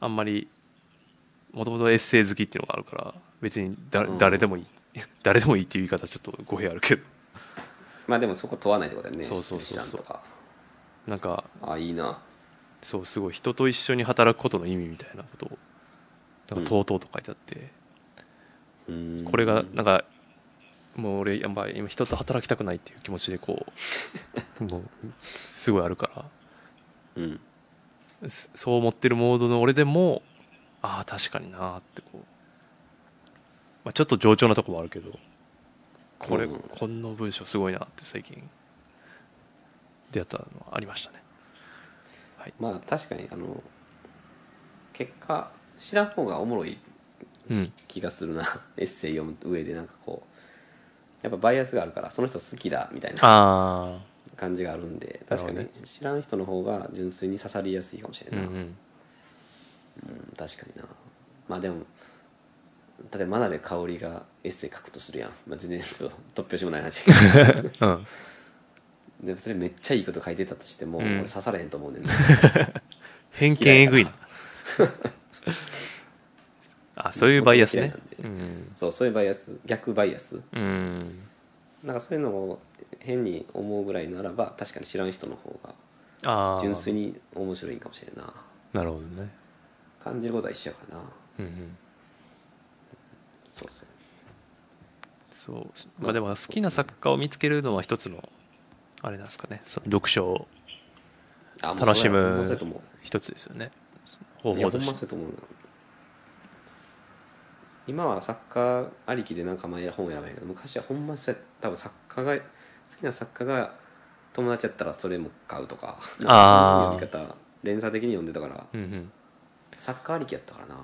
Speaker 1: あんまりもともとエッセイ好きっていうのがあるから別にだ、
Speaker 2: うん
Speaker 1: 誰でもいい 誰でもいいっていう言い方ちょっと語弊あるけど
Speaker 2: まあでもそこ問わないってことだよね
Speaker 1: そうそうそうそう
Speaker 2: 知らんとか
Speaker 1: なんか
Speaker 2: あいいな
Speaker 1: そうすごい人と一緒に働くことの意味みたいなことをなんかとうとうと書いてあって、
Speaker 2: うん
Speaker 1: これがなんかもう俺やっぱ今人と働きたくないっていう気持ちでこ うもうすごいあるか
Speaker 2: うん
Speaker 1: らそそう思ってるモードの俺でもああ確かになーってこう、まあ、ちょっと冗長なとこもあるけどこれ、
Speaker 2: うん
Speaker 1: この文章すごいなって最近出会ったのはありましたね
Speaker 2: まあ確かにあの結果知らん方がおもろい
Speaker 1: うん
Speaker 2: 気がするな エッセイ読む上でなんかこうやっぱバイアスがあるからその人好きだみたいな
Speaker 1: あ
Speaker 2: 感じがあるんで
Speaker 1: なる
Speaker 2: 確
Speaker 1: ほ
Speaker 2: か
Speaker 1: どね
Speaker 2: に知らん人の方が純粋に刺さりやすいかもしれ
Speaker 1: うんんう
Speaker 2: ない、
Speaker 1: ん
Speaker 2: うん確かになまあでも例えば真鍋かおりがエッセイ書くとするやん、まあ、全然ちょっと突拍子もな い話
Speaker 1: うん
Speaker 2: でもそれめっちゃいいこと書いてたとしても、
Speaker 1: うん
Speaker 2: 俺刺されへんと思うねん な
Speaker 1: 偏見えぐ いなあそういうバイアスね
Speaker 2: 僕
Speaker 1: うん
Speaker 2: そうそういうバイアス逆バイアス
Speaker 1: うん
Speaker 2: なんかそういうのを変に思うぐらいならば確かに知らん人の方が
Speaker 1: ああ
Speaker 2: 純粋に面白いんかもしれんな
Speaker 1: なるほどね
Speaker 2: 感じることは一緒やからな
Speaker 1: うんうん
Speaker 2: そうそう
Speaker 1: そうまあでも好きな作家を見つけるのは一つのあれなんですかねその読書を
Speaker 2: あもう
Speaker 1: 楽しむ
Speaker 2: そうやほんまそうやと思
Speaker 1: 一つですよね
Speaker 2: う
Speaker 1: 方
Speaker 2: い
Speaker 1: 法
Speaker 2: やほ
Speaker 1: と
Speaker 2: んま
Speaker 1: し
Speaker 2: そう
Speaker 1: て
Speaker 2: やと思うな今は作家ありきでなんか前本選べへんけど昔はほんまそうや多分作家が好きな作家が友達やったらそれも買うとか
Speaker 1: あー
Speaker 2: なんかそういう読み方連鎖的に読んでたから
Speaker 1: うんうん
Speaker 2: 作家ありきやったからな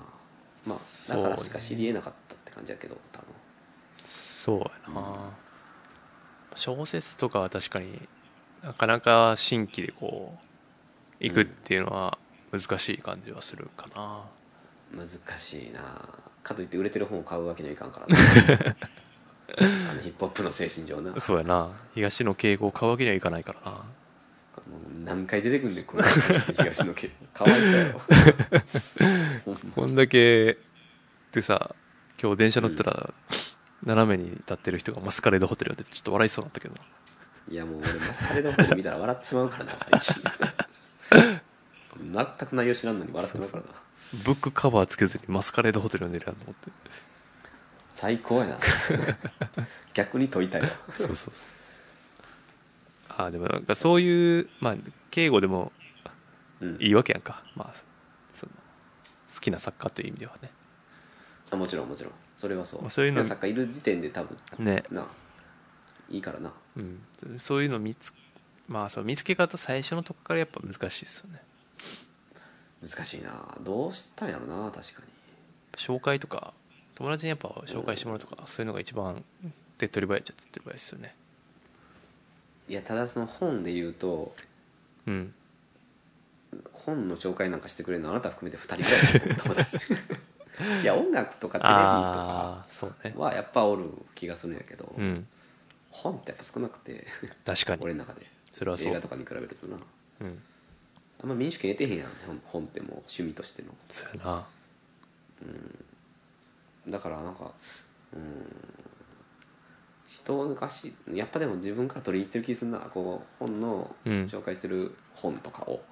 Speaker 2: まあ
Speaker 1: そう
Speaker 2: だ
Speaker 1: ね
Speaker 2: からしか知りえなかったって感じやけど多分
Speaker 1: そうやな小説とかは確かになかなか新規でこう行くっていうのは難しい感じはするかな
Speaker 2: 難しいなかといって売れてる本を買うわけにはいかんからな あのヒップホップの精神上なもう
Speaker 1: そうやな東野敬吾を買うわけにはいかないからな
Speaker 2: 何回出てくんねんこの東野家かわいそう やろほんま
Speaker 1: こんだけでさ今日電車乗ったら、斜めに立ってる人がマスカレードホテルでちょっと笑いそうになったけどない
Speaker 2: やもう俺マスカレードホテル見たら笑ってしまうからな最近全く内容知らんのに笑ってまうからな
Speaker 1: ブックカバーつけずにマスカレードホテル読んでるやんと思って
Speaker 2: 最高やな逆に解いたよ
Speaker 1: そうそうそうああでもなんかそういうまあ敬語でも
Speaker 2: うん
Speaker 1: いいわけやんかまあその好きな作家という意味ではね
Speaker 2: あもちろんもちろんそれはそう
Speaker 1: まあそういうの
Speaker 2: 好きな作家いる時点で多分
Speaker 1: ね
Speaker 2: ないいからな
Speaker 1: うん、そういうの見つまあそう見つけ方最初のとこからやっぱ難しいですよね
Speaker 2: 難しいなどうしたんやろな確かに
Speaker 1: 紹介とか友達にやっぱ紹介してもらうとか、そういうのが一番手っ取り早いっちゃ手っ取り早いですよね
Speaker 2: いやただその本で言うと
Speaker 1: うん
Speaker 2: 本の紹介なんかしてくれるのあなた含めて2人ぐらいの友 達いや音楽とかテレビとか
Speaker 1: ああそうね
Speaker 2: はやっぱおる気がするんやけど、
Speaker 1: うん
Speaker 2: 本ってやっぱ少なくて
Speaker 1: 確かに
Speaker 2: 俺の中で
Speaker 1: それはそ
Speaker 2: 映画
Speaker 1: う
Speaker 2: とかに比べるとな
Speaker 1: うん
Speaker 2: あんま民主権得てへんやん本本ってもう趣味としての
Speaker 1: そうやな
Speaker 2: だからなんかうん人昔やっぱでも自分から取り入ってる気すんなこう本の
Speaker 1: うん
Speaker 2: 紹介してる本とかを、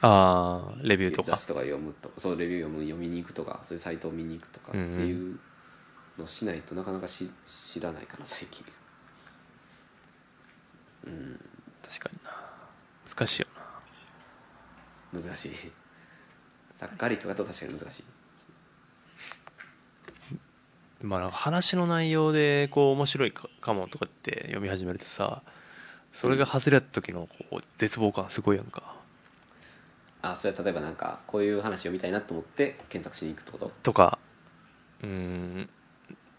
Speaker 1: ああレビューとか
Speaker 2: 雑誌とか読むとそうレビュー読む読みに行くとかそういうサイトを見に行くとかっていうのをしないとなかなかし知らないかな最近
Speaker 1: 確かにな難しいよな
Speaker 2: 難しいサッカーリーとかだと確かに難しい
Speaker 1: まあなんか話の内容でこう面白いかかもとかって読み始めるとさそれが外れた時のこう絶望感すごいやんか
Speaker 2: あそれは例えばなんかこういう話読みたいなと思って検索しに行くってこと
Speaker 1: とかうーん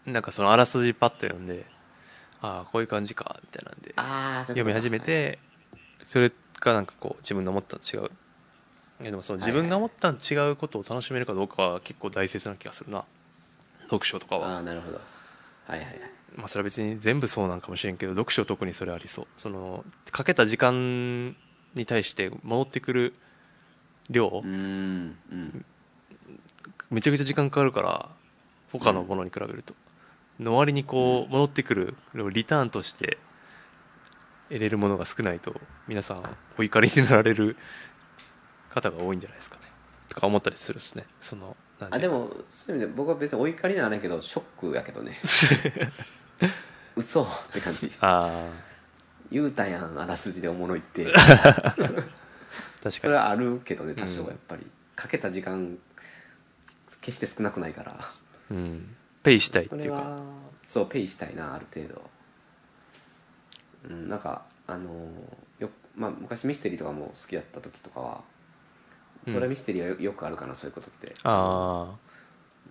Speaker 1: なんかそのあらすじパッと読んでああこういう感じかみたいなんで
Speaker 2: ああ
Speaker 1: 読み始めてそれがなんかこう自分の思ったの違ういやでもその
Speaker 2: はい
Speaker 1: 自
Speaker 2: はい
Speaker 1: 分が思ったの違うことを楽しめるかどうかは結構大切な気がするな読書とか
Speaker 2: あ
Speaker 1: は
Speaker 2: あーなるほどはいはいはい
Speaker 1: まあ、それは別に全部そうなんかもしれんけど読書は特にそれありそうそのかけた時間に対して戻ってくる量
Speaker 2: うーんうん
Speaker 1: めちゃくちゃ時間かかるから他のものに比べるとの割にこう戻ってくるリターンとして得れるものが少ないと皆さんお怒りになられる方が多いんじゃないですかねとか思ったりするですねそのなんて
Speaker 2: あでもそういう意味で僕は別にお怒りにはならないけどショックやけど ね嘘って感じ
Speaker 1: あ
Speaker 2: 言うたやんあらすじでおもろいって
Speaker 1: ー確
Speaker 2: そ
Speaker 1: か
Speaker 2: れ
Speaker 1: に
Speaker 2: はあるけどね多少はやっぱり、かけた時間決して少なくないから
Speaker 1: うんペイしたいって
Speaker 2: そ
Speaker 1: い
Speaker 2: れ
Speaker 1: うか
Speaker 2: はそうペイしたいなある程度うんなんかあのーよまあ、昔ミステリーとかも好きだった時とかはそれはミステリーはよよくあるかな、そういうことって
Speaker 1: あ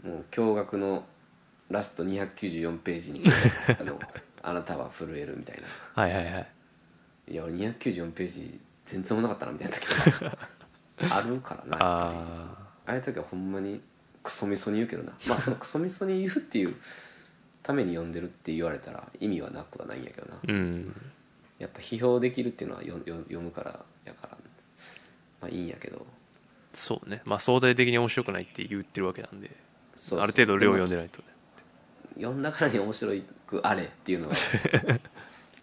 Speaker 2: もう驚愕のラスト294ページ にあのあなたは震えるみたいな
Speaker 1: あはいはいはい
Speaker 2: いや俺294ページ全然おもなかったなみたいな時と かあるから
Speaker 1: あ
Speaker 2: なやっぱり
Speaker 1: あ
Speaker 2: ああいう時はほんまにクソみそに言うけどなまあそのクソみそに言うっていうために読んでるって言われたら意味はなくはないんやけどな
Speaker 1: うん
Speaker 2: やっぱ批評できるっていうのはよよ読むからやからまあいいんやけど
Speaker 1: そうねまあ相対的に面白くないって言ってるわけなんで
Speaker 2: そうそう
Speaker 1: ある程度量を読
Speaker 2: でも
Speaker 1: んでないとね
Speaker 2: 読んだからに面白くあれってい うのは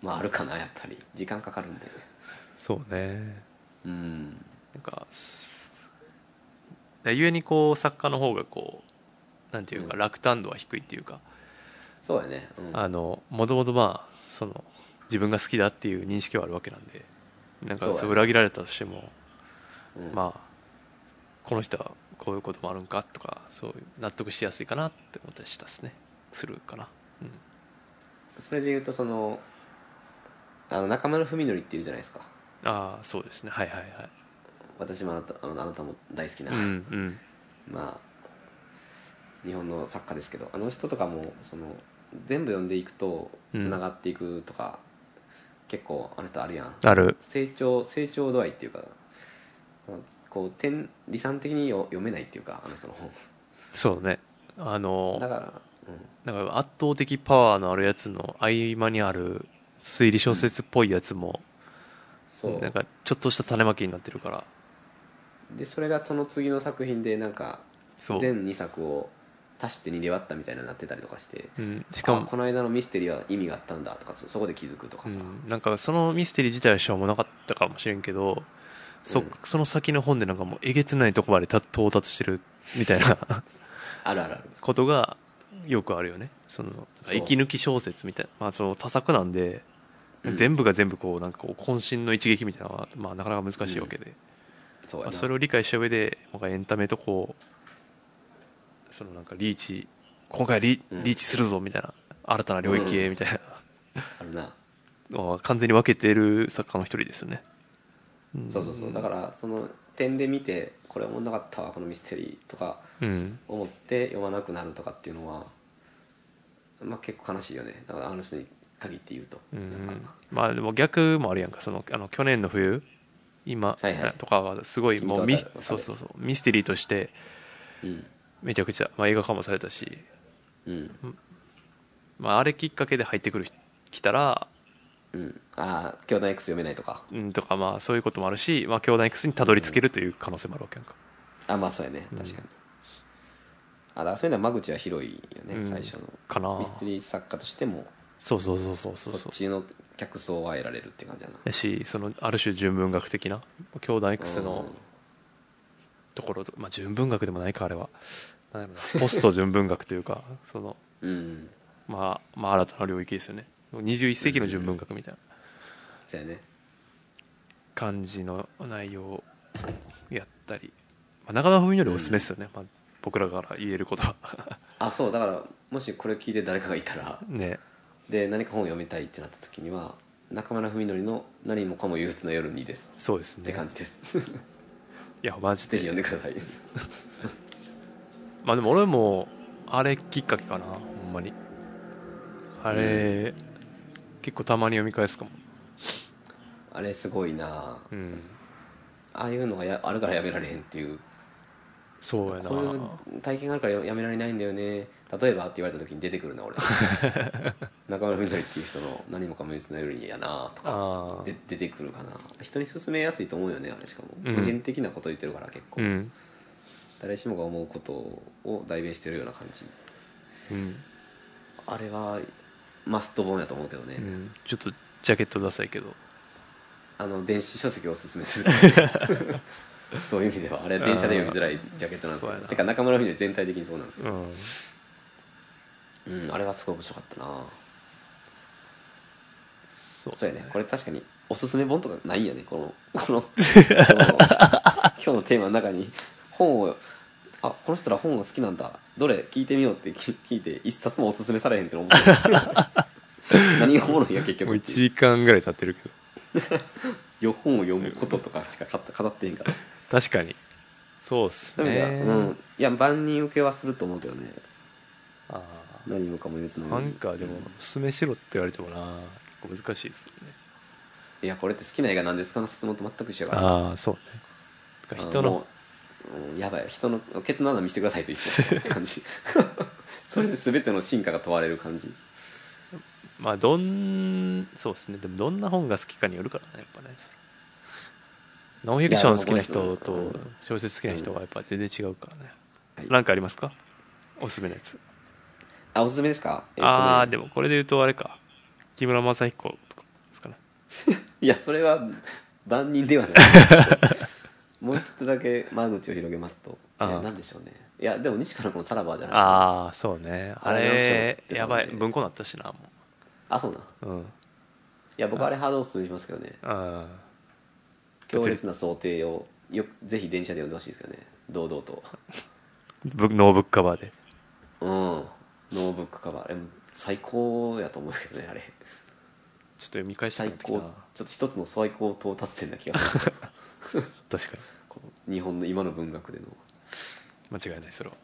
Speaker 2: まああるかなやっぱり時間かかるんで
Speaker 1: そうね
Speaker 2: うん
Speaker 1: なんかすだゆえにこう作家の方がこうなんていうか
Speaker 2: うん
Speaker 1: 落胆度は低いっていうか、
Speaker 2: そうやね、うん、
Speaker 1: あのもともとまあその自分が好きだっていう認識はあるわけなんでなん
Speaker 2: そ
Speaker 1: か
Speaker 2: うやね
Speaker 1: そう裏切られたとしても、
Speaker 2: うん
Speaker 1: まあこの人はこういうこともあるんかとかそういう納得しやすいかなって思ったりしたっすねするかな、うん、
Speaker 2: それで言うとそのあの中村文則っていうじゃないですか
Speaker 1: ああそうですねはいはいはい
Speaker 2: 私もあなたあのあなたも大好きな、
Speaker 1: うん うん
Speaker 2: まあ日本の作家ですけどあの人とかもその全部読んでいくと
Speaker 1: うん
Speaker 2: つながっていくとか、結構あの人あるやん
Speaker 1: ある
Speaker 2: 成長成長度合いっていうかこう点理想的によ読めないっていうかあの人の本
Speaker 1: そうねあの
Speaker 2: だから、うん、
Speaker 1: なんか圧倒的パワーのあるやつの合間にある推理小説っぽいやつも、
Speaker 2: そう
Speaker 1: なんかちょっとした種まきになってるから
Speaker 2: でそれがその次の作品でなんか
Speaker 1: そう、
Speaker 2: 全2作を足して2で割ったみたいなのになってたりとかして
Speaker 1: うん、しか
Speaker 2: あ
Speaker 1: も、
Speaker 2: この間のミステリーは意味があったんだとかそそこで気づくとか
Speaker 1: う
Speaker 2: さ、
Speaker 1: ん、なんかそのミステリー自体はしょうもなかったかもしれんけどそ,、
Speaker 2: うん
Speaker 1: その先の本でなんかもうえげつないとこまでた到達してるみたい な
Speaker 2: あるあるある
Speaker 1: ことがよくあるよねその
Speaker 2: そう
Speaker 1: 息抜き小説みたいな、まあ、その多作なんで、
Speaker 2: うん
Speaker 1: 全部が全部こうなんかこう渾身の一撃みたいなのは、まあ、なかなか難しいわけで、
Speaker 2: そうや
Speaker 1: まあ
Speaker 2: な
Speaker 1: それを理解した上でなんかエンタメとこうそのなんかリーチ今回リ
Speaker 2: うん
Speaker 1: リーチするぞみたいな、新たな領域へみたい
Speaker 2: あるな
Speaker 1: なのは完全に分けてる作家の一人ですよね、ん
Speaker 2: そうそうそうだからその点で見てこれおもんなかったわこのミステリーとか
Speaker 1: うん
Speaker 2: 思って読まなくなるとかっていうのはまあ結構悲しいよねだからあの人に限って言うと、
Speaker 1: うん
Speaker 2: なんか
Speaker 1: まあでも逆もあるやんかそのあの去年の冬今
Speaker 2: はいはい
Speaker 1: とかはすごいもうミス
Speaker 2: 君とは
Speaker 1: そうそうそうミステリーとして
Speaker 2: うん
Speaker 1: めちゃくちゃ、まあ、映画化もされたし、
Speaker 2: うん
Speaker 1: まあ、あれきっかけで入ってくる人来たら
Speaker 2: うんああ「教団 X 読めない」とか
Speaker 1: うんとかまあそういうこともあるし、まあ、教団 X にたどり着けるという可能性もあるわけやんか
Speaker 2: あまあそうやね確かに、あだからそういうのは間口は広いよね、
Speaker 1: うん
Speaker 2: 最初の
Speaker 1: かな
Speaker 2: ミステリー作家としても
Speaker 1: そうそうそうそうそう
Speaker 2: そ
Speaker 1: そ
Speaker 2: っ
Speaker 1: う
Speaker 2: ちの客層は得られるって感じだな
Speaker 1: だしそのある種純文学的な教団 X のところと、まあ、純文学でもないかあれはなんやろなポスト純文学というか その、
Speaker 2: うん、うん、
Speaker 1: まあ、まあ新たな領域ですよね21世紀の純文学みたいな
Speaker 2: そうやね
Speaker 1: 感じの内容をやったり、まあ、中田文よりおすすめですよね、まあ、僕らから言えること は
Speaker 2: あそうだからもしこれ聞いて誰かがいたら
Speaker 1: ね
Speaker 2: で何か本を読みたいってなった時には中村文則の「何もかも憂鬱な夜に」です
Speaker 1: そうです
Speaker 2: って
Speaker 1: ね
Speaker 2: 感じですぜ
Speaker 1: いやマジ
Speaker 2: ひ
Speaker 1: で
Speaker 2: 読んでください
Speaker 1: まあでも俺もあれきっかけかなほんまにあれ、結構たまに読み返すかも
Speaker 2: あれすごいな
Speaker 1: うん
Speaker 2: ああいうのがやあるからやめられへんっていう
Speaker 1: そうやな
Speaker 2: こういう体験があるからやめられないんだよね例えばって言われた時に出てく るな俺中村文則っていう人の「何もかも憂鬱な夜に」やなとか
Speaker 1: ああ
Speaker 2: で出てくるかな人に勧めやすいと思うよねあれしかも
Speaker 1: うん
Speaker 2: 普遍的なこと言ってるから結構、
Speaker 1: うん、
Speaker 2: 誰しもが思うことを代弁してるような感じ
Speaker 1: うん
Speaker 2: あれはマスト本やと思うけどね、
Speaker 1: うん、ちょっとジャケットダサいけど
Speaker 2: あの電子書籍をおすすめ するそういう意味ではあれは電車で読みづらいジャケットなんです
Speaker 1: そうやな
Speaker 2: けどてか中村文則全体的にそうなんですけ
Speaker 1: う
Speaker 2: ど、
Speaker 1: ん
Speaker 2: うん、あれはすごい面白かったな
Speaker 1: そうっす
Speaker 2: そうやねこれ確かにおすすめ本とかないよねこ のこのこの今日のテーマの中に本をあこの人ら本が好きなんだどれ聞いてみようって聞聞いて一冊もおすすめされへんって 思う何がおもろいんや結
Speaker 1: もう
Speaker 2: 局って
Speaker 1: 1
Speaker 2: い
Speaker 1: 時
Speaker 2: う
Speaker 1: 間ぐらい経ってるけど
Speaker 2: よ本を読むこととかしか語語ってへんから
Speaker 1: 確かにそうっす
Speaker 2: そういう意
Speaker 1: ね
Speaker 2: 味では、うん、いや万人受けはすると思うけどね
Speaker 1: あ
Speaker 2: 何もかも憂鬱
Speaker 1: あ
Speaker 2: な
Speaker 1: な
Speaker 2: の
Speaker 1: ん
Speaker 2: に
Speaker 1: かでもおすすめしろって言われてもな結構難しいですよね
Speaker 2: いやこれって好きな映画なんですかの質問と全く一緒やから
Speaker 1: ああそうねてか人の
Speaker 2: あもううんやばい人のケツの穴見せてくださいと一緒って感 じそれで全ての進化が問われる感じ
Speaker 1: まあどんそうですねでもどんな本が好きかによるからねやっぱねそのノンフィクション好きな人
Speaker 2: いや
Speaker 1: と
Speaker 2: まあまあ
Speaker 1: 小説好きな人はやっぱ全然違うからね、
Speaker 2: はい
Speaker 1: なんかありますかおすすめのやつ、
Speaker 2: あおすすめですか、えっとね
Speaker 1: ああでもこれで言うとあれか木村正彦とかですかね
Speaker 2: いやそれは万人ではない もう一つだけ間口を広げますとえ
Speaker 1: あー
Speaker 2: なんでしょうねいやでも西からこのさらばじゃないあ
Speaker 1: ああそうねあ
Speaker 2: あれ
Speaker 1: れ
Speaker 2: 直しちゃうって
Speaker 1: やばい
Speaker 2: ことで
Speaker 1: 文庫なったしなも
Speaker 2: あそうなんい
Speaker 1: う
Speaker 2: う
Speaker 1: ん
Speaker 2: や僕あれハードオスしますけどね
Speaker 1: あ
Speaker 2: 強烈な想定をよぜひ電車で読んでほしいですけどね堂々 と
Speaker 1: ぶノーブックカバーで
Speaker 2: うんノーブックカバーあれも最高やと思うけどねあれ
Speaker 1: ちょっと読み返したく
Speaker 2: 最
Speaker 1: なってき
Speaker 2: 高
Speaker 1: た
Speaker 2: ちょ
Speaker 1: な
Speaker 2: っと一つの最高到達点な気が する
Speaker 1: 確かに
Speaker 2: この日本の今の文学での
Speaker 1: 間違いないそれは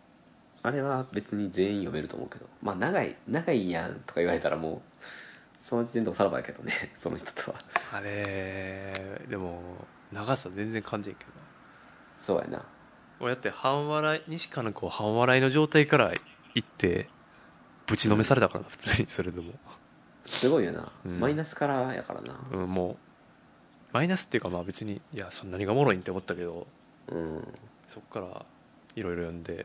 Speaker 2: あれは別に全員読めると思うけどまあ長い長いやんとか言われたらもうその時点でおさらばやけどね その人とは
Speaker 1: あれでも長さ全然感じんけどな
Speaker 2: そうやな
Speaker 1: 俺だって半笑い西川の子半笑いの状態から行ってぶちのめされたからな普通 にそれでも、
Speaker 2: すごいよな、
Speaker 1: うん
Speaker 2: マイナスからやからな
Speaker 1: うん、もうマイナスっていうかまあ別にいやそんなにがおもろいんって思ったけど
Speaker 2: うん、
Speaker 1: そっからいろいろ読んで、
Speaker 2: うん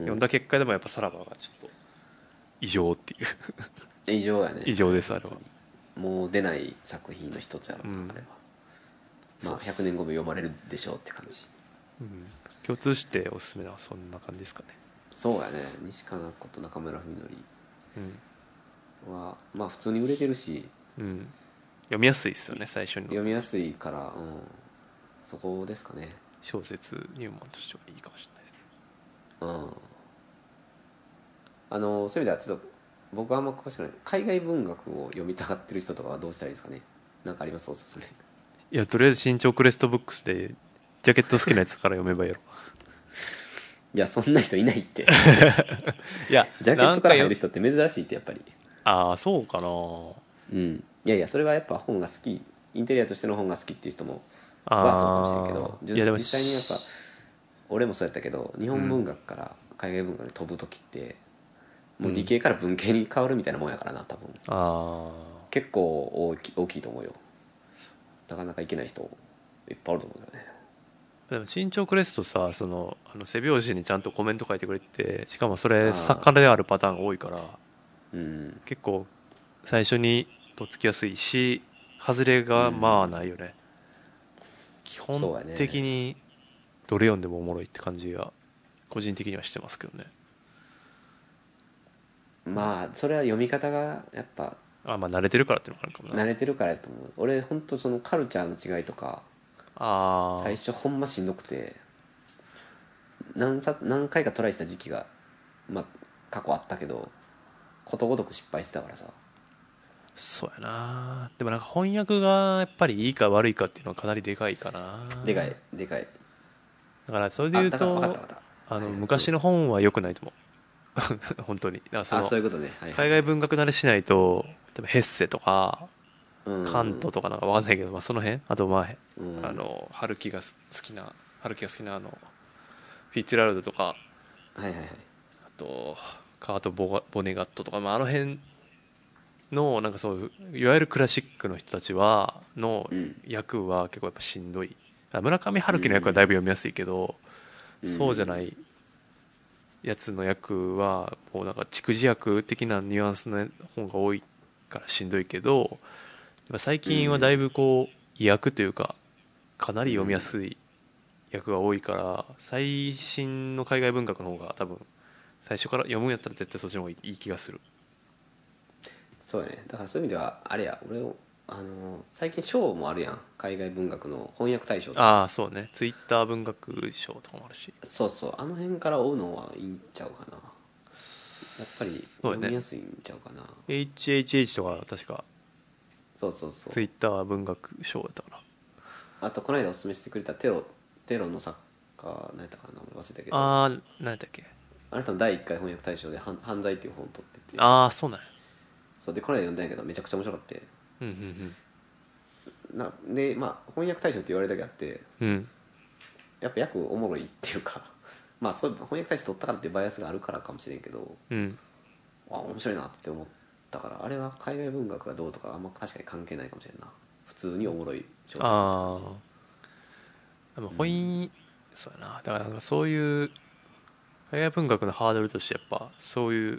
Speaker 1: 読んだ結果でもやっぱさらばがちょっと異常って いう
Speaker 2: 異常やね
Speaker 1: 異常ですあれは
Speaker 2: もう出ない作品の一つやろな、
Speaker 1: うん
Speaker 2: あれは
Speaker 1: そ
Speaker 2: ま
Speaker 1: う
Speaker 2: あ
Speaker 1: そう
Speaker 2: 100年後も読まれるでしょうって感じ
Speaker 1: うん共通しておすすめなのはそんな感じですかね
Speaker 2: そうやね西加奈子と中村文
Speaker 1: うん、
Speaker 2: 則はまあ普通に売れてるし
Speaker 1: うん、読みやすいですよね最初
Speaker 2: 読
Speaker 1: の
Speaker 2: みやすいから、うん、そこですかね
Speaker 1: 小説入門としてはいいかもしれないです
Speaker 2: うんあのそういう意味ではちょっと僕はあんま詳しくない海外文学を読みたがってる人とかはどうしたらいいですかねなんかありますおすすめ
Speaker 1: いやとりあえず新潮クレストブックスでジャケット好きなやつから読めばいいやろ
Speaker 2: いやそんな人いないって
Speaker 1: いや
Speaker 2: ジャケットから入る
Speaker 1: なんかよ
Speaker 2: 人って珍しいってやっぱり
Speaker 1: ああそうかな
Speaker 2: うんいやいやそれはやっぱ本が好きインテリアとしての本が好きっていう人も
Speaker 1: あ
Speaker 2: はそうかもしれんけど
Speaker 1: いやで
Speaker 2: 実
Speaker 1: も
Speaker 2: 実際にやっぱ俺もそうやったけど日本文学から海外文学に飛ぶ時って、もう理系から文系に変わるみたいなもんやからな多分
Speaker 1: ああ
Speaker 2: 結構大き大きいと思うよなかなかいけない人いっぱいあると思うよね
Speaker 1: でも新潮クレストさそのあの背表紙にちゃんとコメント書いてくれててしかもそ
Speaker 2: あ
Speaker 1: れ
Speaker 2: ー
Speaker 1: 作家であるパターンが多いから
Speaker 2: うん
Speaker 1: 結構最初にとっつきやすいし外れがまあないよね、基本的にどれ読んでもおもろいって感じが個人的にはしてますけどね
Speaker 2: まあそれは読み方がやっぱ
Speaker 1: あまあ慣れてるからっていうのもあるかもな
Speaker 2: 慣れてるからやと思う俺本当そのカルチャーの違いとか
Speaker 1: あ
Speaker 2: 最初ほんましんどくて何さ何回かトライした時期がまあ過去あったけどことごとく失敗してたからさ
Speaker 1: あそうやなでもなんか翻訳がやっぱりいいか悪いかっていうのはかなりでかいかな
Speaker 2: でかいでかい
Speaker 1: だからそれで
Speaker 2: あ
Speaker 1: 言う
Speaker 2: だから分かった
Speaker 1: と
Speaker 2: 分かっ
Speaker 1: あの昔の本は良くないと思う 本当にだから
Speaker 2: たあ
Speaker 1: そ
Speaker 2: そう
Speaker 1: の
Speaker 2: いうことね、はいはい
Speaker 1: 海外文学慣れしないと例えばヘッセとか
Speaker 2: うん
Speaker 1: カントとかなんかわかんないけど、まあ、その辺あとまあ
Speaker 2: うん
Speaker 1: あの春樹がす好きな春樹が好きなあのフィッツェラルドとか
Speaker 2: はいはいはい
Speaker 1: あとカート・ボガボネガットとか、まあ、あの辺のなんかそういういわゆるクラシックの人たちはの
Speaker 2: うん
Speaker 1: 役は結構やっぱしんどいあ村上春樹の役はだいぶ読みやすいけど、
Speaker 2: うん
Speaker 1: そうじゃないやつの役はもうなんか逐次役的なニュアンスの本が多いからしんどいけどやっぱ最近はだいぶこう意訳というかかなり読みやすい役が多いから最新の海外文学の方が多分最初から読むんやったら絶対そっちの方がいい気がする
Speaker 2: そうやねだからそういう意味ではあれや俺をあの最近賞もあるやん海外文学の翻訳大賞
Speaker 1: ああそうねツイッター文学賞とかもあるし
Speaker 2: そうそうあの辺から追うのはいいんちゃうかなやっぱり
Speaker 1: そうやね
Speaker 2: 読みやすいんちゃうかな
Speaker 1: HHH とか確か
Speaker 2: そうそうそう
Speaker 1: ツイッター文学賞だったかな
Speaker 2: あとこの間おすすめしてくれたテロテロの作家何やったかな名前忘れたけどあ
Speaker 1: ああー何やったっけ
Speaker 2: なたの第1回翻訳大賞で「犯犯罪」っていう本を取ってて
Speaker 1: ああそうなんや
Speaker 2: そうでこの間読んだんやけどめちゃくちゃ面白かって
Speaker 1: うんうん
Speaker 2: なでまあ翻訳大賞って言われるだけあって
Speaker 1: うんうん
Speaker 2: やっぱ訳おもろいっていうか まあそう翻訳大賞取ったからっていうバイアスがあるからかもしれんけど
Speaker 1: うん
Speaker 2: あ面白いなって思ったからあれは海外文学がどうとかあんま確かに関係ないかもしれんな普通におもろい小説
Speaker 1: ああでも本意、そうやなだからなんかそういう海外文学のハードルとしてやっぱそういう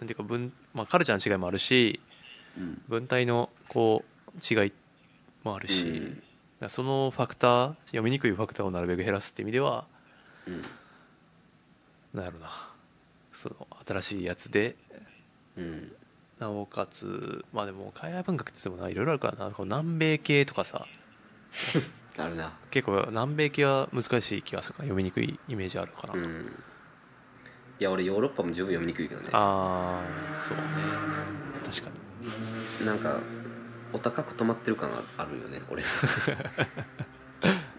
Speaker 1: なんていうか文、まあ、カルチャーの違いもあるし
Speaker 2: うん
Speaker 1: 文体のこう違いもあるし、
Speaker 2: うん
Speaker 1: だからそのファクター読みにくいファクターをなるべく減らすって意味では
Speaker 2: うん
Speaker 1: なんやろなその新しいやつで
Speaker 2: うん
Speaker 1: なおかつまあでも海外文学って言ってもないろいろあるからなこう南米系とかさ
Speaker 2: あるな
Speaker 1: 結構南米系は難しい気がするから読みにくいイメージあるかな、
Speaker 2: うんいや俺ヨーロッパも十分読みにくいけどね
Speaker 1: ああそうね確かに
Speaker 2: なんかお高く止まってる感あるあるよね俺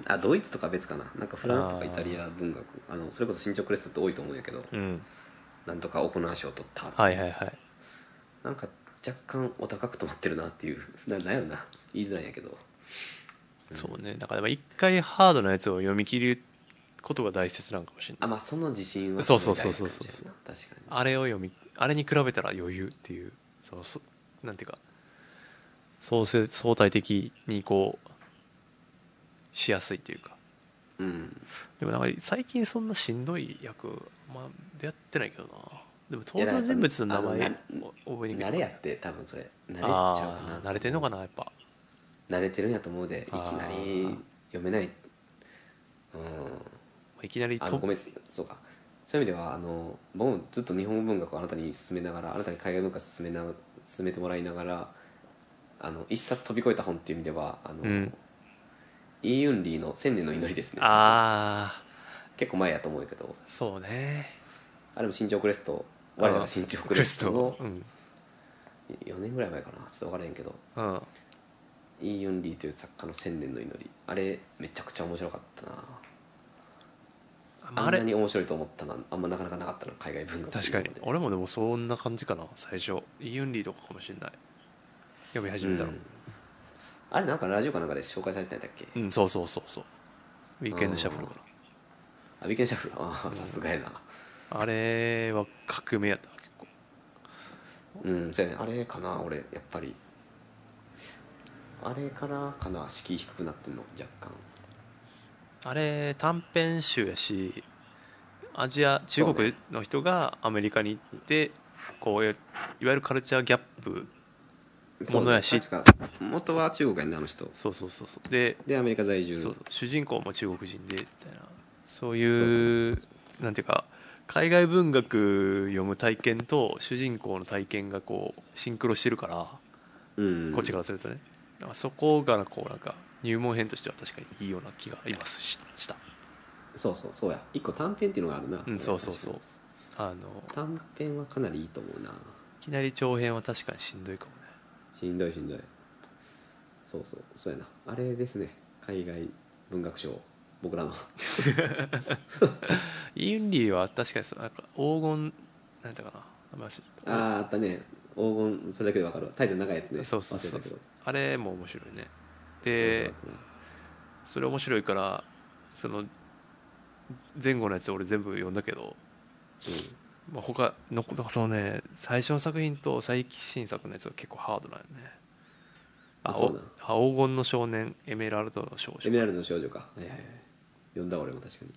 Speaker 2: あドイツとか別かななんかフランスとかイタリア文学あのそれこそ新潮クレストって多いと思うんやけど
Speaker 1: うん
Speaker 2: なんとかオコナー賞取った、
Speaker 1: はいはいはい
Speaker 2: なんか若干お高く止まってるなっていう ななんやろな言いづらいんやけど
Speaker 1: そうねだから一回ハードなやつを読み切ることが大切なのかもしれな
Speaker 2: あ
Speaker 1: い
Speaker 2: まあその自信は
Speaker 1: そうそうそうそうそう
Speaker 2: 大事かもしれんな確か
Speaker 1: あれを読みあれに比べたら余裕っていうそのそなんていうか相せ相対的にこうしやすいというか
Speaker 2: にうん
Speaker 1: でもなんか最近そんなしんどい役まあ出会ってないけどなでも登
Speaker 2: いやな
Speaker 1: 場
Speaker 2: んか
Speaker 1: 人物の名
Speaker 2: あ
Speaker 1: 前
Speaker 2: の
Speaker 1: お覚えにくい
Speaker 2: 慣れやって多分それ慣れちゃう
Speaker 1: あ
Speaker 2: か
Speaker 1: あ
Speaker 2: な
Speaker 1: 慣れてんのかなやっぱ
Speaker 2: 慣れてるんやと思うでいき
Speaker 1: あー
Speaker 2: なり読めないうん
Speaker 1: いきなり
Speaker 2: あ
Speaker 1: ト
Speaker 2: の
Speaker 1: ップ
Speaker 2: ごめんそうかそういう意味ではあの僕もずっと日本語文学をあなたに勧めながらあなたに海外文化を勧めな勧めてもらいながらあの一冊飛び越えた本っていう意味ではあの、
Speaker 1: うん
Speaker 2: イ・ユンリーの「千年の祈り」ですね
Speaker 1: ああ
Speaker 2: 結構前やと思うけど
Speaker 1: そうね
Speaker 2: あれも新潮クレスト我らが新潮クレストの
Speaker 1: うん、
Speaker 2: 4年ぐらい前かなちょっと分からへんけど
Speaker 1: うん、
Speaker 2: イ・ユンリーという作家の「千年の祈り」あれめちゃくちゃ面白かったなあ
Speaker 1: あ
Speaker 2: んな
Speaker 1: れ
Speaker 2: に面白いと思ったのはあんまなかなかなかったの海外文学
Speaker 1: 確かに俺
Speaker 2: 俺
Speaker 1: もでもそんな感じかな最初イ・ユンリーとかかもしれない読み始めたの
Speaker 2: うんあれなんかラジオかなんかで紹介されてたんだっけ、
Speaker 1: うん、そうそうそうそうウィークエンドシャッフルか
Speaker 2: アビケンシャフああさすがやな
Speaker 1: なあれは革命やったな結構
Speaker 2: うんそうやねあれかな俺やっぱりあれからかな敷居低くなってんの若干
Speaker 1: あれ短編集やしアジア中国の人がアメリカに行ってこういわゆるカルチャーギャップものやし
Speaker 2: そうね確か元は中国やねあの人
Speaker 1: そうそうそうそうで
Speaker 2: でアメリカ在住
Speaker 1: そう主人公も中国人でみたいなそういうなんていうか海外文学読む体験と主人公の体験がこうシンクロしてるから、
Speaker 2: うん
Speaker 1: こっちからするとねなんかそこがこうなんか入門編としては確かにいいような気が今しした、
Speaker 2: そうそうそうや一個短編っていうのがあるな、
Speaker 1: うん、そうそうそうあの
Speaker 2: 短編はかなりいいと思うない
Speaker 1: きなり長編は確かにしんどいかもね
Speaker 2: しんどいしんどいそうそうそうやなあれですね海外文学賞僕らの
Speaker 1: イ・ユンリーは確かにそうなんか黄金なんていうかなあんまし
Speaker 2: あああったね黄金それだけでわかるわ大体長いやつね
Speaker 1: そうそうそう
Speaker 2: 忘れたけ
Speaker 1: そ
Speaker 2: ど
Speaker 1: うあれも面白いね
Speaker 2: 面
Speaker 1: で
Speaker 2: 白かったな
Speaker 1: それ面白いからその前後のやつ俺全部読んだけど、まあ、他のだからそのね最初の作品と最新作のやつは結構ハードなんよねあ
Speaker 2: あそうなん
Speaker 1: お黄金の少年エメラルドの少
Speaker 2: エメ
Speaker 1: 女
Speaker 2: ラルドの少女かはいはいはい読んだ俺も確かに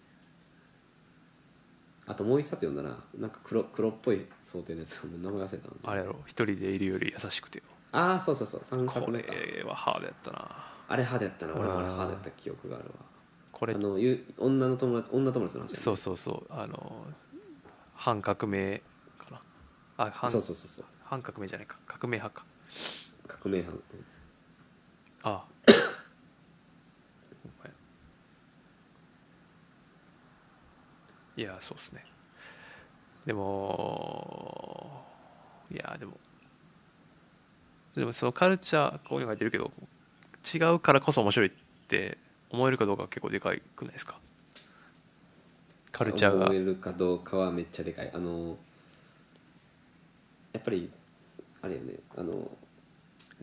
Speaker 2: あともう一冊読んだななんか黒黒っぽい想定のやつもう名前忘れたの
Speaker 1: あれやろ一人でいるより優しくてよ
Speaker 2: ああそうそうそう三
Speaker 1: こ
Speaker 2: 角目か
Speaker 1: れはハードやったな
Speaker 2: あれ派だったな俺もあれ
Speaker 1: あー
Speaker 2: 派だった記憶があるわ
Speaker 1: これ
Speaker 2: あのゆ女の友達女友達の話だね
Speaker 1: そうそうそうあの反革命かなあ反
Speaker 2: そうそうそうそう
Speaker 1: 反革命じゃないか革命派か
Speaker 2: 革命派の
Speaker 1: ああいやそうっすねでもいやでもでもそのカルチャーこういうの書いてるけど違うからこそ面白いって思えるかどうかは結構でかいくないですかカルチャーが
Speaker 2: 思えるかどうかはめっちゃでかいあのやっぱりあれよねあの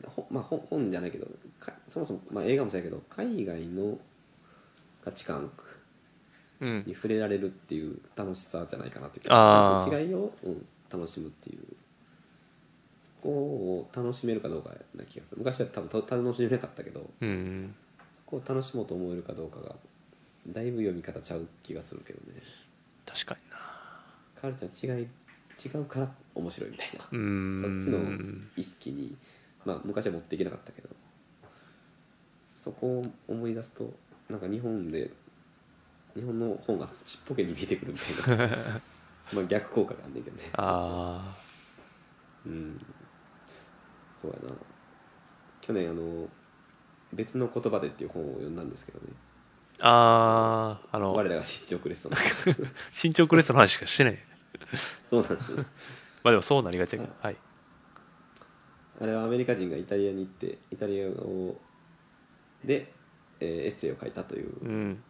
Speaker 2: ほまあ本本じゃないけどかそもそも、まあ、映画もそうやけど海外の価値観
Speaker 1: うん
Speaker 2: に触れられるっていう楽しさじゃないかなという
Speaker 1: あー
Speaker 2: その違いを、うん、楽しむっていうそこを楽しめるかどうかな気がする昔は多分た楽しめなかったけど
Speaker 1: うん
Speaker 2: そこを楽しもうと思えるかどうかがだいぶ読み方ちゃう気がするけどね
Speaker 1: 確かにな
Speaker 2: カルチャー違い違うから面白いみたいな、
Speaker 1: うん
Speaker 2: そっちの意識にまあ昔は持っていけなかったけどそこを思い出すとなんか日本で日本の本がちっぽけに見えてくるみたいな まあ逆効果があんねんけどね
Speaker 1: あ
Speaker 2: うんそうやな去年あの「別の言葉で」っていう本を読んだんですけどね
Speaker 1: ああああの
Speaker 2: 我らが出張クレストなんか
Speaker 1: 身長クレストの話しかしてない
Speaker 2: そうなんですよ
Speaker 1: まあでもそうなりがちやけど、はい。
Speaker 2: あれはアメリカ人がイタリアに行ってイタリアをで、えーエッセイを書いたという、
Speaker 1: うん。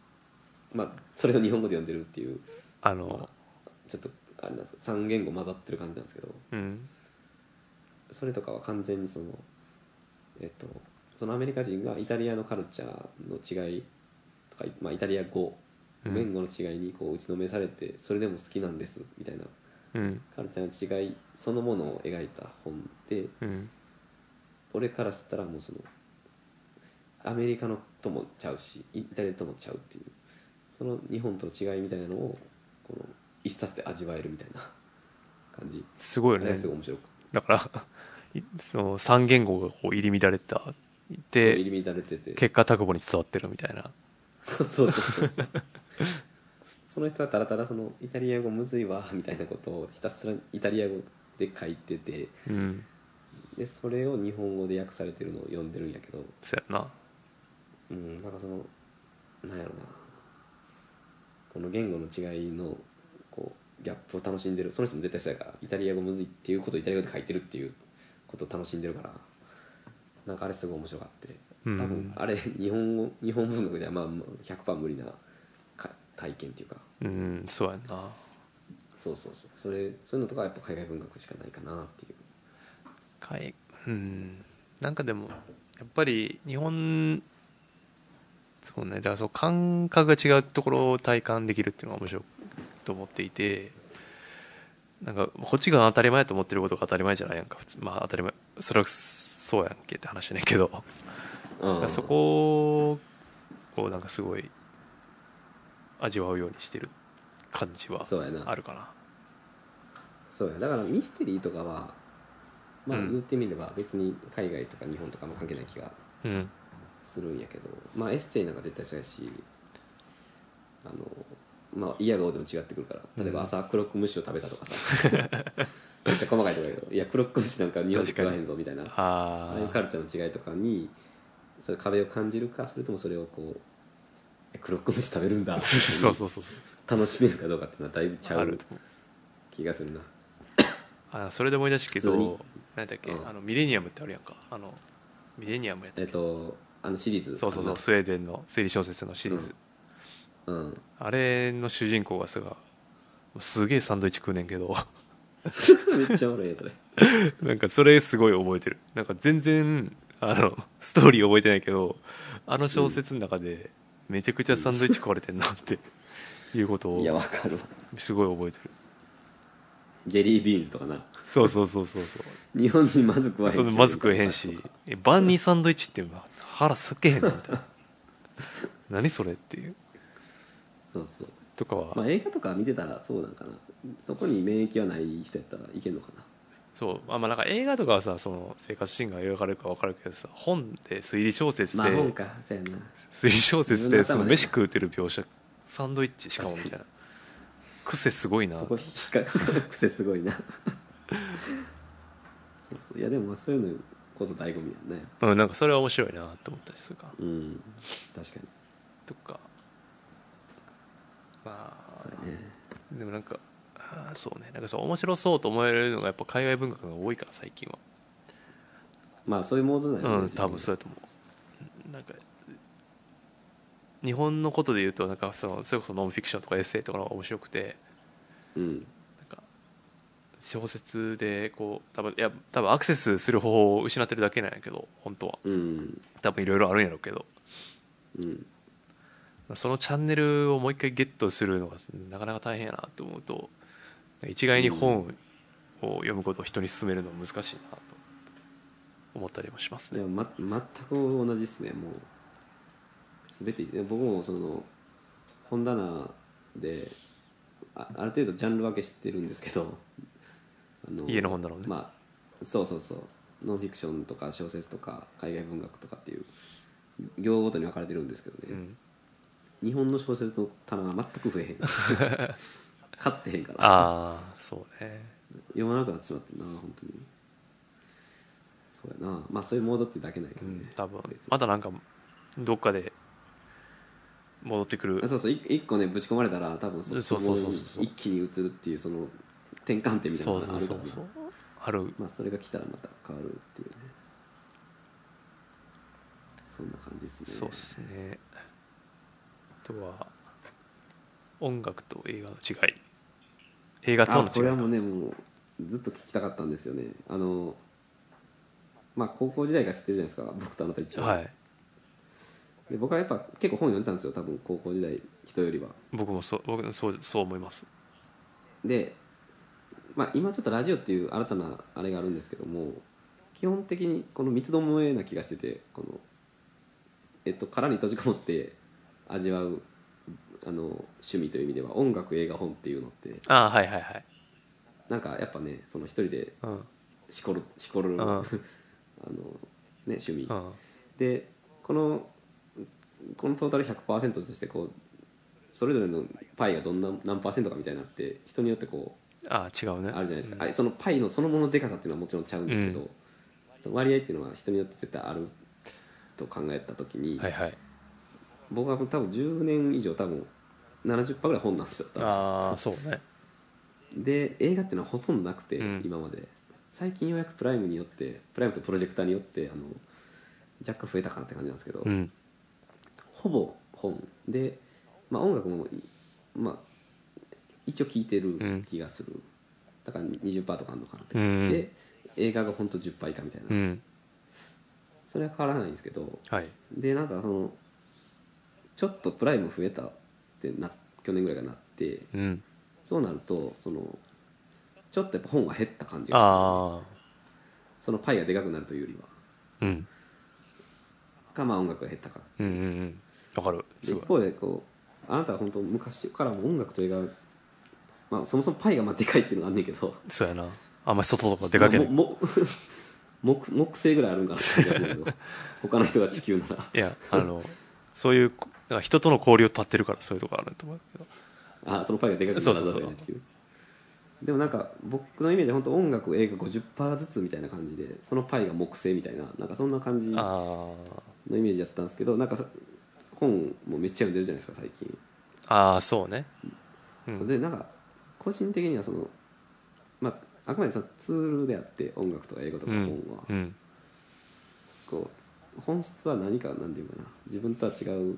Speaker 2: まあ、それを日本語で読んでるっていう
Speaker 1: あの、
Speaker 2: ちょっとあれなんです3言語混ざってる感じなんですけど
Speaker 1: うん。
Speaker 2: それとかは完全にそのえっとそのアメリカ人がイタリアのカルチャーの違いとか、まあ、イタリア語
Speaker 1: うん
Speaker 2: 言語の違いにこう打ちのめされて、それでも好きなんですみたいな
Speaker 1: うん。
Speaker 2: カルチャーの違いそのものを描いた本で
Speaker 1: うん。
Speaker 2: 俺からしたらもうそのアメリカのともちゃうしイタリアともちゃうっていうその日本との違いみたいなのをこの一冊で味わえるみたいな感じ
Speaker 1: すごい
Speaker 2: あ
Speaker 1: よ
Speaker 2: れが
Speaker 1: ね
Speaker 2: す。ごい面白くて
Speaker 1: だから、い その三言語がこう入り乱れた。
Speaker 2: 入
Speaker 1: で、
Speaker 2: り乱れてて
Speaker 1: 結果、タクボに伝わってるみたいな。
Speaker 2: そうそうそうそうその人はたらたらそのイタリア語むずいわみたいなことをひたすらイタリア語で書いてて
Speaker 1: うん
Speaker 2: でそれを日本語で訳されてるのを読んでるんやけど
Speaker 1: そうやんな
Speaker 2: うんなんかそのなんやろなこの言語の違いのこうギャップを楽しんでるその人も絶対そうやからイタリア語むずいっていうことをイタリア語で書いてるっていうことを楽しんでるからなんかあれすごい面白かって
Speaker 1: う
Speaker 2: 多
Speaker 1: ん
Speaker 2: 分あれ日本語日本文学じゃまあまあ100%無理なか体験っていうか
Speaker 1: うんそうやんな
Speaker 2: そうそうそうそれそういうのとかはやっぱ海外文学しかないかなっていう
Speaker 1: かいうんなんかでもやっぱり日本そうねだからそう感覚が違うところを体感できるっていうのが面白いと思っていてなんかこっちが当たり前やと思ってることが当たり前じゃないやんか普通まあ当たり前それはそうやんけって話ねんけど
Speaker 2: うん
Speaker 1: そこをなんかすごい味わうようにしてる感じは
Speaker 2: そうやな
Speaker 1: あるかな
Speaker 2: そうやだからミステリーとかはまあ
Speaker 1: うん
Speaker 2: 言ってみれば別に海外とか日本とかも関係ない気が
Speaker 1: うん
Speaker 2: するんやけどまあエッセイなんか絶対そうやしあのまあ嫌顔でも違ってくるから例えば朝クロックムシを食べたと かさめっちゃ細かいところやけどいやクロックムシなんか日本で食わへんぞみたいな
Speaker 1: あ
Speaker 2: ああいう カルチャーの違いとかにそれ壁を感じるかそれともそれをこうえ「黒く虫食べるんだ」っていう
Speaker 1: そうそうそうそう
Speaker 2: 楽しめるかどうかっていうのはだいぶちゃ
Speaker 1: ある
Speaker 2: う
Speaker 1: と思う
Speaker 2: 気がするな
Speaker 1: あそれで思い出したけ
Speaker 2: 普通に
Speaker 1: ど何だっけ、
Speaker 2: うん
Speaker 1: あのミレニアムってあるやんかあのミレニアムやった
Speaker 2: え
Speaker 1: っ
Speaker 2: っ
Speaker 1: け
Speaker 2: とあのシリーズ
Speaker 1: そうそうそうスウェーデンの推理小説のシリーズ、
Speaker 2: あのうん
Speaker 1: あれの主人公がすがすげえサンドイッチ食うねんけど
Speaker 2: めっちゃおもろいやそれ
Speaker 1: なんかそれすごい覚えてるなんか全然あのストーリー覚えてないけどあの小説の中でめちゃくちゃサンドイッチ食われてんなっていうこと
Speaker 2: いや
Speaker 1: を
Speaker 2: わかるわ
Speaker 1: すごい覚えてる
Speaker 2: ジェリービーンズとかな
Speaker 1: そうそうそうそうそう
Speaker 2: 日本人まず食わへん
Speaker 1: そのまず食えへんしえ万にサンドイッチって腹すけへんのみたい な何それっていう
Speaker 2: そうそう
Speaker 1: とかは、
Speaker 2: まあ映画とか見てたらそうなんかなそこに免疫はない人やったらいけんのかな
Speaker 1: そうあまあなんか映画とかはさその生活シーンが描かれるか分かるけどさ本で推理小説で、
Speaker 2: まあ本かそうやな
Speaker 1: 推理小説
Speaker 2: 自分の
Speaker 1: で
Speaker 2: 頭
Speaker 1: その
Speaker 2: で
Speaker 1: 飯食うてる描写サンドイッチしかもみ
Speaker 2: 確か
Speaker 1: た
Speaker 2: に
Speaker 1: いな癖すごいな
Speaker 2: そこ引っかか癖すごいなそうそういやでもまあそういうのこそ醍醐味やね
Speaker 1: うん、なんかそれは面白いなと思ったりするか
Speaker 2: うん確かに
Speaker 1: とかまあ
Speaker 2: そうやね
Speaker 1: でもなんかあーそうねなんかそう面白そうと思えるのがやっぱ海外文学が多いから最近は
Speaker 2: まあそういうモードなんやね
Speaker 1: うん多分そうやと思うなんか日本のことで言うとなんかそのそれこそノンフィクションとかエッセイとかの方が面白くて
Speaker 2: うん
Speaker 1: なんか小説でこう多分いや多分アクセスする方法を失ってるだけなんやけど本当は
Speaker 2: うん
Speaker 1: 多分いろいろあるんやろうけど
Speaker 2: うん
Speaker 1: そのチャンネルをもう一回ゲットするのがなかなか大変やなと思うと一概に本を読むことを人に勧めるのは難しいなと思ったりもします
Speaker 2: で
Speaker 1: ね
Speaker 2: も、ま、全く同じっすねもう全てで僕もその本棚であある程度ジャンル分けしてるんですけど あの
Speaker 1: 家の本だろうね、
Speaker 2: まあそうそうそうノンフィクションとか小説とか海外文学とかっていう行ごとに分かれてるんですけど
Speaker 1: う
Speaker 2: ね、
Speaker 1: ん、
Speaker 2: 日本の小説の棚は全 く増えへん買ってへんから
Speaker 1: ああそうね
Speaker 2: 読まなくなってしまってんな本当にそうやなまあそういうモードってだけないけ
Speaker 1: う
Speaker 2: どね、
Speaker 1: ん多分
Speaker 2: 別に
Speaker 1: まだなんかどっかで戻ってくる
Speaker 2: あそうそうい一個ねぶち込まれたら多分そ
Speaker 1: そうそうそうそう
Speaker 2: そこに一気に移るっていうその転換点みたいな
Speaker 1: そ
Speaker 2: の
Speaker 1: う
Speaker 2: があるか
Speaker 1: そ
Speaker 2: ら
Speaker 1: うそ
Speaker 2: ね
Speaker 1: うそうある
Speaker 2: まあそれが来たらまた変わるっていうねそんな感じですね
Speaker 1: そうですねあとは音楽と映画の違い映画と
Speaker 2: あ
Speaker 1: の
Speaker 2: これ
Speaker 1: 違
Speaker 2: はいも
Speaker 1: か
Speaker 2: うねもうずっと聞きたかったんですよねあのまあ高校時代から知ってるじゃないですか僕とあなた一応、
Speaker 1: はい
Speaker 2: で僕はやっぱ結構本読んでたんですよ多分高校時代人よりは
Speaker 1: 僕もそう僕もそうそう思います
Speaker 2: で、まあ、今ちょっとラジオっていう新たなあれがあるんですけども基本的にこの三つどもえな気がしててこの、えっと、殻に閉じこもって味わうあの趣味という意味では音楽映画本っていうのって
Speaker 1: ああはいはいはい
Speaker 2: なんかやっぱねその一人で
Speaker 1: うん
Speaker 2: しこるしこる、
Speaker 1: ん
Speaker 2: あの ね趣味、
Speaker 1: うん
Speaker 2: でこのこのトータル100%としてこうそれぞれのパイがどんな何パーセントかみたいになって人によってこう
Speaker 1: あ違うね
Speaker 2: あるじゃないですか、
Speaker 1: うん
Speaker 2: あれそのパイのそのものでかさっていうのはもちろんちゃうんですけど、
Speaker 1: うん
Speaker 2: その割合っていうのは人によって絶対あると考えた時に、
Speaker 1: はいはい
Speaker 2: 僕は多分10年以上多分70%ぐらい本なんですよ多分
Speaker 1: ああそうね
Speaker 2: で映画っていうのはほとんどなくて、
Speaker 1: うん
Speaker 2: 今まで最近ようやくプライムによってプライムとプロジェクターによってあの若干増えたかなって感じなんですけど、
Speaker 1: うん
Speaker 2: ほぼ本で、まあ、音楽も、まあ、一応聴いてる気がする、だから20%とかあるのかなって感じ、
Speaker 1: うん
Speaker 2: で映画がほんと10%以下みたいな、
Speaker 1: うん
Speaker 2: それは変わらないんですけど
Speaker 1: はい
Speaker 2: でなんかそのちょっとプライム増えたってな去年ぐらいがなって
Speaker 1: うん
Speaker 2: そうなるとそのちょっとやっぱ本が減った感じが
Speaker 1: ああ
Speaker 2: するそのパイがでかくなるというよりは
Speaker 1: うん
Speaker 2: かまあ音楽が減ったから
Speaker 1: うんうんうんわかる
Speaker 2: です一
Speaker 1: ごい
Speaker 2: 方でこうあなたは本当昔からもう音楽と映画、まあ、そもそもパイがまあでかいっていうのがあんねんけど
Speaker 1: そうやなあんまり外とか出かけない
Speaker 2: まあもも木木星ぐらいあるんかなって気がするけど他の人が地球なら
Speaker 1: いやあのそういうだから人との交流を立ってるからそういうとこあると思うけど
Speaker 2: あそのパイがでかくならざるを得ないっていうでもなんか僕のイメージは本当音楽映画50%ずつみたいな感じでそのパイが木星みたいななんかそんな感じの
Speaker 1: あ
Speaker 2: イメージだったんですけどなんかさ本もめっちゃ読んでるじゃないですか最近、
Speaker 1: ーあーそうねうん
Speaker 2: でなんか個人的にはそのまああくまでそのツールであって音楽とか英語とか
Speaker 1: う
Speaker 2: 本は、
Speaker 1: んうん
Speaker 2: こう本質は何かなんていうかな自分とは違う哲学と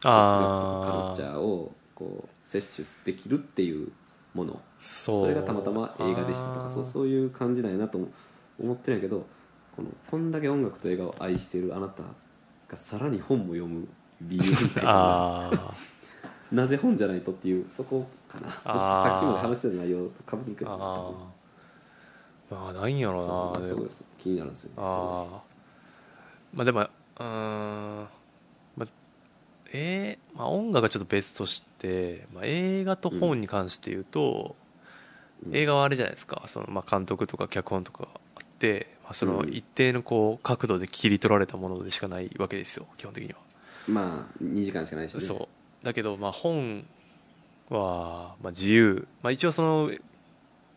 Speaker 2: かカル
Speaker 1: あ
Speaker 2: チャ
Speaker 1: あ
Speaker 2: ーをこう摂取できるっていうもの
Speaker 1: そう
Speaker 2: それがたまたま映画でしたと
Speaker 1: あ
Speaker 2: か
Speaker 1: ー
Speaker 2: そうそういう感じなんやなと思ってるんやけどこのこんだけ音楽と映画を愛しているあなたがさらに本も読む理由みたいな
Speaker 1: あー
Speaker 2: なぜ本じゃないとっていうそこかな
Speaker 1: あー
Speaker 2: さっきまで話してた内容とかぶりく
Speaker 1: あ
Speaker 2: そう
Speaker 1: ーまあないんやろうな
Speaker 2: そう
Speaker 1: で
Speaker 2: そう
Speaker 1: も
Speaker 2: そう気になるんですよね
Speaker 1: ああまあでもうーんまあえーまあ、音楽がちょっと別として、まあ、映画と本に関して言うと、
Speaker 2: うん
Speaker 1: 映画はあれじゃないですかその、まあ、監督とか脚本とかあって、まあ、そうの
Speaker 2: ん
Speaker 1: 一定のこう角度で切り取られたものでしかないわけですよ基本的には。
Speaker 2: まあ2時間しかないしね
Speaker 1: そうだけどまあ本は、まあ、自由、まあ、一応その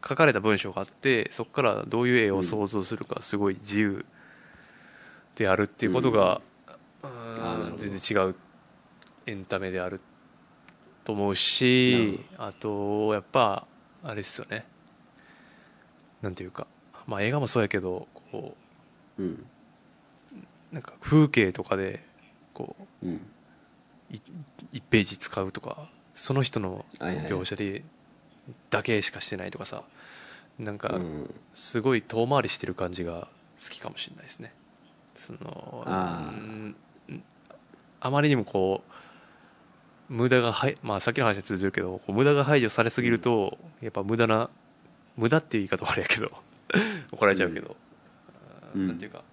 Speaker 1: 書かれた文章があってそこからどういう絵を想像するかすごい自由であるっていうことが、う
Speaker 2: あーな
Speaker 1: ー
Speaker 2: る
Speaker 1: ん
Speaker 2: ほど
Speaker 1: 全然違うエンタメであると思う
Speaker 2: なる
Speaker 1: しあとやっぱあれですよねなんていうか、まあ、映画もそうやけどこ
Speaker 2: うん
Speaker 1: うなんか風景とかでこう
Speaker 2: うん
Speaker 1: い1ページ使うとかその人の
Speaker 2: はいはい
Speaker 1: 描写でだけしかしてないとかさなん
Speaker 2: う
Speaker 1: か
Speaker 2: ん
Speaker 1: すごい遠回りしてる感じが好きかもしれないですねその
Speaker 2: あー
Speaker 1: うんうんあまりにもこう無駄がはい、まあ、さっきの話は通じるけどこう無駄が排除されすぎるとやっぱ無駄な無駄っていう言い方はあれやけど 怒られちゃうけど、
Speaker 2: うんうん
Speaker 1: なんていうか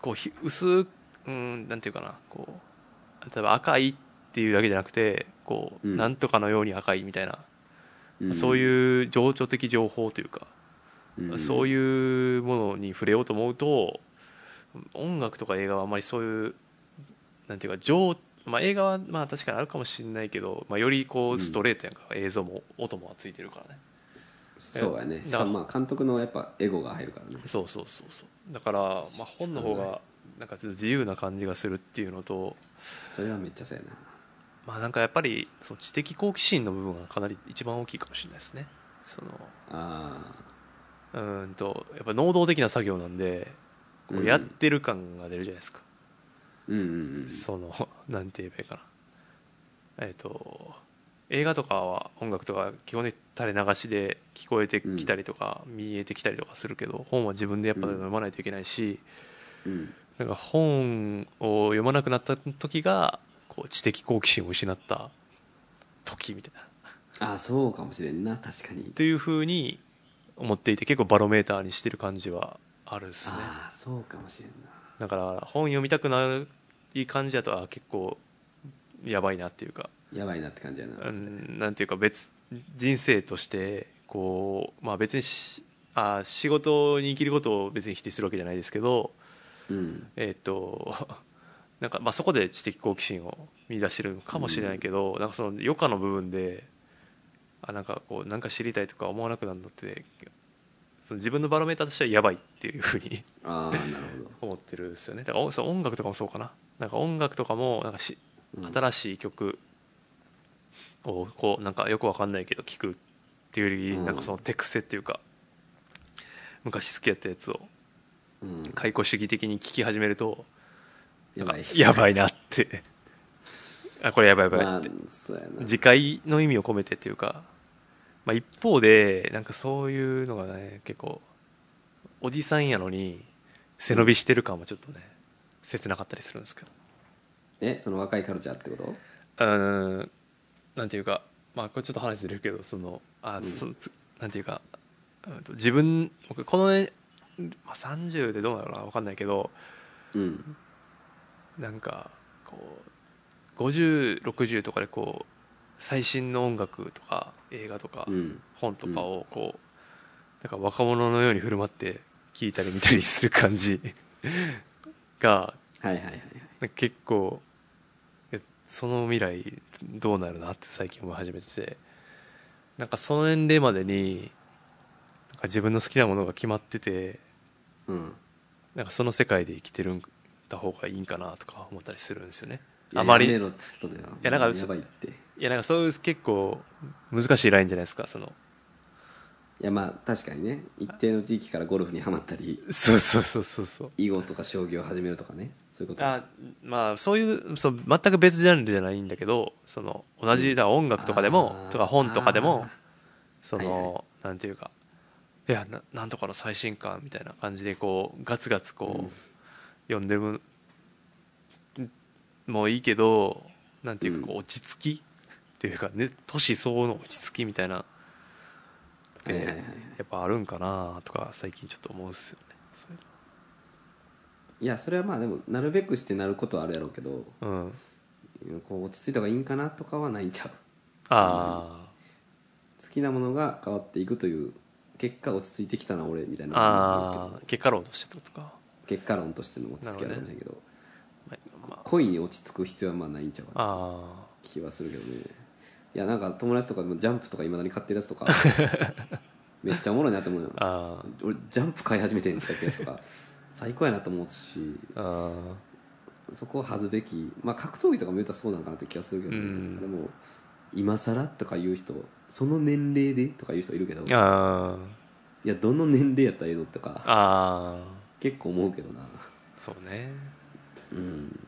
Speaker 1: こうひ薄くうんなんていうかなこう例えば赤いっていうだけじゃなくてこう、
Speaker 2: うん
Speaker 1: なんとかのように赤いみたいな、
Speaker 2: うん
Speaker 1: そういう情緒的情報というか、
Speaker 2: うん
Speaker 1: そういうものに触れようと思うと音楽とか映画はあまりそういうなんていうか情まあ、映画はまあ確かにあるかもしれないけど、まあ、よりこ
Speaker 2: う
Speaker 1: うんストレートやんか、映像も音もついてるからね
Speaker 2: そうやね
Speaker 1: え
Speaker 2: しかもまあ監督のやっぱエゴが入るからね
Speaker 1: そうそうそうそうだから、まあ、本の方がなんかちょっと自由な感じがするっていうのと、
Speaker 2: それはめっちゃそうやな
Speaker 1: まあ、なんかやっぱりその知的好奇心の部分がかなり一番大きいかもしれないですねその
Speaker 2: あ
Speaker 1: うーんとやっぱ能動的な作業なんでこ
Speaker 2: う
Speaker 1: うんやってる感が出るじゃないですか、
Speaker 2: ーうんうんうん
Speaker 1: その なんて言えばいいかなえっ、と映画とかは音楽とか基本的に垂れ流しで聞こえてきたりとか、見えてきたりとかするけど本は自分でやっぱ読まないといけないし、
Speaker 2: うん
Speaker 1: なんか本を読まなくなった時がこう知的好奇心を失った時みたいな
Speaker 2: ああそうかもしれんな確かに
Speaker 1: というふうに思っていて結構バロメーターにしてる感じはあるですね
Speaker 2: ああそうかもしれんな
Speaker 1: だから本読みたくない感じだとあ結構やばいなっていうか、
Speaker 2: やばいなって感じやな
Speaker 1: うんなんていうか別人生としてこうまあ別にしあ仕事に生きることを別に否定するわけじゃないですけど
Speaker 2: うん
Speaker 1: えっとなんかまあそこで知的好奇心を見出してるのかもしれないけど、なんかその余暇の部分であなんかこうなんか知りたいとか思わなくなるのってその自分のバロメーターとしてはやばいっていうふうに
Speaker 2: ああなるほど
Speaker 1: 思ってるんですよねだからおそう音楽とかもそうかななんか音楽とかもなんかし
Speaker 2: うん
Speaker 1: 新しい曲をこうなんかよくわかんないけど聴くっていうより
Speaker 2: うん
Speaker 1: なんかその手癖っていうか昔好きやったやつを
Speaker 2: うん
Speaker 1: 解雇主義的に聴き始めると
Speaker 2: やばい
Speaker 1: やばいなって あこれやばいやばい
Speaker 2: ま
Speaker 1: っ
Speaker 2: あ
Speaker 1: て
Speaker 2: そうやな
Speaker 1: 自戒の意味を込めてっていうか、まあ、一方でなんかそういうのがね結構おじさんやのに背伸びしてる感もちょっとね切なかったりするんですけど
Speaker 2: えその若いカルチャーってこと
Speaker 1: うーんなんていうかまあこれちょっと話ずれるけどそのあ、
Speaker 2: うん
Speaker 1: そのつなんていうか、うんと自分僕この、ねまあ、30でどうなのかな分かんないけど
Speaker 2: うん
Speaker 1: なんかこう5060とかでこう最新の音楽とか映画とか、
Speaker 2: うん
Speaker 1: 本とかをこう、なんか若者のように振る舞って聞いたり見たりする感じ が
Speaker 2: はいはいはいはい
Speaker 1: なんか結構えその未来どうなるなって最近思い始めててなんかその年齢までになんか自分の好きなものが決まってて
Speaker 2: うん
Speaker 1: なんかその世界で生きてるんた方がいいんかなとか思ったりするんですよね
Speaker 2: いや
Speaker 1: あまり
Speaker 2: やめろっつったのよ
Speaker 1: やなんか
Speaker 2: やばいってい
Speaker 1: いやなんかそういう結構難しいラインじゃないですかその
Speaker 2: やまあ確かにね一定の地域からゴルフにはまったり
Speaker 1: そうそうそうそうそう
Speaker 2: 囲碁とか将棋を始めるとかねそういうこと
Speaker 1: あまあそういうそう全く別ジャンルじゃないんだけどその同じだから音楽とかでも
Speaker 2: あー
Speaker 1: とか本とかでも
Speaker 2: あー
Speaker 1: そ
Speaker 2: はい
Speaker 1: のなんていうかいやななんとかの最新刊みたいな感じでこうガツガツ
Speaker 2: う
Speaker 1: こ
Speaker 2: ん
Speaker 1: う読んでるもういいけどなんていうかこう落ち着きっていうかね年相応の落ち着きみたいな
Speaker 2: はいはいは
Speaker 1: や
Speaker 2: いはい
Speaker 1: っぱあるんかなとか最近ちょっと思うっすよねそういう
Speaker 2: いやそれはまあでもなるべくしてなることはあるやろうけど
Speaker 1: のうん
Speaker 2: こう落ち着いた方がいいんかなとかはないんちゃう
Speaker 1: あ
Speaker 2: 好きなものが変わっていくという結果落ち着いてきたな俺みたい
Speaker 1: ー
Speaker 2: な
Speaker 1: あー結果論としてるとか
Speaker 2: 結果論としての落ち着きはあるかもしれないけど
Speaker 1: まあまあ
Speaker 2: 恋に落ち着く必要はまあないんちゃうかな
Speaker 1: あ
Speaker 2: 気はするけどねいやなんか友達とかでもジャンプとかいまだに買ってるやつ とかめっちゃおもろいなと思うよ
Speaker 1: ーあー
Speaker 2: 俺ジャンプ買い始めてんってやつとか最高やなと思うし
Speaker 1: あ
Speaker 2: そこを恥ずべき、まあ、格闘技とかも言うたらそうなんかなって気がするけど、ね
Speaker 1: うん
Speaker 2: でも今更とか言う人その年齢でとか言う人いるけど
Speaker 1: ーあー
Speaker 2: いやどの年齢やったらええのとか
Speaker 1: あ
Speaker 2: 結構思うけどな
Speaker 1: ーそうね
Speaker 2: うん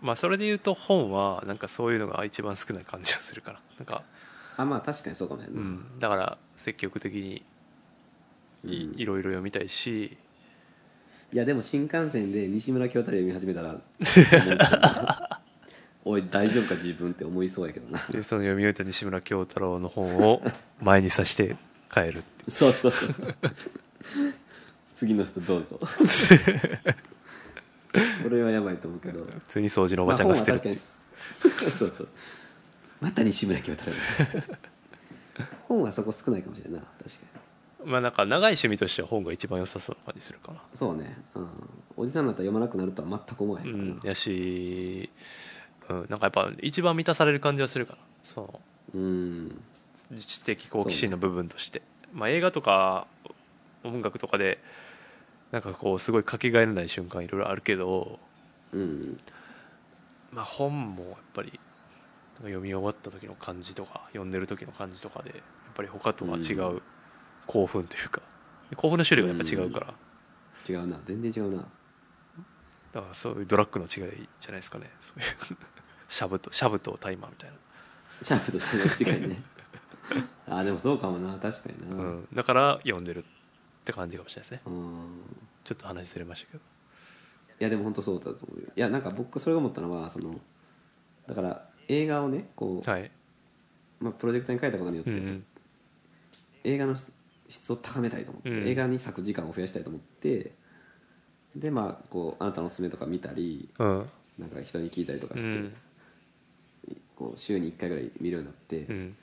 Speaker 1: まあそれで言うと本はなんかそういうのが一番少ない感じがするからなんか、
Speaker 2: あまあ確かにそうかもしれ
Speaker 1: う
Speaker 2: ない、
Speaker 1: ん、だから積極的にい,、
Speaker 2: うん
Speaker 1: ろいろ読みたいし
Speaker 2: いやでも新幹線で西村京太郎読み 始めたらおい大丈夫か自分って思いそうやけどな
Speaker 1: でその読み終えた西村京太郎の本を前にさして帰るって
Speaker 2: そうそうそうそう次の人どうぞこれはやばいと思うけど
Speaker 1: 普通に掃除のおばちゃんが捨てるっていう、
Speaker 2: まあ本は確かにそうそうまた西村京太郎本はそこ少ないかもしれんないな確かに
Speaker 1: まあなんか長い趣味としては本が一番良さそうな感じするかな
Speaker 2: そうね、うん、おじさんになったら読まなくなるとは全く思わへん
Speaker 1: う
Speaker 2: からな、
Speaker 1: ん、やし、うん、なんかやっぱ一番満たされる感じはするからその
Speaker 2: うん
Speaker 1: 知的好奇心の部分として、まあ、映画とか音楽とかでなんかこうすごいかけがえのない瞬間いろいろあるけど、
Speaker 2: うん
Speaker 1: まあ、本もやっぱりなんか読み終わった時の感じとか読んでる時の感じとかでやっぱり他とは違
Speaker 2: う
Speaker 1: う興奮というか興奮の種類がやっぱ違うから、
Speaker 2: 違うな全然違うな
Speaker 1: だからそういうドラッグの違いじゃないですかねそういう シャブとシャブとタイマーみたいな。
Speaker 2: シャープと全然違 いねあでもそうかもな確かにな
Speaker 1: う、ん、だから読んでるって感じかもしれないですね
Speaker 2: うん
Speaker 1: ちょっと話ずれましたけど
Speaker 2: いやでも本当そうだと思うよいやなんか僕それが思ったのはそのだから映画をねこう、
Speaker 1: はい、
Speaker 2: まあ、プロジェクターに書いたことによっ
Speaker 1: う
Speaker 2: て、
Speaker 1: んうん、
Speaker 2: 映画の質質を高めたいと思って、
Speaker 1: うん
Speaker 2: 映画に咲く時間を増やしたいと思ってでまあこうあなたのおすすめとか見たり
Speaker 1: うん
Speaker 2: なんか人に聞いたりとか
Speaker 1: う
Speaker 2: して、
Speaker 1: ん
Speaker 2: こう週に1回ぐらい見るようになって、
Speaker 1: うん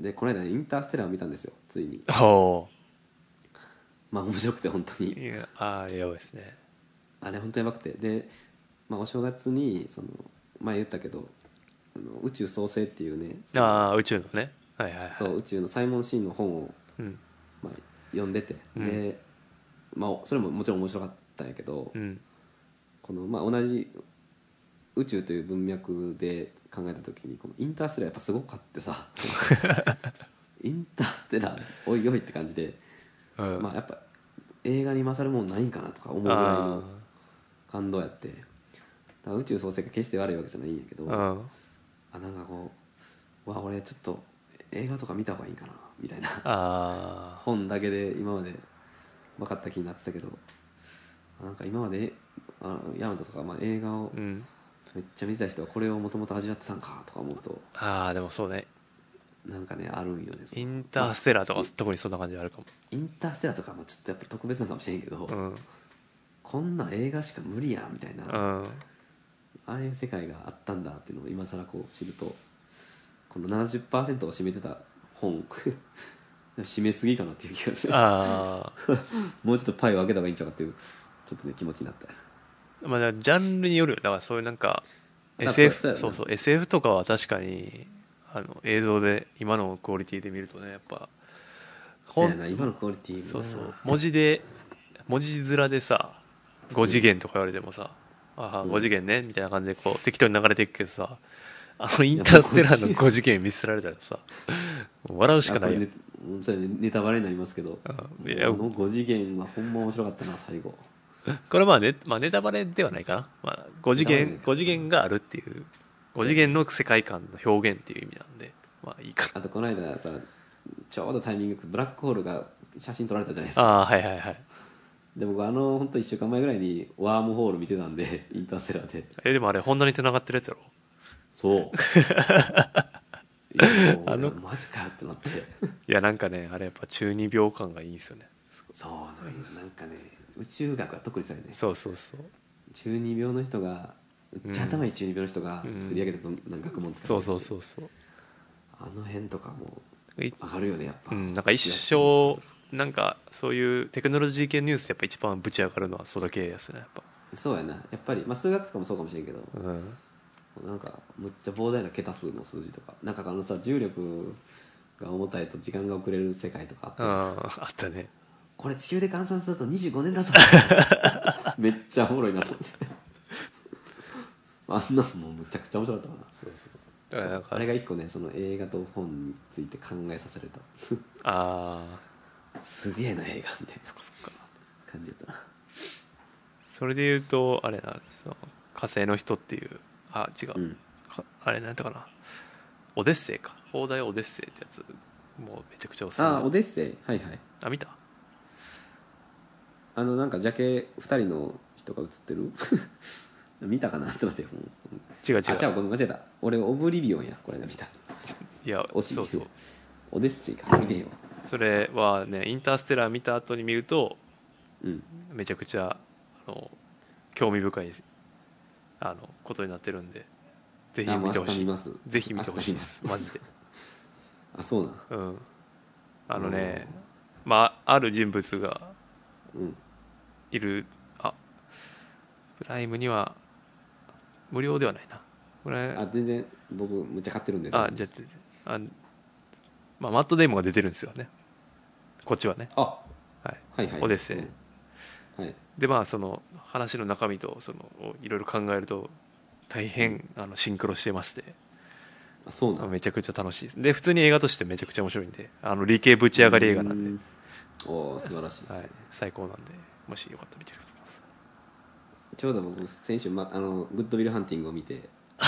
Speaker 2: でこの間ねインターステラーを見たんですよついに
Speaker 1: お
Speaker 2: まあ面白くて本当
Speaker 1: ーい
Speaker 2: に
Speaker 1: やあーやばいですね
Speaker 2: あれ本当にやばくてでまあ、お正月にその前言ったけどあの宇宙創生っていうねその
Speaker 1: ああ宇宙のねはいはいはい
Speaker 2: そう宇宙のサイモン・シーンの本を、
Speaker 1: うん
Speaker 2: まあ、読んでて、
Speaker 1: うん
Speaker 2: で、まあ、それももちろん面白かったんやけど、
Speaker 1: うん
Speaker 2: このまあ、同じ宇宙という文脈で考えた時にこのインターステラーやっぱすごかっ てさインターステラーおいおいって感じで、
Speaker 1: うん
Speaker 2: まあ、やっぱ映画に勝るもんないんかなとか思うぐらい
Speaker 1: あ
Speaker 2: の感動やってだから宇宙創生が決して悪いわけじゃないんやけど、
Speaker 1: ーうん
Speaker 2: あなんかこううわ俺ちょっと映画とか見た方がいいんかなみたいな
Speaker 1: あ
Speaker 2: 本だけで今まで分かった気になってたけどあなんか今まであヤマトとか、まあ、映画を
Speaker 1: ーうん
Speaker 2: めっちゃ見てた人はこれをもともと味わってたんかとか思うと
Speaker 1: ああでもそうね
Speaker 2: なんかねあるんよねその
Speaker 1: インターステラーとか特にそんな感じあるかも
Speaker 2: インターステラーとかもちょっとやっぱ特別なのかもしれんけど、
Speaker 1: うん
Speaker 2: こんな映画しか無理やんみたいな、
Speaker 1: う
Speaker 2: あ
Speaker 1: ん
Speaker 2: あいう世界があったんだっていうのを今更こう知るとこの70%を占めてた本 締めすぎかなっていう気がする
Speaker 1: あ
Speaker 2: もうちょっとパイを開けた方がいいんちゃうかっていうちょっとね気持ちになった
Speaker 1: あまあだからジャンルによるよだからそういうなんか
Speaker 2: だから
Speaker 1: SF
Speaker 2: そう
Speaker 1: そう
Speaker 2: やな
Speaker 1: そう SF とかは確かにあの映像で今のクオリティで見るとねやっぱ
Speaker 2: そ
Speaker 1: ほ
Speaker 2: うんやな今のクオリティもな
Speaker 1: そうそう文字で文字面でさ5次元とか言われてもさ「ああ
Speaker 2: うん
Speaker 1: 5次元ね」みたいな感じでこう適当に流れていくけどさあのインターステラーの5次元見せられたらさもう笑うしかない
Speaker 2: あ
Speaker 1: や
Speaker 2: これ
Speaker 1: ん
Speaker 2: ねうんそれねネタバレになりますけどこ
Speaker 1: うんいや
Speaker 2: の5次元はほんま面白かったな最後
Speaker 1: これはまあ、ね、まあネタバレではないかな、まあ、5次
Speaker 2: ネ
Speaker 1: 元
Speaker 2: タバ
Speaker 1: 5次元があるっていう5次元の世界観の表現っていう意味なんでまあいいか
Speaker 2: あとこの間さちょうどタイミングよくブラックホールが写真撮られたじゃないです
Speaker 1: あ
Speaker 2: か
Speaker 1: あはいはいはい
Speaker 2: で僕あの本当1週間前ぐらいにワームホール見てたんでインターステラーで
Speaker 1: えでもあれ本当に繋がってるやつやろ
Speaker 2: そういやも う
Speaker 1: あの
Speaker 2: いやマジかよってなって
Speaker 1: いやなんかねあれやっぱ中二病感がいいんですよね
Speaker 2: そうなんよなんかね宇宙学は特にそうよね
Speaker 1: そうそうそう
Speaker 2: 中二病の人がめっちゃ頭いい中二病の人が
Speaker 1: うん
Speaker 2: 作り上げた文なんか学問とか
Speaker 1: そうそうそうそう
Speaker 2: あの辺とかも
Speaker 1: い
Speaker 2: 上がるよねやっぱ、
Speaker 1: うん、なんか一生なんかそういうテクノロジー系ニュースでやっぱ一番ぶち上がるのはそれだけですねやっぱ、
Speaker 2: そうやなやっぱり、まあ、数学とかもそうかもしれんけど
Speaker 1: うん、
Speaker 2: なんかむっちゃ膨大な桁数の数字とかなんかあのさ重力が重たいと時間が遅れる世界とかあった
Speaker 1: あーあったね
Speaker 2: これ地球で換算すると25年だぞ めっちゃおもろいなと思ってあんなのもうむちゃくちゃ面白かった
Speaker 1: だ
Speaker 2: な
Speaker 1: からなんか
Speaker 2: あれが一個ねその映画と本について考えさせられた
Speaker 1: ああ
Speaker 2: すげえな映画みたい
Speaker 1: そっかそっか
Speaker 2: な感じだったな
Speaker 1: それで言うとあれなその火星の人っていうあ違う、
Speaker 2: うん
Speaker 1: かあれなんだかなオデッセイか放題オデッセイってやつもうめちゃくちゃおすすめ
Speaker 2: ああオデッセイはいはい
Speaker 1: あ見た
Speaker 2: あのなんかジャケ2人の人が映ってる 見たかなって待ってもう
Speaker 1: 違う違
Speaker 2: あ違う
Speaker 1: う
Speaker 2: ごめん間違えた俺オブリビオンやこれね見た
Speaker 1: いや
Speaker 2: 惜しい
Speaker 1: そうそう
Speaker 2: オデッセイか見ねえよ
Speaker 1: それはねインターステラー見た後に見ると
Speaker 2: うん
Speaker 1: めちゃくちゃあの興味深いあのことになってるんでぜひ
Speaker 2: あもう
Speaker 1: 見て
Speaker 2: 明
Speaker 1: ほ
Speaker 2: 日
Speaker 1: し
Speaker 2: 見
Speaker 1: い
Speaker 2: ます
Speaker 1: ぜひ見てほしいです
Speaker 2: 明日見
Speaker 1: マ
Speaker 2: ま
Speaker 1: ジで
Speaker 2: あそうなん
Speaker 1: うんあのねまあある人物が
Speaker 2: うん
Speaker 1: いるあプライムには無料ではないなこれ
Speaker 2: あ全然僕むっちゃ買ってるんで
Speaker 1: あじゃああまあマット・デイモンが出てるんですよねこっちはね
Speaker 2: あ
Speaker 1: はい
Speaker 2: はいはい
Speaker 1: オデッセイ
Speaker 2: うんはい
Speaker 1: でまあその話の中身とそのをいろいろ考えると大変あのシンクロしてまして
Speaker 2: あそうなん
Speaker 1: めちゃくちゃ楽しいですで普通に映画としてめちゃくちゃ面白いんであの理系ぶち上がり映画なんで、
Speaker 2: でおお素晴らしいですね、
Speaker 1: はい、最高なんでもしよかったら見てくださ
Speaker 2: ちょうど僕先週、ま、あのグッドビルハンティングを見て
Speaker 1: い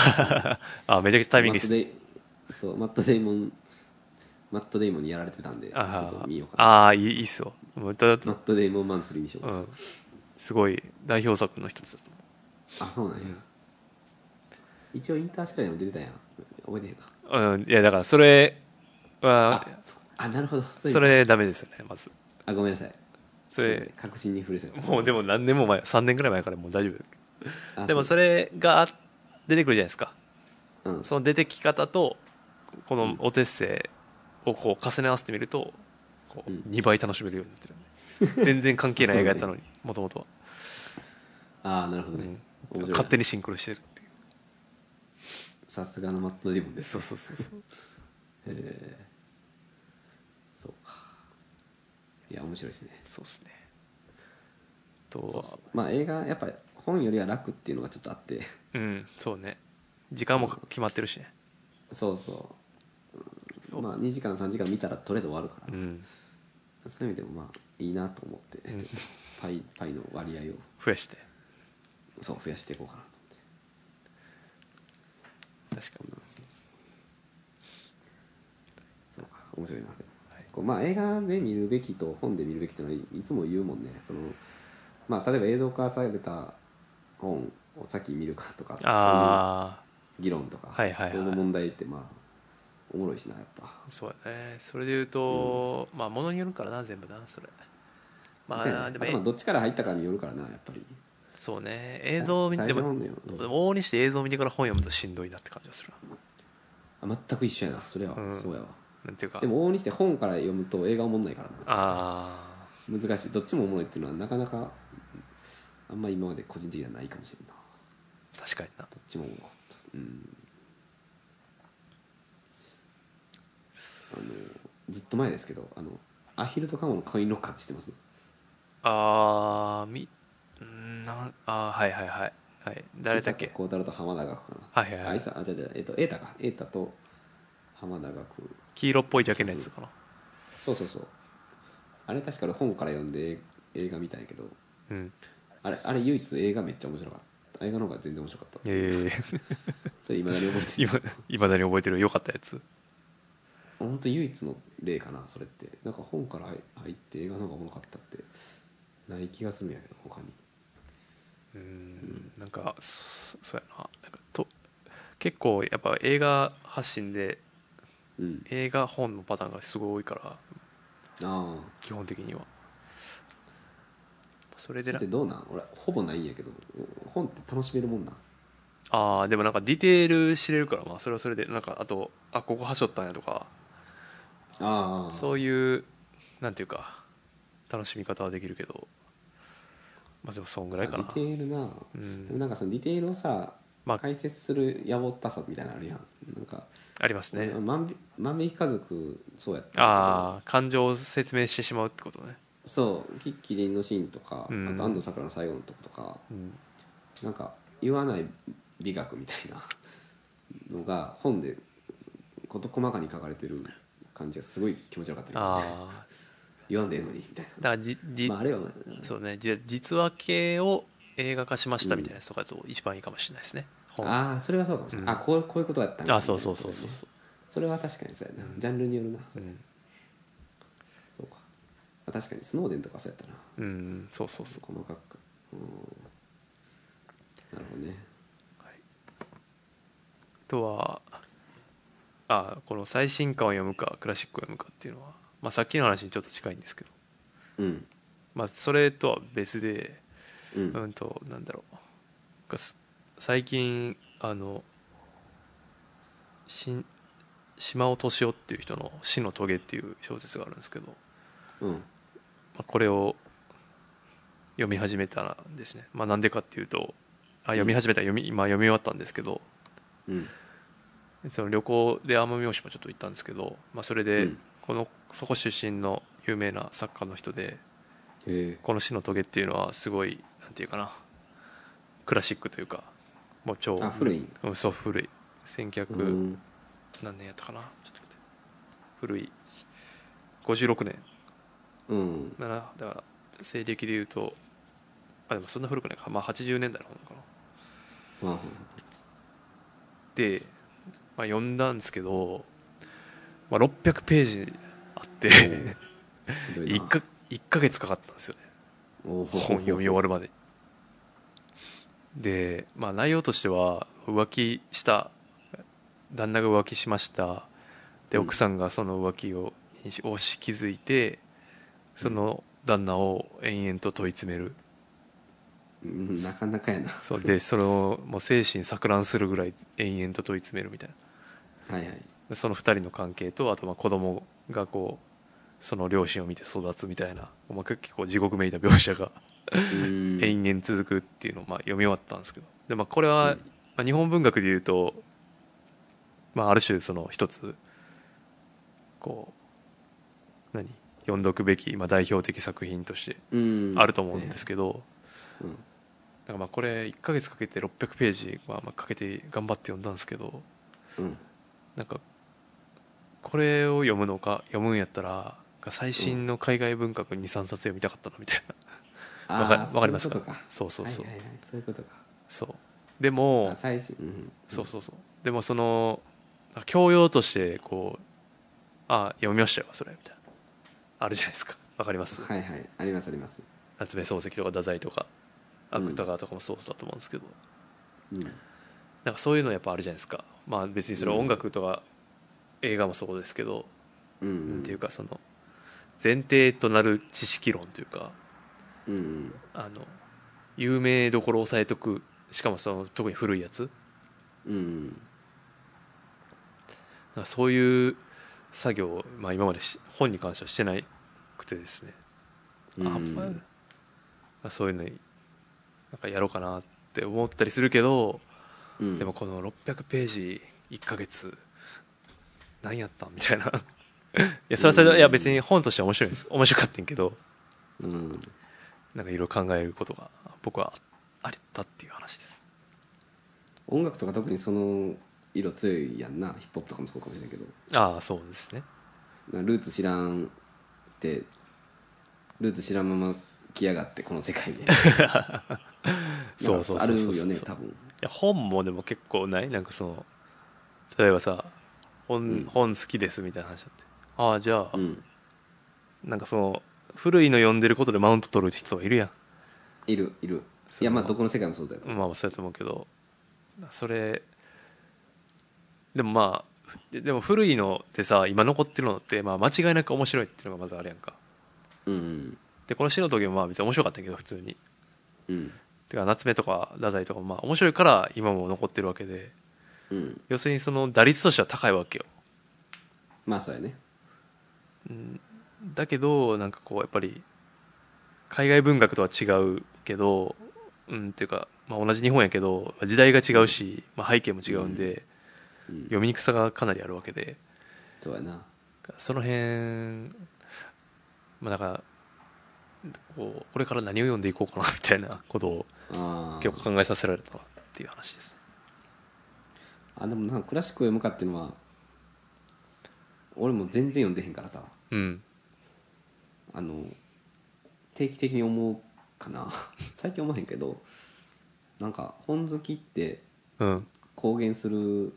Speaker 1: あめちゃくちゃタイミングいいです
Speaker 2: マットデイそうマット・デイモンマット・デイモンにやられてたんでちょ
Speaker 1: あ
Speaker 2: っと見ようかな
Speaker 1: あーいいいいっすよもうただ
Speaker 2: マット・デイモンマンスリーにしよう
Speaker 1: う
Speaker 2: か
Speaker 1: ん、すごい代表作の一つだと思
Speaker 2: あそうなんや一応インターステラーにも出てたやん覚えてへんか
Speaker 1: う、うん、いやだからそれは
Speaker 2: あそうあなるほどそういう
Speaker 1: それダメですよねまず
Speaker 2: あごめんなさい
Speaker 1: それ
Speaker 2: 確信に触れせ
Speaker 1: もうでも何年も前3年ぐらい前からもう大丈夫でもそ
Speaker 2: れ
Speaker 1: れが出てくるじゃないですか
Speaker 2: うん
Speaker 1: その出てき方とこのお手製をこう重ね合わせてみるとこう
Speaker 2: うん
Speaker 1: 2倍楽しめるように なってるんで全然関係ない映画やったのにもともとは
Speaker 2: ああなるほど
Speaker 1: う
Speaker 2: ね
Speaker 1: ん
Speaker 2: 面白い
Speaker 1: 勝手にシンクロしてるってい
Speaker 2: さすがのマット・ディモン
Speaker 1: う
Speaker 2: です
Speaker 1: そうそうそうそう
Speaker 2: えーそうかいや面白いですね
Speaker 1: そうですねあ
Speaker 2: そ
Speaker 1: と
Speaker 2: う
Speaker 1: は
Speaker 2: そうまあ映画やっぱ本よりは楽っていうのがちょっとあって
Speaker 1: うんそうね時間も決まってるしね
Speaker 2: そうそう、まあ2時間3時間見たらとりあえず終わるから、
Speaker 1: うん
Speaker 2: そういう意味でもまあいいなと思って、
Speaker 1: ん
Speaker 2: ちょっと パイパイの割合を
Speaker 1: 増やして
Speaker 2: そう増やしていこうかなと思って
Speaker 1: 確か
Speaker 2: そん
Speaker 1: に
Speaker 2: なんですそうか面白いな、
Speaker 1: はい
Speaker 2: こうまあ映画で見るべきと本で見るべきってのはいいつも言うもんねそのまあ例えば映像化された本を先見るかとかそう
Speaker 1: ああ
Speaker 2: いう議論とか、
Speaker 1: はいはいはい
Speaker 2: その問題ってまあおもろいしなやっぱ
Speaker 1: そうだねそれで言うと、まあものによるからな全部なそれまあで
Speaker 2: あとまあ
Speaker 1: も
Speaker 2: どっちから入ったかによるからなやっぱり
Speaker 1: そうね映像を見て
Speaker 2: さ
Speaker 1: で
Speaker 2: 最初
Speaker 1: も
Speaker 2: の本だよ
Speaker 1: でも往々にして映像を見てから本読むとしんどいなって感じがするな
Speaker 2: あ全く一緒やなそれは、
Speaker 1: うん
Speaker 2: そうやわ
Speaker 1: なんていうか
Speaker 2: でも往々にして本から読むと映画おもんないからな
Speaker 1: あ
Speaker 2: 難しいどっちもおもろいっていうのはなかなかあんま今まで個人的にはないかもしれんな
Speaker 1: あ確かにな
Speaker 2: どっちもおもろかったうんあのずっと前ですけどあのアヒルとカモのコインロッカーって知ってます
Speaker 1: あーみうんなんあーはいはいはいはい誰だっけ
Speaker 2: 伊坂幸太郎と浜田学かな
Speaker 1: はいはいは
Speaker 2: あい
Speaker 1: い
Speaker 2: さあじゃじゃえっと瑛太か瑛太と浜田学
Speaker 1: 黄色っぽいジャケのやつかな
Speaker 2: そうそうそうあれ確か俺本から読んで映画見たんやけど
Speaker 1: うん
Speaker 2: あれあれ唯一映画めっちゃ面白かった映画の方が全然面白かった
Speaker 1: ええ
Speaker 2: それいまだに覚えてる
Speaker 1: 今いまだに覚えてるよかったやつ
Speaker 2: 本当唯一の例かなそれってなんか本から入入って映画の方がおもろかったってない気がするんやけど他に
Speaker 1: うんなんかそそうやななんかと結構やっぱ映画発信で
Speaker 2: うん
Speaker 1: 映画本のパターンがすごい多いから
Speaker 2: ああ
Speaker 1: 基本的にはそれで
Speaker 2: だ
Speaker 1: な
Speaker 2: ってどうなん俺ほぼないんやけど本って楽しめるもんなん
Speaker 1: ああでもなんかディテール知れるからまあそれはそれでなんかあとあここはしょったんやとか
Speaker 2: ああ
Speaker 1: そういうなんていうか楽しみ方はできるけどまあでもそんぐらいか
Speaker 2: デ
Speaker 1: な
Speaker 2: ィテールな、
Speaker 1: う
Speaker 2: でも
Speaker 1: ん
Speaker 2: なんかそのディテールをさ、
Speaker 1: まあ
Speaker 2: 解説するやぼったさみたいなのあるやんなんか
Speaker 1: ありますね
Speaker 2: 俺万引万引き家族そうやったんやけど
Speaker 1: ああ感情を説明してしまうってことね
Speaker 2: そうキッキリンのシーンとか、
Speaker 1: うん
Speaker 2: あと安藤サクラの最後のとことか
Speaker 1: うん
Speaker 2: なんか言わない美学みたい なのが本で事細かに書かれてる感じがすごい気持ちよかった、ね、
Speaker 1: ああ
Speaker 2: 言わんでええのにみたい
Speaker 1: だからじ
Speaker 2: な、
Speaker 1: じ、
Speaker 2: まあ、あれは、ね、
Speaker 1: そうねじ実話系を映画化しましたみたいなやつとかだと一番いいかもしれないですね、本あ
Speaker 2: ああそれはそうかもしれない、
Speaker 1: うん
Speaker 2: あこうこういうことだったんだ
Speaker 1: あそうそうそうそうそう
Speaker 2: それは確かにそうやなジャンルによるな、
Speaker 1: うん
Speaker 2: そうかあ確かにスノーデンとかそうやったな
Speaker 1: うんそうそうそう
Speaker 2: 細かくうんなるほどね
Speaker 1: あとはあこの最新刊を読むかクラシックを読むかっていうのは、まあ、さっきの話にちょっと近いんですけど、
Speaker 2: うん
Speaker 1: まあ、それとは別で
Speaker 2: うん、
Speaker 1: うんとなんだろうかす最近あのしん島尾敏夫っていう人の「死の棘」っていう小説があるんですけど、ま
Speaker 2: うん
Speaker 1: あ、これを読み始めたんですね、まあ、なんでかっていうとあ読み始めた読み今読み終わったんですけど
Speaker 2: うん
Speaker 1: その旅行で奄美大島ちょっと行ったんですけど、まあ、それ
Speaker 2: う
Speaker 1: で
Speaker 2: ん
Speaker 1: このそこ出身の有名な作家の人で
Speaker 2: へえ
Speaker 1: この「死の棘」っていうのはすごいなんていうかなクラシックというかもう超
Speaker 2: あ古いん
Speaker 1: うんそう古い
Speaker 2: う
Speaker 1: 1900
Speaker 2: ん
Speaker 1: 何年やったかなちょっと待って古い56年
Speaker 2: うん
Speaker 1: ならだから西暦で言うとあでもそんな古くないかまあ80年代の方なのかな
Speaker 2: まあ
Speaker 1: で、まあ、読んだんですけど、まあ、600ページあって
Speaker 2: ひどいな
Speaker 1: 1か一ヶ月かかったんですよね
Speaker 2: 本
Speaker 1: 本読み終わるまでで、まあ、内容としては浮気した旦那が浮気しましたで
Speaker 2: うん
Speaker 1: 奥さんがその浮気ををし気づいてその旦那を延々と問い詰める
Speaker 2: うんなかなかやな
Speaker 1: そう でそれをもう精神錯乱するぐらい延々と問い詰めるみたいな
Speaker 2: はいはい
Speaker 1: でその二人の関係とあとまあ子供がこうその両親を見て育つみたいな、まあ、結構地獄めいた描写が
Speaker 2: うん
Speaker 1: 延々続くっていうのをまあ読み終わったんですけどでまあこれは、
Speaker 2: うん
Speaker 1: まあ、日本文学でいうと、まあ、ある種その一つこう何読んどくべき、まあ、代表的作品として
Speaker 2: うん
Speaker 1: あると思うんですけど、
Speaker 2: うん
Speaker 1: だからまあこれ1ヶ月かけて600ページはまあかけて頑張って読んだんですけど
Speaker 2: うん
Speaker 1: なんかこれを読むのか読むんやったら最新の海外文学23冊読みたかったなみたいなわか
Speaker 2: あー
Speaker 1: わかります
Speaker 2: そう
Speaker 1: か
Speaker 2: いうことか
Speaker 1: そうそうそう
Speaker 2: はいはいはいそういうことか
Speaker 1: そうでも
Speaker 2: あ最新うん
Speaker 1: そうそうそうでもその教養としてこうあ読みましたよそれみたいなあるじゃないですかわかります
Speaker 2: はいはいありますあります
Speaker 1: 夏目漱石とか太宰とか
Speaker 2: うん
Speaker 1: 芥川とかもそうだと思うんですけど、
Speaker 2: うん
Speaker 1: なんかそういうのやっぱあるじゃないですかまあ別にそれは音楽とか映画もそうですけど、
Speaker 2: うん
Speaker 1: なんていうかその前提となる知識論というか
Speaker 2: うんうん
Speaker 1: あの有名どころを押さえとくしかもその特に古いやつ
Speaker 2: うん
Speaker 1: なんかそういう作業を、まあ、今までし本に関してはしてなくてですね、
Speaker 2: うん
Speaker 1: あやっぱなんかそういうのになんかやろうかなって思ったりするけど、
Speaker 2: うん
Speaker 1: でもこの600ページ1ヶ月何やったんみたい ないやそれはそれで、
Speaker 2: うん
Speaker 1: いや別に本としては面白いです面白かったんけど
Speaker 2: うん
Speaker 1: なんかいろいろ考えることが僕はありったっていう話です
Speaker 2: 音楽とか特にその色強いやんなヒップホップとかもそうかもしれないけど
Speaker 1: ああそうですね
Speaker 2: なルーツ知らんってルーツ知らんまま来やがってこの世界 に
Speaker 1: そうそうそうそうそう
Speaker 2: あるよね多分
Speaker 1: いや本もでも結構ないなんかその例えばさ本,、
Speaker 2: うん
Speaker 1: 本好きですみたいな話だってああじゃあ、
Speaker 2: うん
Speaker 1: なんかその古いの読んでることでマウント取る人がいるや
Speaker 2: いるいる
Speaker 1: そう
Speaker 2: いやまあどこの世界もそうだよ
Speaker 1: んまあそうやと思うけどそれでもまあででも古いのってさ今残ってるのってまあ間違いなく面白いっていうのがまずあるやんか
Speaker 2: うん
Speaker 1: でこの死の時もまあ別に面白かったけど普通に
Speaker 2: うん
Speaker 1: てか夏目とか太宰とかもまあ面白いから今も残ってるわけで
Speaker 2: うん
Speaker 1: 要するにその打率としては高いわけよ
Speaker 2: まあそうやね
Speaker 1: だけどなんかこうやっぱり海外文学とは違うけどうんっていうか、まあ、同じ日本やけど時代が違うし、まあ、背景も違うんで、
Speaker 2: うん
Speaker 1: 読みにくさがかなりあるわけで
Speaker 2: そうやな
Speaker 1: その辺まあだからこうこれから何を読んでいこうかなみたいなことを
Speaker 2: あ
Speaker 1: 結構
Speaker 2: ー
Speaker 1: 考えさせられたなっていう話です
Speaker 2: あでもなんかクラシックを読むかっていうのは俺も全然読んでへんからさ
Speaker 1: うん
Speaker 2: あの定期的に思うかな 最近思わへんけどなんか本好きって
Speaker 1: うん
Speaker 2: 公言する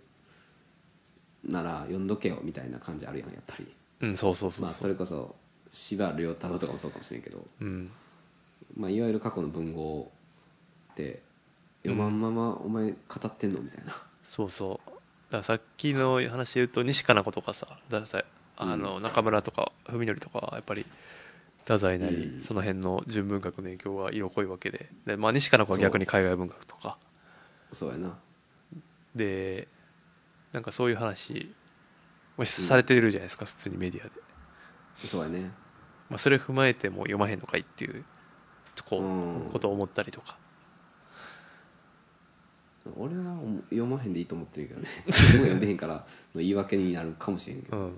Speaker 2: なら読んどけよみたいな感じあるやんやっぱり
Speaker 1: うんそうそうそ
Speaker 2: ま
Speaker 1: う
Speaker 2: あ
Speaker 1: そ、
Speaker 2: そうれこそ司馬遼太郎とかもそうかもしれんけど、
Speaker 1: うん
Speaker 2: まあ、いわゆる過去の文豪って読まんままお前語ってんのみ たいな、
Speaker 1: そうそうだからさっきの話で言うと西加奈子とかさだいたいあの中村とか文則とかはやっぱり太宰なり
Speaker 2: うん
Speaker 1: その辺の純文学の影響は色濃いわけでで、まあ、西加奈子は逆に海外文学とか
Speaker 2: そうやな
Speaker 1: でなんかそういう話もされてるじゃないですか、普通にメディアで、
Speaker 2: そうやね
Speaker 1: まあ、それを踏まえても読まへんのかいっていうとこ,、
Speaker 2: うん
Speaker 1: ことを思ったりとか
Speaker 2: 俺は読まへんでいいと思ってるけ どね自分が読んでへんからの言い訳になるかもしれんけ
Speaker 1: う
Speaker 2: ど、
Speaker 1: ん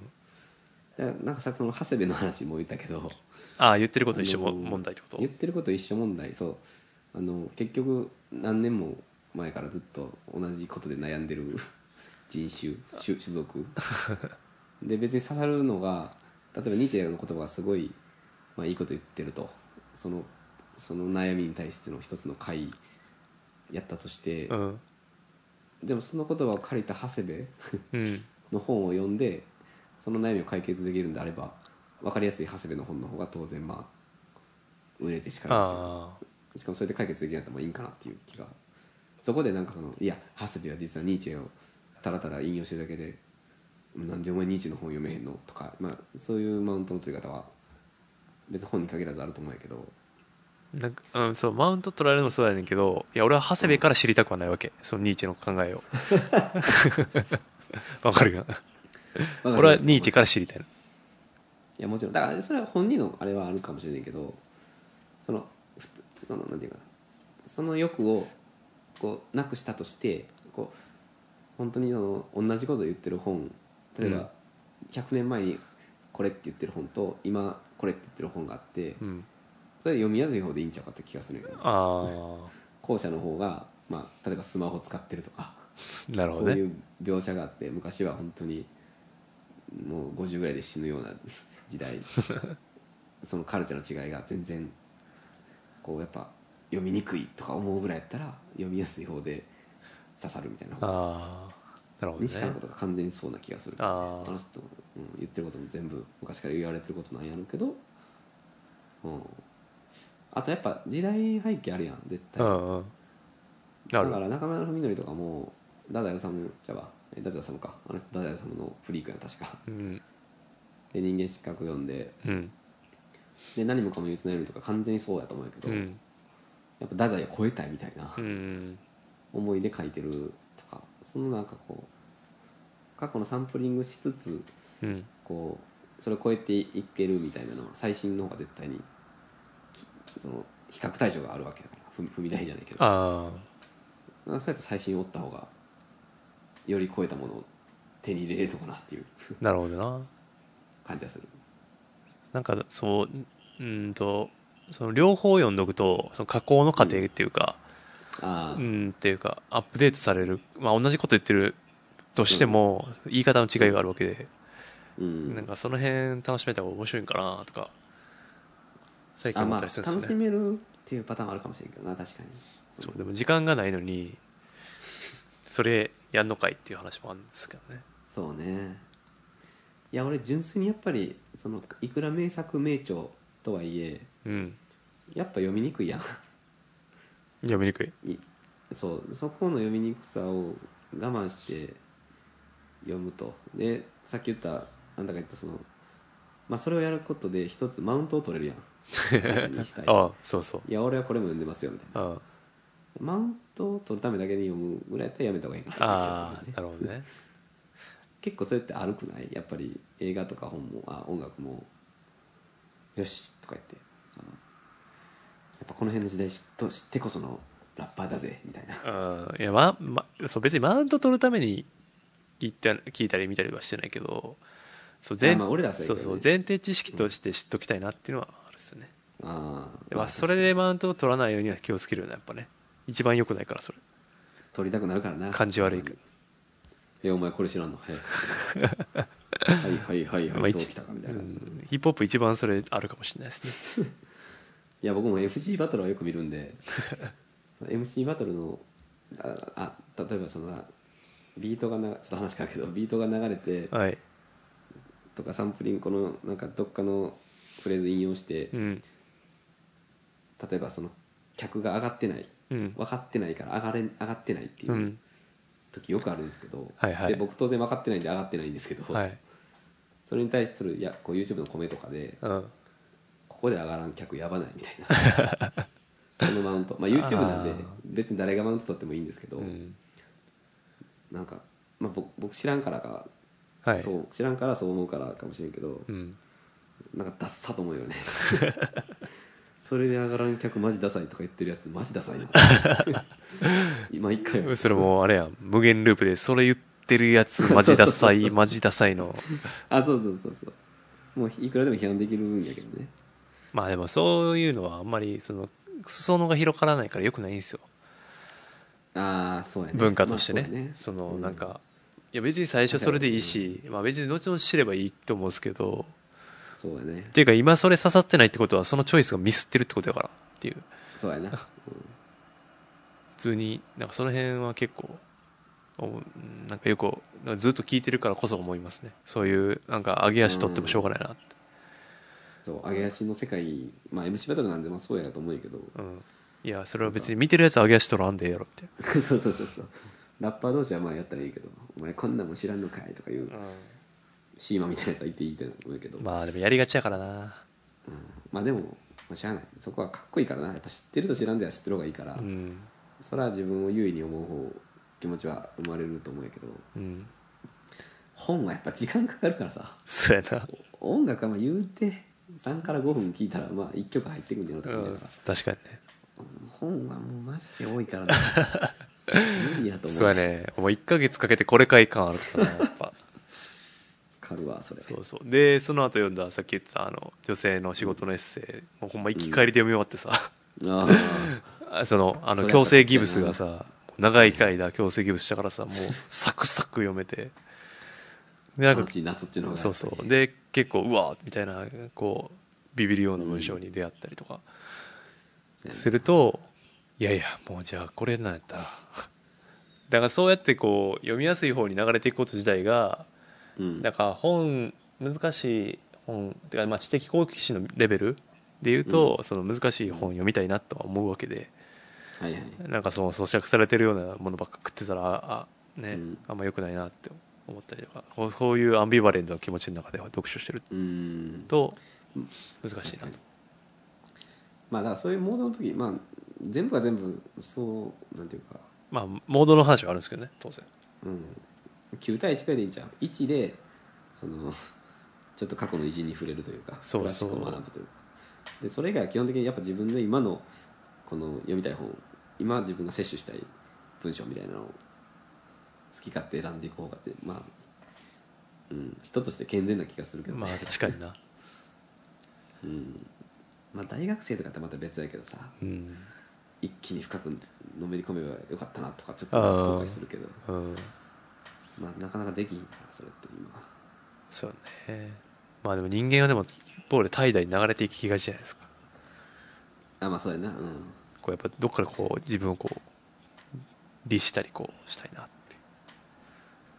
Speaker 2: だからなんかさその長谷部の話も言ったけど
Speaker 1: ああ言ってること一緒も
Speaker 2: あのー
Speaker 1: 問題ってこと
Speaker 2: 言ってること一緒問題そうあの結局何年も前からずっと同じことで悩んでる 人種種 種族で別に刺さるのが例えばニーチェの言葉がすごい、まあ、いいこと言ってるとそのその悩みに対しての一つの回やったとして、
Speaker 1: うん
Speaker 2: でもその言葉を借りた長谷部
Speaker 1: うん
Speaker 2: の本を読んでその悩みを解決できるんであれば分かりやすい長谷部の本の方が当然まあ売れてしかないというか
Speaker 1: ああ
Speaker 2: しかもそれで解決できなかったらもういいんかなっていう気がそこでなんかそのいや長谷部は実はニーチェをたらたら引用してるだけでなんでお前ニーチェの本読めへんのとか、まあ、そういうマウントの取り方は別に本に限らずあると思うんやけど
Speaker 1: なんかうん、そうマウント取られるのもそうやねんけどいや俺は長谷部から知りたくはないわけそのニーチェの考 えをわかるよ俺はニーチェ
Speaker 2: か
Speaker 1: から知りたいの
Speaker 2: いやもちろんだからそれは本人のあれはあるかもしれないけどそのふつそのなんていうかなその欲をこうなくしたとしてこう本当にその同じことを言ってる本例え
Speaker 1: うん
Speaker 2: ば100年前にこれって言ってる本と今これって言ってる本があって
Speaker 1: うん、
Speaker 2: それ読みやすい方でいいんちゃうかって気がするんやけど
Speaker 1: あ
Speaker 2: 後者の方が、まあ、例えばスマホ使ってるとか、
Speaker 1: あなるほ
Speaker 2: そ
Speaker 1: ど
Speaker 2: う
Speaker 1: ね
Speaker 2: いう描写があって昔は本当にもう50ぐらいで死ぬような時 代そのカルチャーの違いが全然こうやっぱ読みにくいとか思うぐらいやったら読みやすい方で刺さるみたいな方
Speaker 1: ああなるほど
Speaker 2: 西原
Speaker 1: ね
Speaker 2: のことが完全にそうな気がする
Speaker 1: あ
Speaker 2: あの人、うん、言ってることも全部昔から言われてることなんやろうけど、うん、あとやっぱ時代背景あるやん絶
Speaker 1: あう
Speaker 2: 対、
Speaker 1: んうんなる
Speaker 2: だから中村文則とかも太宰治じゃあ太宰治かあの人太宰治のフリークやん確か
Speaker 1: うん
Speaker 2: で人間失格読んで
Speaker 1: うん
Speaker 2: で何もかも憂鬱な夜とか完全にそうやと思うけど、
Speaker 1: う
Speaker 2: や
Speaker 1: ん
Speaker 2: っぱ太宰を超えたいみたいな
Speaker 1: うん
Speaker 2: 思いで書いてるとかそのなんかこう過去のサンプリングしつつ
Speaker 1: うん
Speaker 2: こうそれを超えていけるみたいなのは最新の方が絶対にきその比較対象があるわけだから踏み踏み台じゃないけど
Speaker 1: あ
Speaker 2: そうやって最新を追った方がより超えたものを手に入れれるのかなっていう
Speaker 1: あなるほどな
Speaker 2: 感じがする
Speaker 1: なんかそううーんとその両方読んどくとその加工の過程っていうか、
Speaker 2: あ
Speaker 1: う
Speaker 2: あ、
Speaker 1: ん、っていうかアップデートされる、まあ、同じこと言ってるとしても、言い方の違いがあるわけで、
Speaker 2: うん
Speaker 1: なんかその辺楽しめた方が面白いんかなとか最近
Speaker 2: あ
Speaker 1: 思
Speaker 2: ま
Speaker 1: っ
Speaker 2: あ
Speaker 1: たりするんで
Speaker 2: 楽
Speaker 1: す
Speaker 2: し
Speaker 1: よね、
Speaker 2: めるっていうパターンもあるかもしれんけどな確かに
Speaker 1: そうでも時間がないのにそれやんのかいっていう話もあるんですけどね
Speaker 2: そうねいや俺純粋にやっぱりそのいくら名作名著とはいえ
Speaker 1: うん
Speaker 2: やっぱ読みにくいやん
Speaker 1: 読みにくい
Speaker 2: いそうそこの読みにくさを我慢して読むとでさっき言ったあんたが言ったそのまあそれをやることで一つマウント を取れるやん一緒にしたい
Speaker 1: ああそうそう
Speaker 2: いや俺はこれも読んでますよみたいな
Speaker 1: あ
Speaker 2: マウントを取るためだけに読むぐらいやったらやめた方がいいかなって気が
Speaker 1: あな
Speaker 2: するよ
Speaker 1: る
Speaker 2: ね
Speaker 1: ほどね
Speaker 2: 結構それって悪くないやっぱり映画とか本もあ音楽もよしとか言ってそのやっぱこの辺の時代知っと知ってこそのラッパーだぜみたいな
Speaker 1: うんいやま、ま、そう別にマウント取るために聞いた聞いたり見たりはしてないけどそう前
Speaker 2: あまあ俺らはそうや
Speaker 1: そ
Speaker 2: け
Speaker 1: う
Speaker 2: どね
Speaker 1: そう前提知識として知っときたいなっていうのはあるっすよね、
Speaker 2: あー
Speaker 1: でまあ、それでマウントを取らないようには気をつけるよねやっぱね一番良くないからそれ
Speaker 2: 取りたくなるからな
Speaker 1: 感じ悪い
Speaker 2: えお前これ知らんのはいはいはいはい
Speaker 1: ま
Speaker 2: は
Speaker 1: あ
Speaker 2: い
Speaker 1: 一
Speaker 2: そうきたかみたいな、
Speaker 1: う
Speaker 2: い
Speaker 1: んヒップホップ一番それあるかもしれないですね
Speaker 2: や僕も FC バトルはよく見る んでその MC バトルのああ例えばそのビートがなちょっと話変わるけどビートが流れて
Speaker 1: はい
Speaker 2: とかサンプリングこのなんかどっかのフレーズ引用して、
Speaker 1: うん
Speaker 2: 例えばその客が上がってない
Speaker 1: うん
Speaker 2: 分かってないから上がれ上がってないっていううん時よくあるんですけど、
Speaker 1: はいはい
Speaker 2: で僕当然分かってないんで上がってないんですけど、
Speaker 1: はい
Speaker 2: それに対するいやこう YouTube のコメントとかで
Speaker 1: うん
Speaker 2: ここで上がらん客やばないみたい なそのマウント、まあ、YouTube なんで
Speaker 1: あー
Speaker 2: 別に誰がマウント取ってもいいんですけど、
Speaker 1: うん
Speaker 2: なんか、まあ、僕僕知らんからか、
Speaker 1: はい
Speaker 2: そう知らんからそう思うからかもしれんけど、
Speaker 1: うん
Speaker 2: なんかダッサと思 うよねそれで上がらん客マジダサいとか言ってるやつマジダサいな今一回
Speaker 1: それもあれやん無限ループでそれ言ってるやつマジダサ いマジダサいの
Speaker 2: あそうそうそうそうもういくらでも批判できるんやけどね
Speaker 1: まあでもそういうのはあんまりその裾野が広がらないからよくないんですよ
Speaker 2: ああそうやね
Speaker 1: 文化としてね,、
Speaker 2: まあうや
Speaker 1: その
Speaker 2: う
Speaker 1: なんか、いや別に最初それでいいし、まあ、別に後々知ればいいと思うんですけど
Speaker 2: そうやね
Speaker 1: っていうか今それ刺さってないってことはそのチョイスがミスってるってことだからっていう
Speaker 2: そうやな、
Speaker 1: 普通になんかその辺は結構おうんなんかよくなんかずっと聞いてるからこそ思いますねそういうなんか上げ足取ってもしょうがないなって、
Speaker 2: そう揚げ足の世界まあ MC バトルなんでまあそうやと思うんや けど
Speaker 1: うん、いやそれは別に見てるやつ上げ足取らんでええやろって
Speaker 2: そうそうそうそうラッパー同士はまあやったらいいけど「お前こんなんも知らんのかい」とかいうシーマみたいなやつは言っていいと思うんやけど、
Speaker 1: まあでもやりがちやからな
Speaker 2: うんまあでも、まあ、しゃあないそこはかっこいいからなやっぱ知ってると知らんでは知ってる方がいいから、
Speaker 1: うん
Speaker 2: それは自分を優位に思う方気持ちは生まれると思うんやけど
Speaker 1: うん
Speaker 2: 本はやっぱ時間かかるからさ
Speaker 1: そうやな、
Speaker 2: 音楽はまあ言うて3から5分聴いたらまあ1曲入ってくるんだろうっ
Speaker 1: う
Speaker 2: て感じ
Speaker 1: ん
Speaker 2: だか、
Speaker 1: 確かにね
Speaker 2: ら、本はもうマジで多いからな無理やと思う
Speaker 1: そうやねお前1ヶ月かけてこれかい感あるからな やっぱ
Speaker 2: わかるわそれ
Speaker 1: そうそうでその後読んださっき言ってたあの女性の仕事のエッセイもうほんま行き帰りで読み終わってさ、
Speaker 2: あ
Speaker 1: あ そのあ
Speaker 2: そ
Speaker 1: の
Speaker 2: れ
Speaker 1: 強制ギブスがさ長い回だ強制ギブスしたからさもうサクサク読めてでなん
Speaker 2: あ
Speaker 1: か
Speaker 2: 楽しいなそっちの方が
Speaker 1: そうそうで結構うわーみたいなこうビビるような文章に出会ったりとか
Speaker 2: うん
Speaker 1: すると、いやいやもうじゃあこれなんやったらだからそうやってこう読みやすい方に流れていくこと自体が
Speaker 2: うん
Speaker 1: だから本難しい本てかまあ知的好奇心のレベルで言うと、その難しい本読みたいなとは思うわけで
Speaker 2: はいはい
Speaker 1: なんかその咀嚼されてるようなものばっか食ってたらああね、
Speaker 2: うん
Speaker 1: あんま良くないなって思ったりとかこうそういうアンビバレントな気持ちの中で読書してる
Speaker 2: うーん
Speaker 1: と
Speaker 2: うん
Speaker 1: 難しいなと
Speaker 2: 確かにまあだからそういうモードの時まあ全部が全部そうなんていうか
Speaker 1: まあモードの話はあるんですけどね当然
Speaker 2: うん9対1くらいでいいんちゃう1でそのちょっと過去の偉人に触れるというか
Speaker 1: そう
Speaker 2: クラシックを
Speaker 1: そう
Speaker 2: 学ぶというかでそれ以外は基本的にやっぱ自分の今のこの読みたい本今自分が摂取したい文章みたいなのを好き勝手選んでいく方がってまあ、うん、人として健全な気がするけどね、
Speaker 1: まあ確かにな
Speaker 2: うんまあ、大学生とかってまた別だけどさ
Speaker 1: うん、
Speaker 2: 一気に深くのめり込めばよかったなとかちょっと後悔するけど
Speaker 1: うん、
Speaker 2: まあ、なかなかできんからそれって今。
Speaker 1: そうねまあでも人間はでも一方で怠惰に流れていきがちじゃないですか
Speaker 2: あまあそうやなうん
Speaker 1: こうやっぱどっからこう自分をこう律したりこうしたいなっていう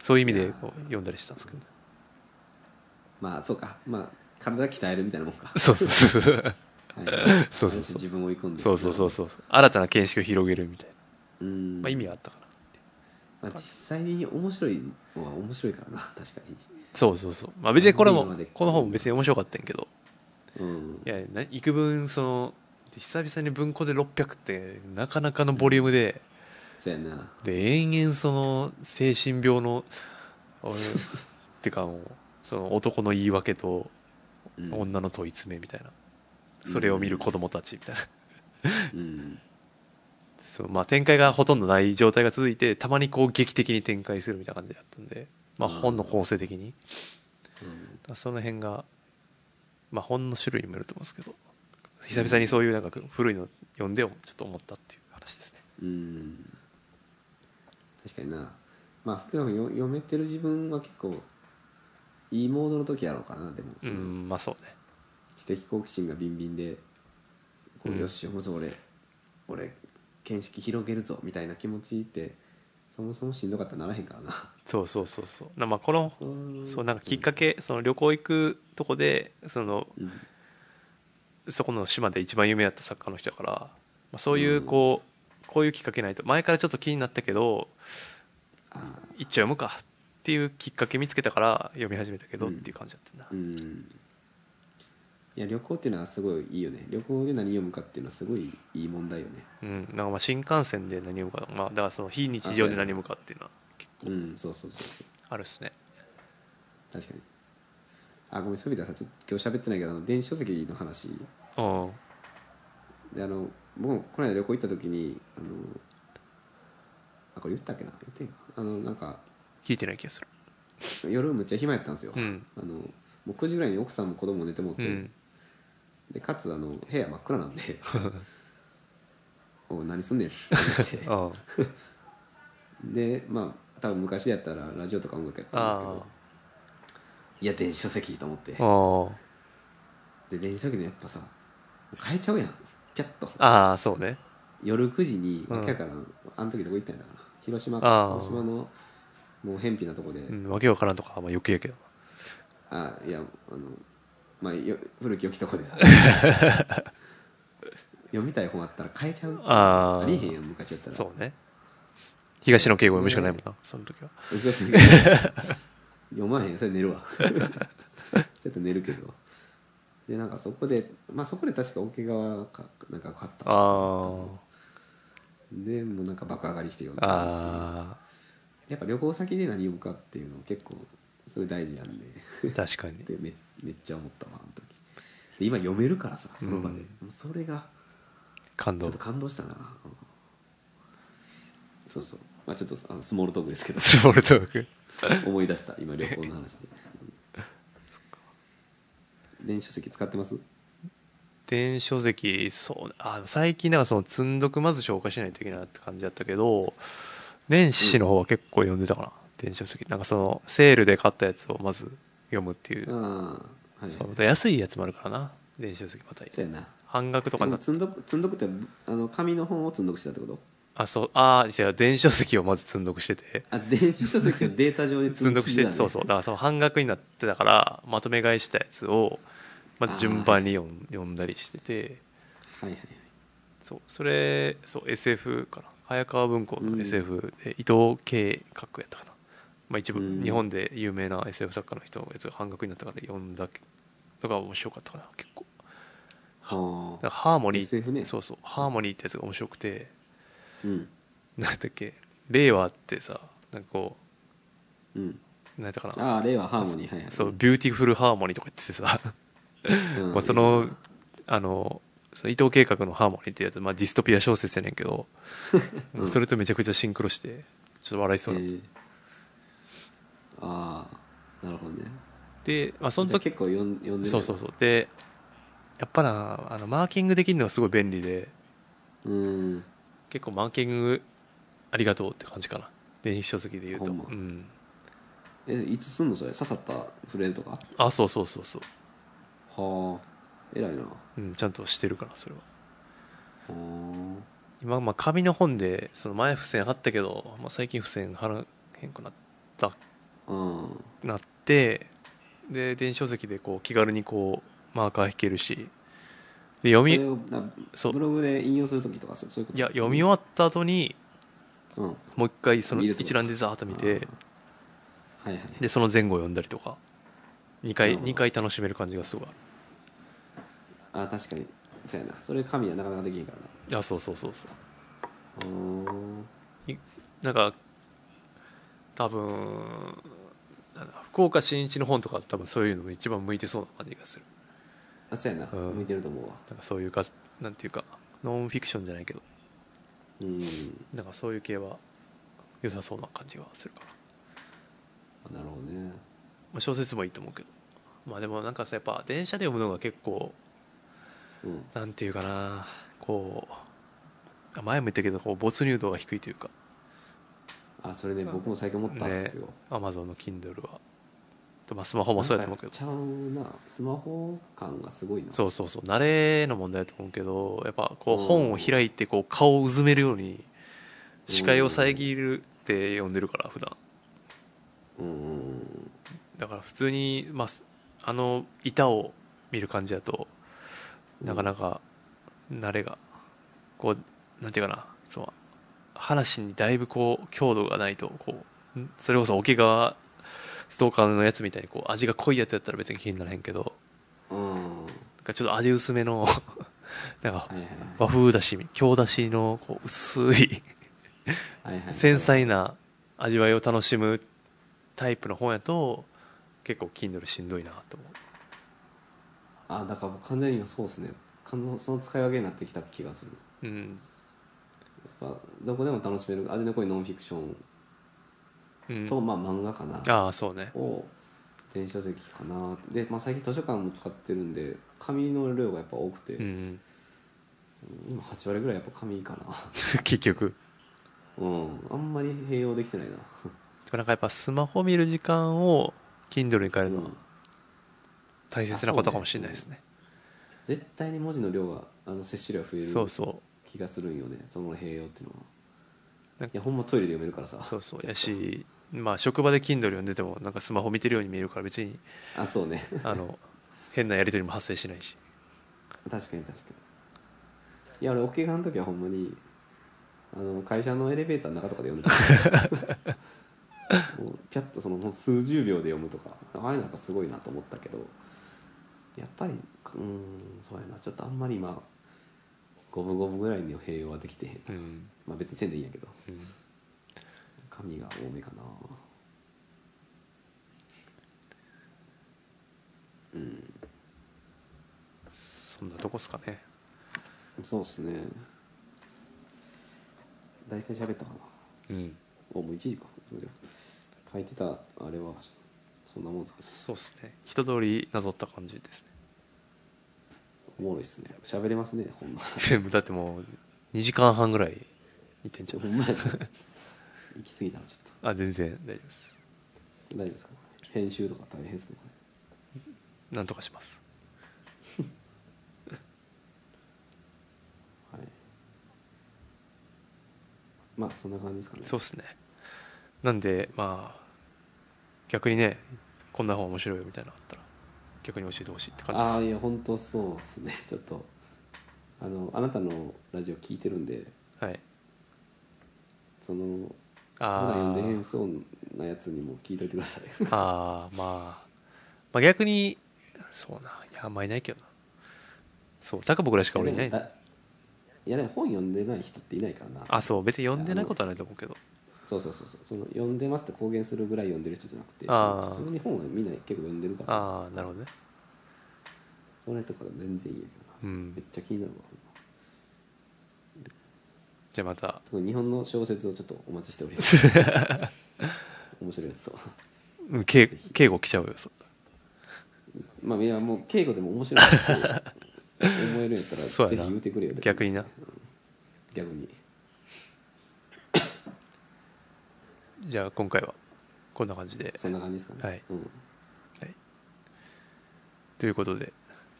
Speaker 1: そういう意味でこう読んだりしたんですけどね
Speaker 2: まあそうかまあ体鍛えるみたいなもんか
Speaker 1: そうそうそうそう
Speaker 2: はい
Speaker 1: そうそうそう
Speaker 2: ある種自分を追い込んで
Speaker 1: そうそうそうそうそう新たな見識を広げるみたいな、
Speaker 2: うん
Speaker 1: まあ、意味があったかな
Speaker 2: まあ、実際に面白いのは面白いからな確か
Speaker 1: そうそうそう、まあ、別にこれ
Speaker 2: 今
Speaker 1: も
Speaker 2: まで
Speaker 1: この本も別に面白かったんやけど
Speaker 2: にうん
Speaker 1: いやな幾分その久々に文庫で600ってなかなかのボリュームで
Speaker 2: そうやな
Speaker 1: で延々その精神病の 俺ってかもうその男の言い訳と
Speaker 2: うん
Speaker 1: 女の問い詰めみたいなそれを見る子供たちみたいな
Speaker 2: うん
Speaker 1: そうまあ展開がほとんどない状態が続いてたまにこう劇的に展開するみたいな感じだったんでまあ
Speaker 2: うん
Speaker 1: 本の構成的に
Speaker 2: うん
Speaker 1: その辺がまあ本の種類にもよると思うんですけど久々にそういうなんか古いの読んでちょっと思ったっていう話ですね
Speaker 2: うん確かになまあ福山君読めてる自分は結構いいモードの時やろうかなでも、
Speaker 1: うんまあそうね
Speaker 2: 知的好奇心がビンビンで
Speaker 1: う
Speaker 2: こうんよし読むぞ俺、俺見識広げるぞみたいな気持ちってそもそもしんどかったらならへんからな
Speaker 1: そうそうそうそうなまあこの
Speaker 2: そう
Speaker 1: そうなんかきっかけその旅行行くとこでその
Speaker 2: うん
Speaker 1: そこの島で一番有名だった作家の人だから、まあ、そういううんこうこういうきっかけないと前からちょっと気になったけど
Speaker 2: あ
Speaker 1: 一丁読むかっていうきっかけ見つけたから読み始めたけどっ
Speaker 2: うん
Speaker 1: ていう感じだったな
Speaker 2: ーうんいや旅行っていうのはすごいいいよね旅行で何読むかっていうのはすごいいい問題よね
Speaker 1: うん、なんかまあ新幹線で何読むか、まあ、だからその非日常で何読むかっていうのは結
Speaker 2: う
Speaker 1: 構
Speaker 2: んそうそうそうそう
Speaker 1: あるっすね
Speaker 2: 確かにあごめんそういう意味ではさちょっと今日喋ってないけどあの電子書籍の話
Speaker 1: うん
Speaker 2: であの僕もこの間旅行行った時にあのあこれ言ったっけな言ってんかあのなんか
Speaker 1: 聞いてない気がする
Speaker 2: 夜むっちゃ暇やったんですよ、
Speaker 1: うん
Speaker 2: あのもう9時ぐらいに奥さんも子供も寝てもって、
Speaker 1: うん
Speaker 2: でかつあの部屋真っ 暗なんで「おう何すんねん」って
Speaker 1: う
Speaker 2: 言っ
Speaker 1: ん
Speaker 2: てでまあ多分昔やったらラジオとか音楽やったんですけ
Speaker 1: あ
Speaker 2: どいや電子書籍と思って
Speaker 1: あうん
Speaker 2: で電子書籍のやっぱさ変えちゃうやんピャッと
Speaker 1: ああそうね
Speaker 2: 夜9時に
Speaker 1: うん
Speaker 2: わけやからん、あの時どこ行ったんだかな広島
Speaker 1: あー
Speaker 2: 広島のもう偏僻なとこで、
Speaker 1: うんわけわからんとかまあ余計やけど
Speaker 2: あいやあのまあよ古き良きと こで読みたい本あったら変えちゃう
Speaker 1: あー
Speaker 2: りえへんやん昔やったら
Speaker 1: そうね東野敬語読むしかないもんな、その時は
Speaker 2: 難しい読まへんそれ 寝るわちょっと寝るけどでなんかそこでまあそこで確か桶川かなんか買った
Speaker 1: あ
Speaker 2: でもうなんか爆上がりして読ん
Speaker 1: あ
Speaker 2: だ
Speaker 1: あ
Speaker 2: やっぱ旅行先で何読むかっていうの結構それ大事なんで
Speaker 1: ー確かに
Speaker 2: でめめっちゃ思ったわあの時で今読めるからさその場で、もうそれが
Speaker 1: 感
Speaker 2: ちょ
Speaker 1: 動
Speaker 2: っと感動したな、うんそうそうまあ、ちょっとあのスモールトークです けど
Speaker 1: スモールトーク
Speaker 2: 思い出した今旅行の話で電子書籍使ってます
Speaker 1: 電子書籍そうあ最近なんかその積んどくまず消化しないといけないなって感じだったけど年始の方は結構読んでたかな、電子書籍なんかそのセールで買ったやつをまず読むっていう、
Speaker 2: ああはい
Speaker 1: そ
Speaker 2: そう
Speaker 1: う安いやつもあるからな電子書籍また
Speaker 2: やな
Speaker 1: 半額とかにな
Speaker 2: でも
Speaker 1: っ
Speaker 2: 積んどく積んどくってあの紙の本を積んどくしてたってこと
Speaker 1: あそうああ違う電子書籍をまず積んどくしてて
Speaker 2: あ電子書籍をデータ上 で
Speaker 1: 積んどくして
Speaker 2: た
Speaker 1: て
Speaker 2: ね
Speaker 1: そうそうだからその半額になってたからまとめ買いしたやつをまず順番に読ん読んだりしてて
Speaker 2: はいはい
Speaker 1: そうそれそう SF かな早川文庫
Speaker 2: う
Speaker 1: の
Speaker 2: ん
Speaker 1: SF で伊藤圭閣やったかな、まあ、一部
Speaker 2: うん
Speaker 1: 日本で有名な SF 作家の人のやつが半額になったから読んだのが面白かったかな結構だか
Speaker 2: はあ
Speaker 1: らハーモニー
Speaker 2: SF ね
Speaker 1: そうそうハーモニーってやつが面白くて
Speaker 2: うん
Speaker 1: なんだっけ令和ってさなんかこ
Speaker 2: う
Speaker 1: う
Speaker 2: ん
Speaker 1: なんやったかな
Speaker 2: ああ令和ハーモニーはいはい
Speaker 1: そうビューティフルハーモニーとか言ってさ
Speaker 2: うん
Speaker 1: まあそのあのその伊藤計画の「ハーモニー」ってやつ、まあ、ディストピア小説やねんけ ど、
Speaker 2: うん
Speaker 1: それとめちゃくちゃシンクロしてちょっと笑いそうになっ
Speaker 2: えーああなるほどね
Speaker 1: て、で、まあ、その
Speaker 2: じゃあ
Speaker 1: 時
Speaker 2: 結構読ん読んで
Speaker 1: そうそうそうでやっぱなあのマーキングできるのがすごい便利で
Speaker 2: ううん
Speaker 1: 結構マーキングありがとうって感じかな電子書籍で言うと、
Speaker 2: ほんま
Speaker 1: うん、
Speaker 2: えいつすんのそれ刺さったフレーズとか
Speaker 1: あそうそうそうそう、
Speaker 2: はあ偉いなは
Speaker 1: うん、ちゃんとしてるからそれは
Speaker 2: あ
Speaker 1: 今、まあ、紙の本でその前付箋貼ったけど、まあ、最近付箋貼らへんくなった
Speaker 2: うん
Speaker 1: なってで電子書籍でこう気軽にこうマーカー引けるしで読
Speaker 2: そ
Speaker 1: み
Speaker 2: れをな
Speaker 1: そう
Speaker 2: ブログで引用するときとかそうそういうこと
Speaker 1: いや読み終わった後に
Speaker 2: うんはい
Speaker 1: もう一回その
Speaker 2: 見るってこと
Speaker 1: 一覧でざーっと見て
Speaker 2: はい
Speaker 1: でその前後を読んだりとか2回
Speaker 2: なるほど
Speaker 1: 二回楽しめる感じがすごいあ
Speaker 2: あ確かにそうやなそれ神はなかなかできへんからな
Speaker 1: るあそうそうそうそう
Speaker 2: うん
Speaker 1: なんか多分なんだ福岡伸一の本とか多分そういうのも一番向いてそうな感じがする
Speaker 2: あそうやな
Speaker 1: うん
Speaker 2: 向いてると思うわ
Speaker 1: なんかそういうかなんていうかノンフィクションじゃないけど
Speaker 2: うん
Speaker 1: なんかそういう系は良さそうな感じがするかな
Speaker 2: なるほどね
Speaker 1: まあ、小説もいいと思うけどまあでもなんかさやっぱ電車で読むのが結構
Speaker 2: うん
Speaker 1: なんていうかなこうあ前も言ったけどこう没入度が低いというか
Speaker 2: あそれね僕も最近思ったんですよ、
Speaker 1: アマゾンの Kindle はとまあスマホもそうやと思うけど
Speaker 2: なんかやっちゃうなスマホ感がすごいな
Speaker 1: そうそうそう慣れの問題だと思うけどやっぱこう
Speaker 2: うん
Speaker 1: 本を開いてこう顔をうずめるように視界を遮るって読んでるから普段
Speaker 2: うんうん
Speaker 1: だから普通に、まあ、すあの板を見る感じだとなかなか慣れがこうなんていうかなそう話にだいぶこう強度がないとこうんそれこそ桶川ストーカーのやつみたいにこう味が濃いやつやったら別に気にならへんけど
Speaker 2: うんはい
Speaker 1: なんかちょっと味薄めの なんか
Speaker 2: はい
Speaker 1: 和風だし京だしのこう薄い
Speaker 2: はいはいはい
Speaker 1: 繊細な味わいを楽しむタイプの本やと結構 Kindle しんどいなと思う。
Speaker 2: あだからもう完全に今そうですねかのその使い分けになってきた気がする
Speaker 1: うん
Speaker 2: やっぱどこでも楽しめる味の濃いノンフィクション
Speaker 1: うん、
Speaker 2: と、まあ漫画かな
Speaker 1: ああそうね
Speaker 2: を電子書籍かなで、まあ、最近図書館も使ってるんで紙の量がやっぱ多くて、
Speaker 1: うんうん
Speaker 2: 今8割ぐらいやっぱ紙かな
Speaker 1: 結局
Speaker 2: うんあんまり併用できてないな
Speaker 1: でもなんかやっぱスマホ見る時間を Kindle に変えるの
Speaker 2: う
Speaker 1: は
Speaker 2: ん
Speaker 1: 大切なことかもしれないですね
Speaker 2: 絶対に文字の量があの摂取量が増え
Speaker 1: そう
Speaker 2: る
Speaker 1: そ
Speaker 2: 気がするんよねその併用っていうのは
Speaker 1: なん
Speaker 2: いやほんまトイレで読めるからさ
Speaker 1: う そうそうやしまあ職場で Kindle 読んでてもなんかスマホ見てるように見えるから別 に
Speaker 2: あそうね
Speaker 1: あの変なやり取りも発生しないし
Speaker 2: 確かに確かにいや俺桶川の時はほんまにあの会社のエレベーターの中とかで読んでた もうピャッとそのもう数十秒で読むとかあれなんかすごいなと思ったけどやっぱりうんそうやなちょっとあんまり今五分五分ぐらいの併用はできてへん
Speaker 1: うん、
Speaker 2: まあ別にせんでいいんやけど
Speaker 1: うん、
Speaker 2: 紙が多めかなうん
Speaker 1: そんなとこっすかね
Speaker 2: そうっすね大体喋ったかな
Speaker 1: うん
Speaker 2: あもう1時かそうだ書いてたあれはそんなもんですか
Speaker 1: そうですね一通りなぞった感じですね
Speaker 2: おもろいっすね喋れますねほ んま
Speaker 1: 全部だってもう2時間半ぐらいいってん
Speaker 2: ち
Speaker 1: ち
Speaker 2: ょ
Speaker 1: ゃ
Speaker 2: ほ
Speaker 1: うん
Speaker 2: ま やな行き過ぎたのちょっ
Speaker 1: あ全然大丈夫です
Speaker 2: と大丈夫ですか編集とか大変ですねこ
Speaker 1: なんとかします
Speaker 2: れはいまあそんな感じですかね
Speaker 1: そうですねなんでまあ逆にねこんな方面白いよみたいなのあったら逆に教えてほしいって感じで
Speaker 2: あ
Speaker 1: す
Speaker 2: あいや本当そうですね ちょっとあのあなたのラジオ聞いてるんで
Speaker 1: はい。
Speaker 2: その普
Speaker 1: あ
Speaker 2: 段読んでへん
Speaker 1: ー
Speaker 2: そうなやつにも聞いといてください
Speaker 1: あー、まあ、まあ逆に、そうな、いや、あんまいないけどな。そう、高僕らしか俺いないい
Speaker 2: やで。もだいやでも本読んでない人っていないからな
Speaker 1: あ、そう、別に読んでないことはないと思うけど。
Speaker 2: そうそうそうそうその読んでますって公言するぐらい読んでる人じゃなくて
Speaker 1: あー
Speaker 2: 普通に本はみんな結構読んでるから
Speaker 1: ああ、なるほどね。
Speaker 2: それとか全然いいやけ
Speaker 1: う
Speaker 2: どな、めっ
Speaker 1: ん。
Speaker 2: ちゃ気になるわほんま
Speaker 1: じゃあまた、
Speaker 2: 特に日本の小説をちょっとお待ちしております 面白いやつを
Speaker 1: うん、敬敬語来ちゃうよ、そ
Speaker 2: まあいやもう敬語でも面白いって思えるんやったら
Speaker 1: そうや
Speaker 2: ぜ
Speaker 1: な
Speaker 2: ひ言うてくれよって
Speaker 1: 逆にな
Speaker 2: 逆に
Speaker 1: じゃあ今回は、こんな感じで。
Speaker 2: そんな感じですかね
Speaker 1: はい
Speaker 2: うん
Speaker 1: はい。ということで、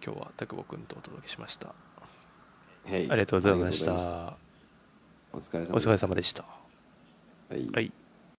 Speaker 1: 今日は拓保くんとお届けしました。
Speaker 2: はい
Speaker 1: ありがとうございまし
Speaker 2: ありがとうございま
Speaker 1: た。
Speaker 2: お疲れ様
Speaker 1: お
Speaker 2: です
Speaker 1: 疲れ様でした。
Speaker 2: はい
Speaker 1: はい。